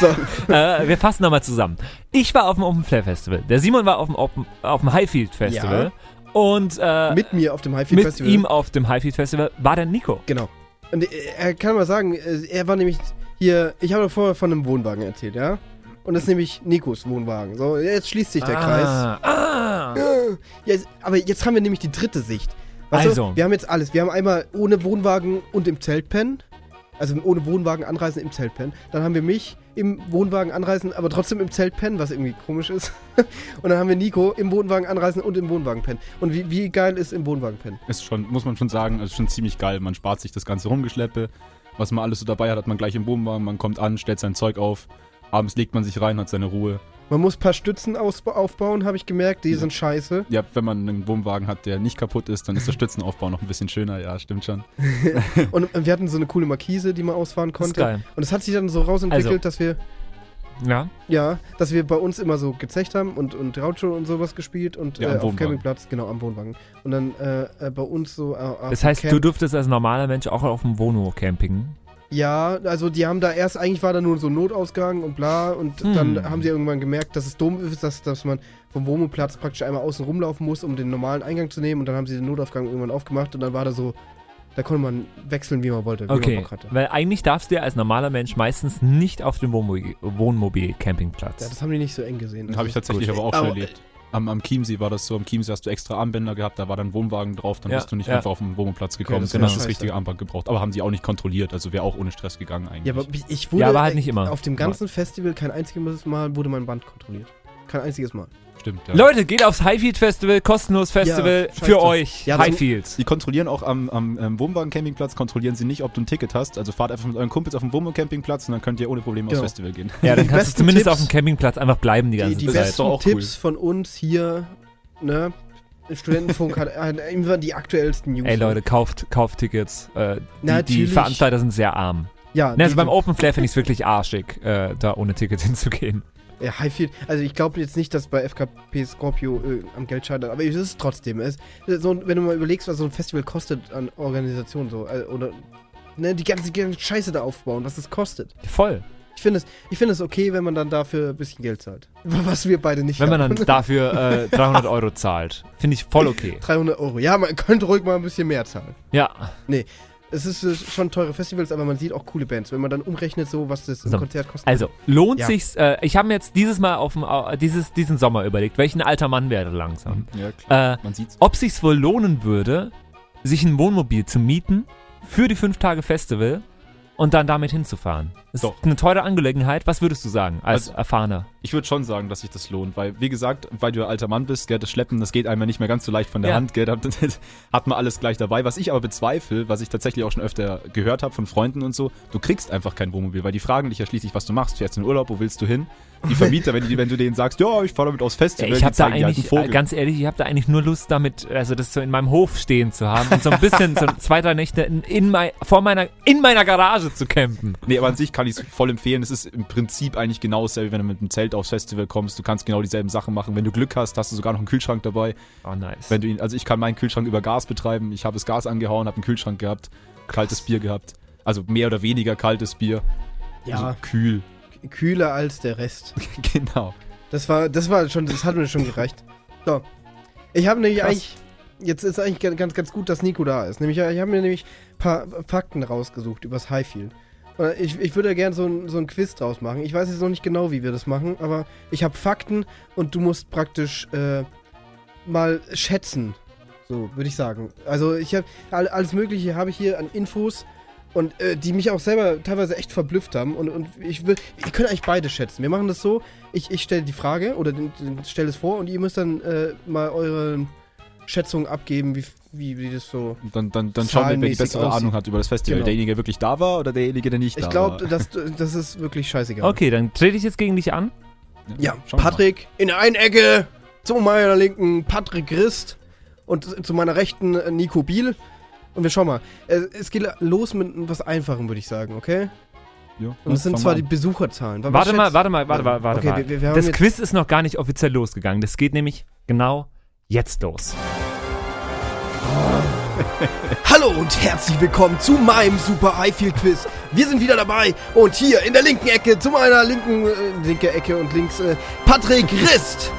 So. äh, wir fassen nochmal zusammen. Ich war auf dem Open Flair Festival. Der Simon war auf dem, Open, auf dem Highfield Festival. Und äh, mit, Mit mir auf dem Highfield Festival. ihm auf dem Highfield Festival war der Nico. Genau. Und äh, er kann mal sagen, äh, er war nämlich hier, ich habe doch vorher von einem Wohnwagen erzählt, ja? Und das ist nämlich Nikos Wohnwagen. So, jetzt schließt sich der Kreis. Ah, ah. Jetzt, aber jetzt haben wir nämlich die dritte Sicht. Weißt Also. Du, wir haben jetzt alles. Wir haben einmal ohne Wohnwagen und im Zelt pennen. Also ohne Wohnwagen anreisen im Zelt pennen. Dann haben wir mich im Wohnwagen anreisen, aber trotzdem im Zelt pennen, was irgendwie komisch ist. und dann haben wir Nico im Wohnwagen anreisen und im Wohnwagen pennen. Und wie, wie geil ist im Wohnwagen pennen? ist schon, muss man schon sagen, also schon ziemlich geil. Man spart sich das ganze Rumgeschleppe. Was man alles so dabei hat, hat man gleich im Wohnwagen. Man kommt an, stellt sein Zeug auf. Abends legt man sich rein, hat seine Ruhe. Man muss ein paar Stützen ausba- aufbauen, habe ich gemerkt. Die sind scheiße. Ja, wenn man einen Wohnwagen hat, der nicht kaputt ist, dann ist der Stützenaufbau noch ein bisschen schöner. Ja, stimmt schon. Und äh, wir hatten so eine coole Markise, die man ausfahren Das ist konnte. geil. Also Und es hat sich dann so rausentwickelt, dass wir, Ja. ja, dass wir bei uns immer so gezecht haben und, und Raucho und sowas gespielt und Ja, am äh, auf dem Wohnwagen. Campingplatz, genau, am Wohnwagen. Und dann äh, äh, bei uns so. Äh, auf Das dem heißt, Camp- du durftest als normaler Mensch auch auf dem Wohnmobil campingen. Ja, also die haben da erst, eigentlich war da nur so ein Notausgang und bla und Hm. dann haben sie irgendwann gemerkt, dass es dumm ist, dass, dass man vom Wohnmobilplatz praktisch einmal außen rumlaufen muss, um den normalen Eingang zu nehmen und dann haben sie den Notausgang irgendwann aufgemacht und dann war da so, da konnte man wechseln, wie man wollte, wie man Okay. Bock hatte. Weil eigentlich darfst du ja als normaler Mensch meistens nicht auf dem Wohnmobil- Ja, Wohnmobil-Campingplatz. das haben die nicht so eng gesehen. Also Habe ich tatsächlich aber auch schon Aber- äh, erlebt. Am, am Chiemsee war das so. Am Chiemsee hast du extra Armbänder gehabt, da war dann Wohnwagen drauf, dann Ja, bist du nicht ja. einfach auf den Wohnplatz gekommen. das dann wär hast du das scheiße. richtige Armband gebraucht. Aber haben sie auch nicht kontrolliert, also wäre auch ohne Stress gegangen eigentlich. Ja, aber ich wurde äh, Ja, aber halt nicht immer. auf dem ganzen Festival kein einziges Mal wurde mein Band kontrolliert. Kein einziges Mal. stimmt. Ja. Leute, geht aufs Highfield Festival, kostenlos Festival scheiß für drauf. euch. Ja, das- Highfield. Die kontrollieren auch am, am ähm, Wohnwagen-Campingplatz, kontrollieren sie nicht, ob du ein Ticket hast. Also fahrt einfach mit euren Kumpels auf den Wohnwagen-Campingplatz und dann könnt ihr ohne Probleme Genau. aufs Festival gehen. Ja, dann die kannst du besten zumindest Tipps- auf dem Campingplatz einfach bleiben die ganze Die, die das Zeit. ist besten doch auch cool. Tipps von uns hier, ne? Im Studentenfunk hat, hat immer die aktuellsten News. Ey Leute, kauft, kauft Tickets. Äh, die, die Natürlich. Veranstalter sind sehr arm. Ja, Ne, also die- beim Open Flair finde ich es wirklich arschig, äh, da ohne Ticket hinzugehen. ja, Highfield. Also ich glaube jetzt nicht, dass bei FKP Scorpio äh, am Geld scheitert, aber es ist trotzdem. Es, so, wenn du mal überlegst, was so ein Festival kostet an Organisation so, äh, oder ne, die ganze, die ganze Scheiße da aufbauen, was es kostet. Voll. Ich finde es, ich finde es okay, wenn man dann dafür ein bisschen Geld zahlt. Was wir beide nicht Wenn man haben. dann dafür äh, 300 Euro zahlt. Finde ich voll okay. 300 Euro. Ja, man könnte ruhig mal ein bisschen mehr zahlen. Ja. Nee. es ist äh, schon teure Festivals, aber man sieht auch coole Bands. Wenn man dann umrechnet, so was das im So. Konzert kostet. Also, lohnt Ja. sich's. Äh, ich habe mir jetzt dieses Mal auf dem, Au- dieses, diesen Sommer überlegt, welchen alter Mann werde langsam. Ja, klar. Äh, Man sieht's. Ob sich's wohl lohnen würde, sich ein Wohnmobil zu mieten für die fünf Tage Festival und dann damit hinzufahren. Ist Doch. eine teure Angelegenheit. Was würdest du sagen als Also- Erfahrener? Ich würde schon sagen, dass sich das lohnt, weil, wie gesagt, weil du ja alter Mann bist, gell, das Schleppen, das geht einem ja nicht mehr ganz so leicht von der Ja. Hand, gell, da hat man alles gleich dabei. Was ich aber bezweifle, was ich tatsächlich auch schon öfter gehört habe von Freunden und so, du kriegst einfach kein Wohnmobil, weil die fragen dich ja schließlich, was du machst. Fährst du in Urlaub, wo willst du hin? Die Vermieter, wenn, die, wenn du denen sagst, ja, ich fahre damit aufs Ja, Festival, ich die habe da zeigen dir halt einen eigentlich, äh, ganz ehrlich, ich habe da eigentlich nur Lust damit, also das so in meinem Hof stehen zu haben und so ein bisschen so zwei, drei Nächte in, in, mein, vor meiner, in meiner Garage zu campen. Nee, aber an sich kann ich es voll empfehlen. Es ist im Prinzip eigentlich genau dasselbe, wenn du mit einem Zelt aufs Festival kommst. Du kannst genau dieselben Sachen machen. Wenn du Glück hast, hast du sogar noch einen Kühlschrank dabei. Oh, nice. Wenn du ihn, also ich kann meinen Kühlschrank über Gas betreiben. Ich habe das Gas angehauen, habe einen Kühlschrank gehabt, kaltes Bier gehabt. Also mehr oder weniger kaltes Bier. ja, Also kühl. kühler als der Rest. genau. Das war, das war schon, das hat mir schon gereicht. So. Ich habe nämlich Krass. eigentlich. Jetzt ist eigentlich ganz- ganz, ganz gut, dass Nico da ist. Nämlich, ich habe mir nämlich ein paar Fakten rausgesucht übers Highfield. Und Ich, ich würde gerne so ein, so ein Quiz draus machen. Ich weiß jetzt noch nicht genau, wie wir das machen, aber ich habe Fakten und du musst praktisch äh, mal schätzen. So, würde ich sagen. Also, ich habe all- alles Mögliche habe ich hier an Infos und äh, die mich auch selber teilweise echt verblüfft haben. Und, und ich will, ihr könnt eigentlich beide schätzen. Wir machen das so, ich, ich stelle die Frage oder den, den, stelle es vor und ihr müsst dann äh, mal eure Schätzung abgeben, wie, wie, wie das so. Und dann, dann, dann schauen wir, wer die Zahlenmäßig bessere aussieht. Ahnung hat über das Festival. Genau. Derjenige, der wirklich da war oder derjenige, der nicht Ich da glaube, war. das, das ist wirklich scheißegal. Okay, dann trete ich jetzt gegen dich an. Ja, schauen wir Patrick in der einen Ecke, zu meiner linken Patrick Rist und zu meiner rechten äh, Nico Biel. Und wir schauen mal. Äh, Es geht los mit was Einfachem, würde ich sagen, okay? mal. Ja, Und es sind fangen zwar wir die an. Besucherzahlen. Was Warte mal, schätzt- warte mal, warte mal, warte Okay, mal. wir- wir- wir haben das jetzt- Quiz ist noch gar nicht offiziell losgegangen. Das geht nämlich genau jetzt los. Hallo und herzlich willkommen zu meinem Super Highfield Quiz. Wir sind wieder dabei und hier in der linken Ecke, zu meiner linken äh, linke Ecke und links äh, Patrick Rist.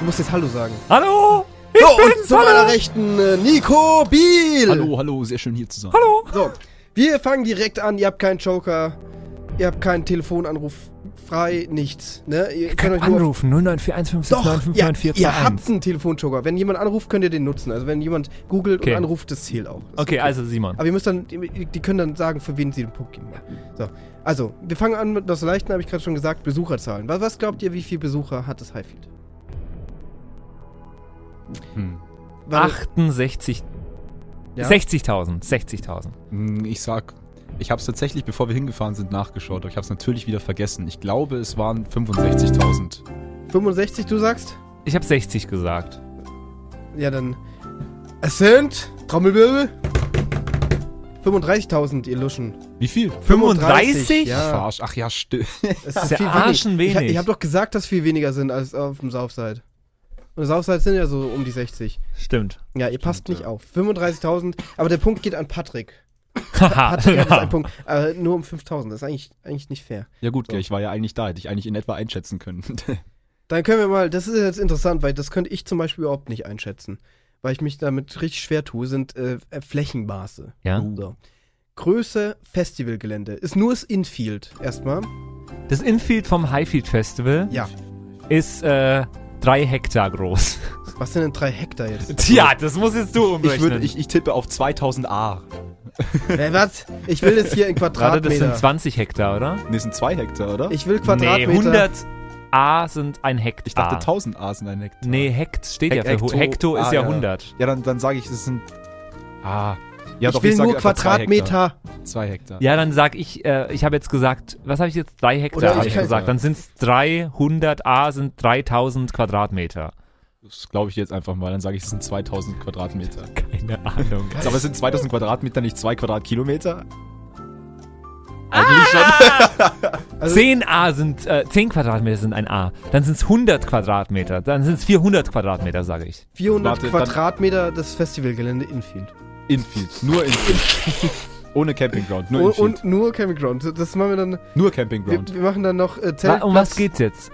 Du musst jetzt Hallo sagen. Hallo? Ich so, und bin's, zu meiner hallo? rechten äh, Nico Biel. Hallo, hallo, sehr schön hier zu sein. Hallo? So, wir fangen direkt an. Ihr habt keinen Joker, ihr habt keinen Telefonanruf frei, nichts. Ne? Ihr könnt euch nur auf- Anrufen 0941 Doch, ja, 569 ihr habt einen Telefonjoker. Wenn jemand anruft, könnt ihr den nutzen. Also wenn jemand googelt Okay. und anruft, das zählt auch. Ist Okay, also Simon. Aber ihr müsst dann, die können dann sagen, für wen sie den Punkt geben. wollen. So, also, wir fangen an mit das Leichten, habe ich gerade schon gesagt, Besucherzahlen. Was, was glaubt ihr, wie viele Besucher hat das Highfield? Hm. Warte, 68 ja? 60.000, 60.000. Hm, Ich sag, ich habe es tatsächlich, bevor wir hingefahren sind, nachgeschaut. Aber ich habe es natürlich wieder vergessen. Ich glaube, es waren 65.000. 65, du sagst? Ich habe 60 gesagt. Ja, dann. Es sind. Trommelwirbel. 35.000, ihr Luschen. Wie viel? 35? Ja, Verarsch. Ach ja, stimmt. es ist ja arschenwenig. Ich, ich hab doch gesagt, dass viel weniger sind als auf dem Southside. Und Southside sind ja so um die 60. Stimmt. Ja, ihr passt nicht auf. 35.000, aber der Punkt geht an Patrick. Haha. Patrick hat jetzt ja. einen Punkt. Äh, nur um 5.000, das ist eigentlich, eigentlich nicht fair. Ja gut, So. gell, ich war ja eigentlich da, hätte ich eigentlich in etwa einschätzen können. Dann können wir mal, das ist jetzt interessant, weil das könnte ich zum Beispiel überhaupt nicht einschätzen. Weil ich mich damit richtig schwer tue, sind äh, äh, Flächenmaße. Ja. So. Größe Festivalgelände. Ist nur das Infield erstmal. Das Infield vom Highfield Festival Ja. ist äh, drei Hektar groß. Was sind denn drei Hektar jetzt? Tja, das muss jetzt du ich, umrechnen. würd, ich, ich tippe auf 2000 A. Wer was? Ich will das hier in Gerade das sind Quadratmeter. 20 Hektar, oder? Ne, sind 2 Hektar, oder? Ich will Quadratmeter. Nee, 100 A sind ein Hektar. Ich dachte 1000 A sind ein Hektar. Nee, Hekt steht Hek- ja für Hekto, Hekto- Hekto ist Ah, ja ja. 100. Ja, dann, dann sage ich, es sind... Ah. Ja, ich will sage nur einfach zwei Quadratmeter. Hektar. 2 Hektar. Ja, dann sag ich, äh, ich habe jetzt gesagt, was habe ich jetzt? Drei Hektar Oder habe ich ich kann- gesagt. Dann sind es 300 A sind 3000 Quadratmeter. Das glaube ich jetzt einfach mal. Dann sage ich, es sind 2000 Quadratmeter. Keine Ahnung. Jetzt Aber es sind 2000 Quadratmeter, nicht 2 Quadratkilometer? Ah! Eigentlich schon. 10 A sind, äh, 10 Quadratmeter sind ein A. Dann sind es 100 Quadratmeter. Dann sind es 400 Quadratmeter, sage ich. 400 Warte, dann- Quadratmeter das Festivalgelände Infield. Infield. Nur Infield. Ohne Campingground. Nur Und, und Infield. nur Camping Ground. Das machen wir dann. Nur Wir, Campingground. wir machen dann noch äh, Wa- Zeltplatz. um was geht's jetzt?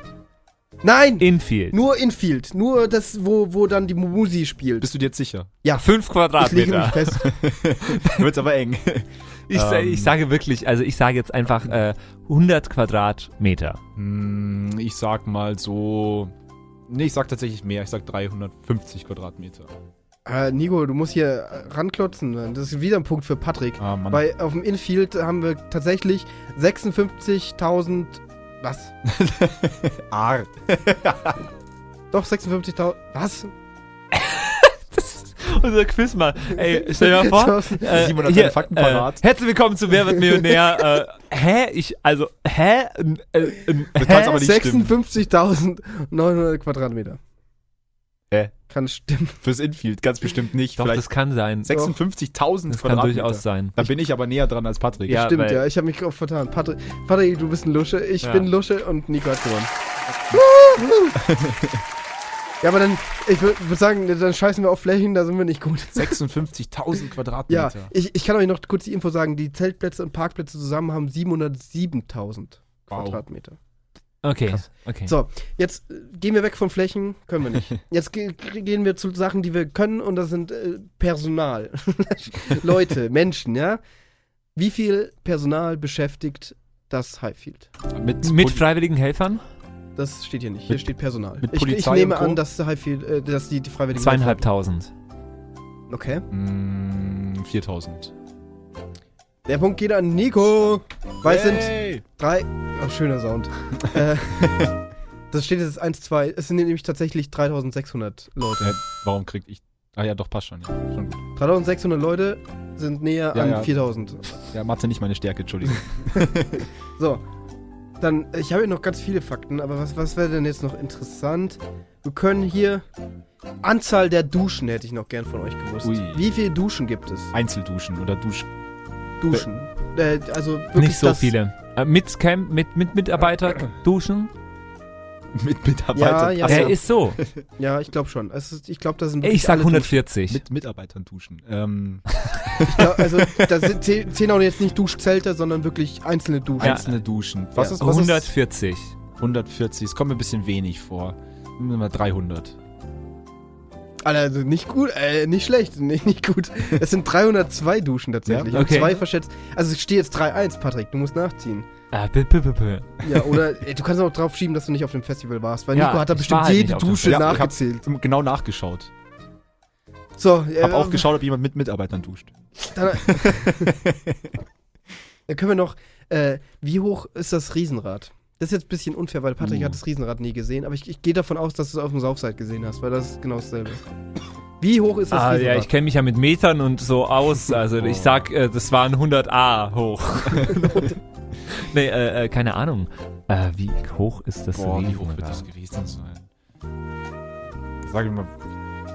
Nein! Infield. Nur Infield. Nur das, wo, wo dann die Musi spielt. Bist du dir jetzt sicher? Ja, Fünf ich lege Quadratmeter. mich fest. Wird's aber eng. Ich, sa- Ähm. ich sage wirklich, also ich sage jetzt einfach äh, 100 Quadratmeter. Hm, Ich sag mal so. Nee, ich sag tatsächlich mehr. Ich sag 350 Quadratmeter. Äh, Nico, du musst hier äh, ranklotzen. Mann. Das ist wieder ein Punkt für Patrick. Ah, Mann. Bei, auf dem Infield haben wir tatsächlich 56.000. Was? Art. Doch, 56.000. Was? Unser Quiz mal. Ey, stell dir mal vor. Tausend- äh, Simon hat hier, seine Fakten parat. Äh, herzlich willkommen zu Wer wird Millionär. äh, hä? Ich, also, hä? N- Äh, n- Das hä? kann's aber nicht stimmen. 56.900 Quadratmeter. Äh. Kann stimmen. Fürs Infield ganz bestimmt nicht. Doch, das Vielleicht kann sein. 56.000 Das kann Quadratmeter. durchaus sein. Da bin ich aber näher dran als Patrick. Ja, Stimmt, weil- ja. Ich habe mich auch vertan. Patrick, Patrick, du bist ein Lusche. Ich Ja. bin Lusche und Nico hat gewonnen. ja, aber dann, ich würde würd sagen, dann scheißen wir auf Flächen, da sind wir nicht gut. 56.000 Ja, Quadratmeter. ich, ich kann euch noch kurz die Info sagen. Die Zeltplätze und Parkplätze zusammen haben 707.000 Wow. Quadratmeter. Okay, okay. So, jetzt äh, gehen wir weg von Flächen, können wir nicht. Jetzt ge ge- gehen wir zu Sachen, die wir können und das sind äh, Personal. Leute, Menschen, ja? Wie viel Personal beschäftigt das Highfield? Mit, Mit Pol- freiwilligen Helfern? Das steht hier nicht. Hier Mit- steht Personal. ich, mit ich Polizei nehme und Co.? an, dass, der Highfield, äh, dass die, die Freiwilligen. Zweieinhalbtausend. Okay. Mm, 4.000. Der Punkt geht an Nico. Weil es sind Hey! Drei. Oh, schöner Sound. Äh, das steht jetzt 1, 2. Es sind nämlich tatsächlich 3600 Äh, Leute. warum krieg ich. Ah ja, doch, passt schon. Ja, schon gut. 3600 Leute sind näher Ja, an ja. 4000. ja Mathe nicht meine Stärke, Entschuldigung. So. Dann, ich habe hier noch ganz viele Fakten, aber was, was wäre denn jetzt noch interessant? Wir können hier. Anzahl der Duschen hätte ich noch gern von euch gewusst. Ui. Wie viele Duschen gibt es? Einzelduschen oder Duschen. Duschen. Äh, also wirklich Nicht so das- viele. Äh, mit Camp, mit, mit Mitarbeiter duschen? Mit Mitarbeitern. Ja, ja. Ach so, Äh, ist so. Ja, ich glaube schon. Es ist, ich glaube, da sind. Ey, wirklich Ich sag alle 140. Mit Mitarbeitern duschen. Ähm, Duschen. Ich glaub, also, da sind, zählen auch jetzt nicht Duschzelte, sondern wirklich einzelne Duschen. Ja. Einzelne Duschen. Was Ja. ist was ist 140. 140? Es kommt mir ein bisschen wenig vor. Nehmen wir mal 300. Alter, also nicht gut, äh, nicht schlecht, nicht, nicht gut. Es sind 302 Duschen tatsächlich. Ja? Okay. Und zwei verschätzt. Also es steht jetzt 3-1, Patrick, du musst nachziehen. Ah, b- b- b- b- Ja, oder äh, du kannst auch drauf schieben, dass du nicht auf dem Festival warst, weil Ja, Nico hat da ich bestimmt war halt jede nicht auf dem Dusche Festival. Ja, ich hab- nachgezählt. Genau nachgeschaut. So, äh, Hab auch geschaut, ob jemand mit Mitarbeitern duscht. Dann, dann können wir noch, äh, wie hoch ist das Riesenrad? Das ist jetzt ein bisschen unfair, weil Patrick Uh. hat das Riesenrad nie gesehen, aber ich, ich gehe davon aus, dass du es auf dem Saufside gesehen hast, weil das ist genau dasselbe. Wie hoch ist das Ah, Riesenrad? ja, ich kenne mich ja mit Metern und so aus. Also ich sag, äh, das waren 100 A hoch. nee, äh, äh, keine Ahnung. Äh, wie hoch ist das Riesenrad? gewesen sein? Sag ich mal,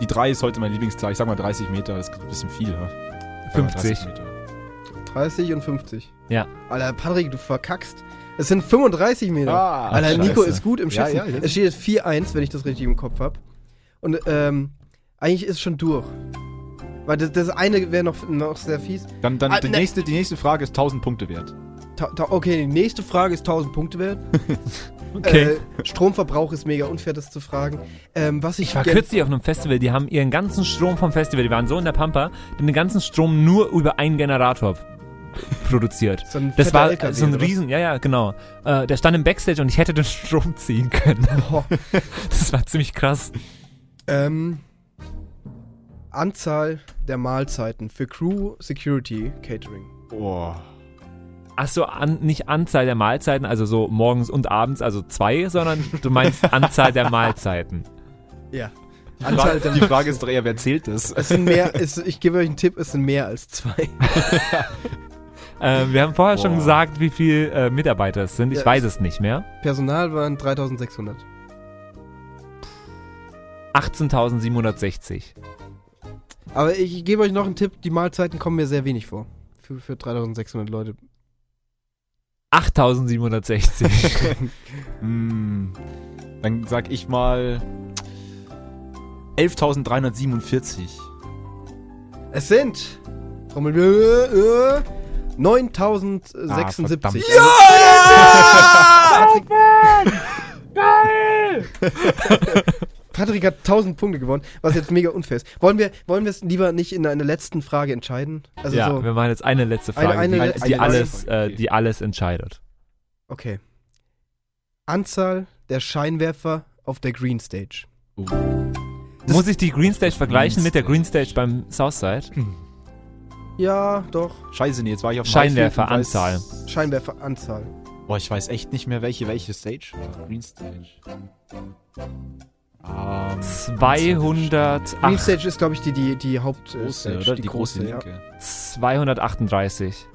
die 3 ist heute mein Lieblingszahl. Ich sag mal 30 Meter, das ist ein bisschen viel. Ja? Sag mal 50. 30 Meter. 30 und 50. Ja. Alter, Patrick, du verkackst. Es sind 35 Meter. Ah, Alter, scheiße. Nico ist gut im Ja, Schätzen. ja, das- es steht jetzt 4-1, wenn ich das richtig im Kopf habe. Und ähm, eigentlich ist es schon durch. Weil das, das eine wäre noch, noch sehr fies. Dann, dann Ah, die, ne- nächste, die nächste Frage ist 1000 Punkte wert. Ta ta okay, die nächste Frage ist 1000 Punkte wert. Okay. Äh, Stromverbrauch ist mega unfair, das zu fragen. Ähm, was ich, Ich war gern- kürzlich auf einem Festival, die haben ihren ganzen Strom vom Festival, die waren so in der Pampa, die haben den ganzen Strom nur über einen Generator produziert. So ein Das fetter war LKW, so ein oder was? Riesen, ja, ja, genau. Äh, der stand im Backstage und ich hätte den Strom ziehen können. Das war ziemlich krass. Ähm, Anzahl der Mahlzeiten für Crew, Security, Catering. Boah. Achso, an, nicht Anzahl der Mahlzeiten, also so morgens und abends, also zwei, sondern du meinst Anzahl der Mahlzeiten. Ja. Fra Anzahl der die Frage ist doch eher, wer zählt das? Es sind mehr, es, ich gebe euch einen Tipp, es sind mehr als zwei. Äh, wir haben vorher schon Boah. gesagt, wie viele äh, Mitarbeiter es sind. Ich Ja, weiß es nicht mehr. Personal waren 3600. 18.760. Aber ich gebe euch noch einen Tipp, die Mahlzeiten kommen mir sehr wenig vor. Für, für 3600 Leute. 8.760. Hm, dann sag ich mal 11.347. Es sind Trommel, äh, äh, 9076. Ah, verdammt. ja! Saufen! Geil! Also, Patrick hat 1000 Punkte gewonnen, was jetzt mega unfair ist. Wollen wir, wollen wir es lieber nicht in einer letzten Frage entscheiden? Also ja, so, wir machen jetzt eine letzte Eine- Frage, eine die, le- die, eine alles, letzte Frage, äh, die alles entscheidet. okay. Anzahl der Scheinwerfer auf der Green Stage. Oh. Das- Muss ich die Green Stage vergleichen mit der Green Green Stage beim Southside? Ja, doch. Scheiße, nee, jetzt war ich auf dem Scheinwerfer, Highfield und weiß- Anzahl. Scheinwerferanzahl. Boah, ich weiß echt nicht mehr, welche, welche Stage. Green Stage. Ah, 200, Green Stage ist, glaube ich, die, die, die Haupt. äh, große, Stage, oder? Die, große, ja. linke. 238.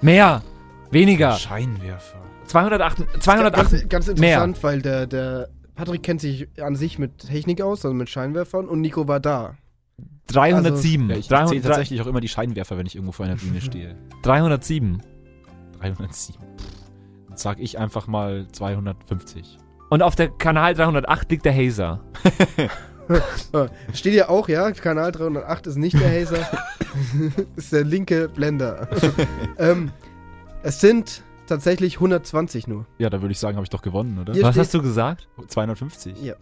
Mehr, weniger. Scheinwerfer. 208, Ganz, 208 ganz mehr. interessant, weil der, der Patrick kennt sich an sich mit Technik aus, also mit Scheinwerfern, und Nico war da. 307. also, Ja, ich zähle 300, tatsächlich auch immer die Scheinwerfer, wenn ich irgendwo vor einer Bühne stehe. 307. 307. Dann sag ich einfach mal 250. Und auf der Kanal 308 liegt der Hazer. Ah, Steht hier auch, ja, Kanal 308 ist nicht der Hazer, ist der linke Blender. ähm, es sind tatsächlich 120 nur. Ja, da würde ich sagen, habe ich doch gewonnen, oder? Hier Was steht- hast du gesagt? 250. Ja.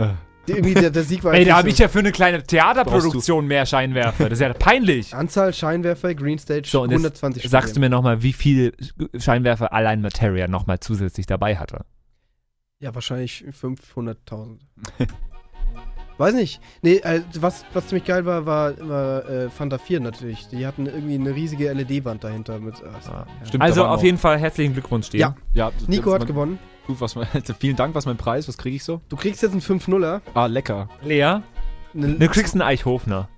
Äh. Die- Irgendwie der, der Sieg war Ey, eigentlich da habe so. ich ja für eine kleine Theaterproduktion mehr Scheinwerfer. Das ist ja peinlich. Anzahl Scheinwerfer, Green Stage, So, und jetzt 120 Sagst du mir nochmal, wie viel Scheinwerfer allein Materia nochmal zusätzlich dabei hatte? Ja, wahrscheinlich 500.000. Weiß nicht. Nee, äh, was, was ziemlich geil war, war, war äh, Fanta 4 natürlich. Die hatten irgendwie eine riesige LED-Wand dahinter. Mit, ah, ja. Stimmt, da Also waren auf noch- jeden Fall herzlichen Glückwunsch dir. Ja. Ja, das- Nico das- hat man- gewonnen. Gut, was man, also vielen Dank, was mein Preis? Was kriege ich so? Du kriegst jetzt einen 5-0er. Ah, lecker. Lea, Eine- du kriegst einen Eichhofner.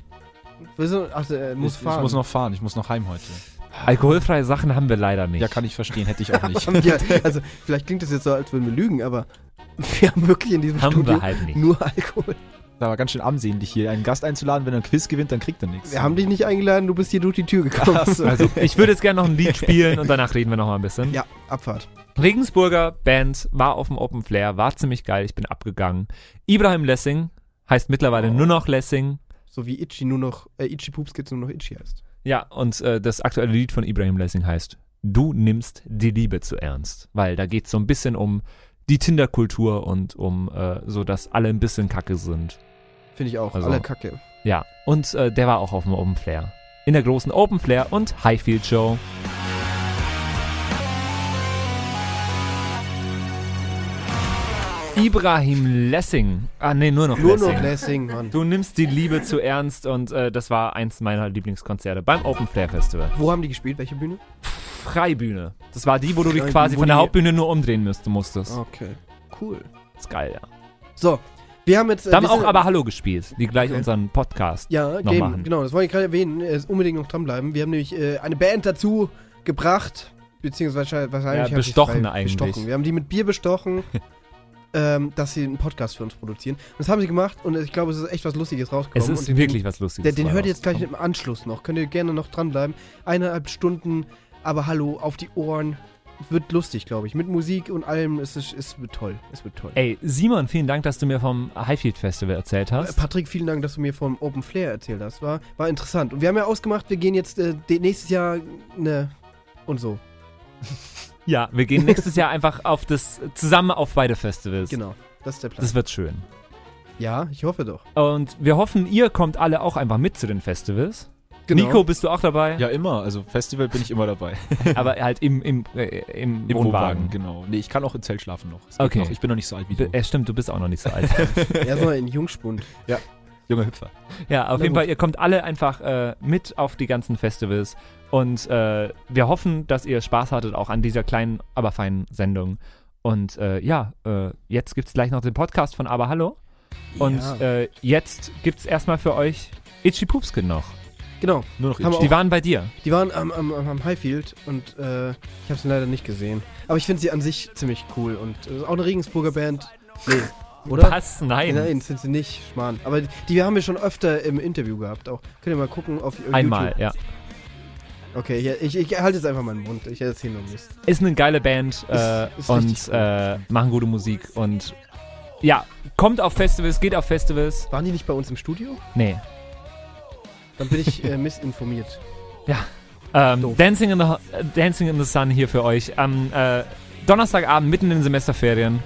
Willst du- Ach, äh, muss ich, fahren. ich muss noch fahren, ich muss noch heim heute. Alkoholfreie Sachen haben wir leider nicht. Ja, kann ich verstehen, hätte ich auch nicht. Haben wir, also, vielleicht klingt das jetzt so, als würden wir lügen, aber wir haben wirklich in diesem haben Studio wir halt nicht. nur Alkohol. Da war ganz schön ansehnlich hier, einen Gast einzuladen, wenn er ein Quiz gewinnt, dann kriegt er nichts. Wir haben dich nicht eingeladen, du bist hier durch die Tür gekommen. Also, ich würde jetzt gerne noch ein Lied spielen und danach reden wir noch mal ein bisschen. Ja, Abfahrt. Regensburger Band war auf dem Open Flair, war ziemlich geil, ich bin abgegangen. Ibrahim Lessing heißt mittlerweile nur noch Lessing. So wie Itchy nur noch, äh, Itchy Poops Kids nur noch Itchy heißt. Ja, und äh, das aktuelle Lied von Ibrahim Lessing heißt Du nimmst die Liebe zu ernst, weil da geht es so ein bisschen um die Tinder-Kultur und um äh, so, dass alle ein bisschen kacke sind. Finde ich auch. Also- Alle Kacke. Ja, und äh, der war auch auf dem Open Flair. In der großen Open Flair und Highfield Show. Ibrahim Lessing. Ah, nee, nur noch Nur Lessing. noch Lessing, Mann. Du nimmst die Liebe zu ernst und äh, das war eins meiner Lieblingskonzerte beim Open Flair Festival. Wo haben die gespielt? Welche Bühne? Freibühne. Das war die, wo du dich Freibühne, quasi wo von der die- Ah. Hauptbühne nur umdrehen müsste, musstest. Okay. Cool. Ist geil, ja. So, wir haben jetzt. äh, Da haben wir auch sind- aber Hallo gespielt, die gleich Okay. unseren Podcast. Ja, noch Game, machen. genau. Das wollte ich gerade erwähnen. Äh, ist unbedingt noch dranbleiben. Wir haben nämlich äh, eine Band dazu gebracht. Beziehungsweise wahrscheinlich. Ja, haben sie bestochen frei- eigentlich. Bestochen. Wir haben die mit Bier bestochen. ähm, dass sie einen Podcast für uns produzieren. Und das haben sie gemacht und ich glaube, es ist echt was Lustiges Es rausgekommen. ist und wirklich was Lustiges. Den, den dabei hört ihr jetzt gleich rausgekommen. im Anschluss noch. Könnt ihr gerne noch dranbleiben. Eineinhalb Stunden, aber hallo, auf die Ohren. Wird lustig, glaube ich. Mit Musik und allem. Es, ist, es wird toll. Es wird toll. Ey, Simon, vielen Dank, dass du mir vom Highfield Festival erzählt Äh, hast. Patrick, vielen Dank, dass du mir vom Open Flair erzählt hast. War, war interessant. Und wir haben ja ausgemacht, wir gehen jetzt äh, de- nächstes Jahr ne, und so. Ja, wir gehen nächstes Jahr einfach auf das zusammen auf beide Festivals. Genau. Das ist der Plan. Das wird schön. ja, ich hoffe doch. Und wir hoffen, ihr kommt alle auch einfach mit zu den Festivals. Genau. Nico, bist du auch dabei? Ja, immer. Also Festival bin ich immer dabei. Aber halt im, im, äh, im, Im Wohnwagen. genau. Nee, ich kann auch im Zelt schlafen noch. Es geht Okay. Noch. Ich bin noch nicht so alt wie Be- du. äh, stimmt, du bist auch noch nicht so alt. Erstmal Genau. in Jungspund. Junge Hüpfer. Ja, auf Na jeden gut. Fall, ihr kommt alle einfach äh, mit auf die ganzen Festivals und äh, wir hoffen, dass ihr Spaß hattet auch an dieser kleinen, aber feinen Sendung. Und äh, ja, äh, jetzt gibt's gleich noch den Podcast von Aber Hallo. Und Ja. äh, jetzt gibt's erstmal für euch Itchy Poopskin noch. Genau. Nur noch Haben wir Itchy. Die waren bei dir. Die waren am, am, am am Highfield und äh, ich habe sie leider nicht gesehen. Aber ich finde sie an sich ziemlich cool und äh, ist auch eine Regensburger Band. Nee, oder? Was? Nein. Nein, sind sie nicht, Schmarrn. Aber die, die haben wir schon öfter im Interview gehabt auch. Könnt ihr mal gucken auf YouTube. Einmal, ja. Okay, ich, ich, ich halte jetzt einfach meinen Mund. Ich erzähle nur Mist. Ist eine geile Band äh, Ist- ist richtig und cool. äh, machen gute Musik und ja, kommt auf Festivals, geht auf Festivals. Waren die nicht bei uns im Studio? Nee. Dann bin ich äh, missinformiert. Ähm, Doof. Dancing, in the, äh, Dancing in the Sun hier für euch. Am äh, Donnerstagabend, mitten in den Semesterferien.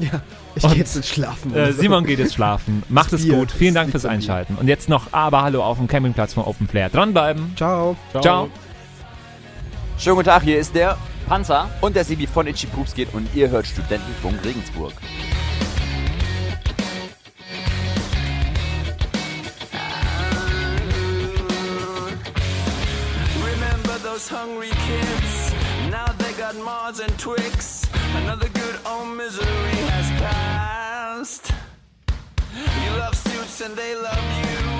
Ja. Ich Und, geh jetzt ins Schlafen. Äh, Simon geht jetzt schlafen. Macht es Bier, gut. Vielen das Dank liegt fürs an mir. Einschalten. Und jetzt noch aber hallo auf dem Campingplatz von Open Flair. Dranbleiben. Ciao. Ciao. Schönen guten Tag, hier ist der Panzer und der Sibi von Itchy Poops geht und ihr hört Studentenfunk Regensburg. Remember those hungry kids? Now they got Mars and Twix. Another good old misery has passed. You love suits and they love you.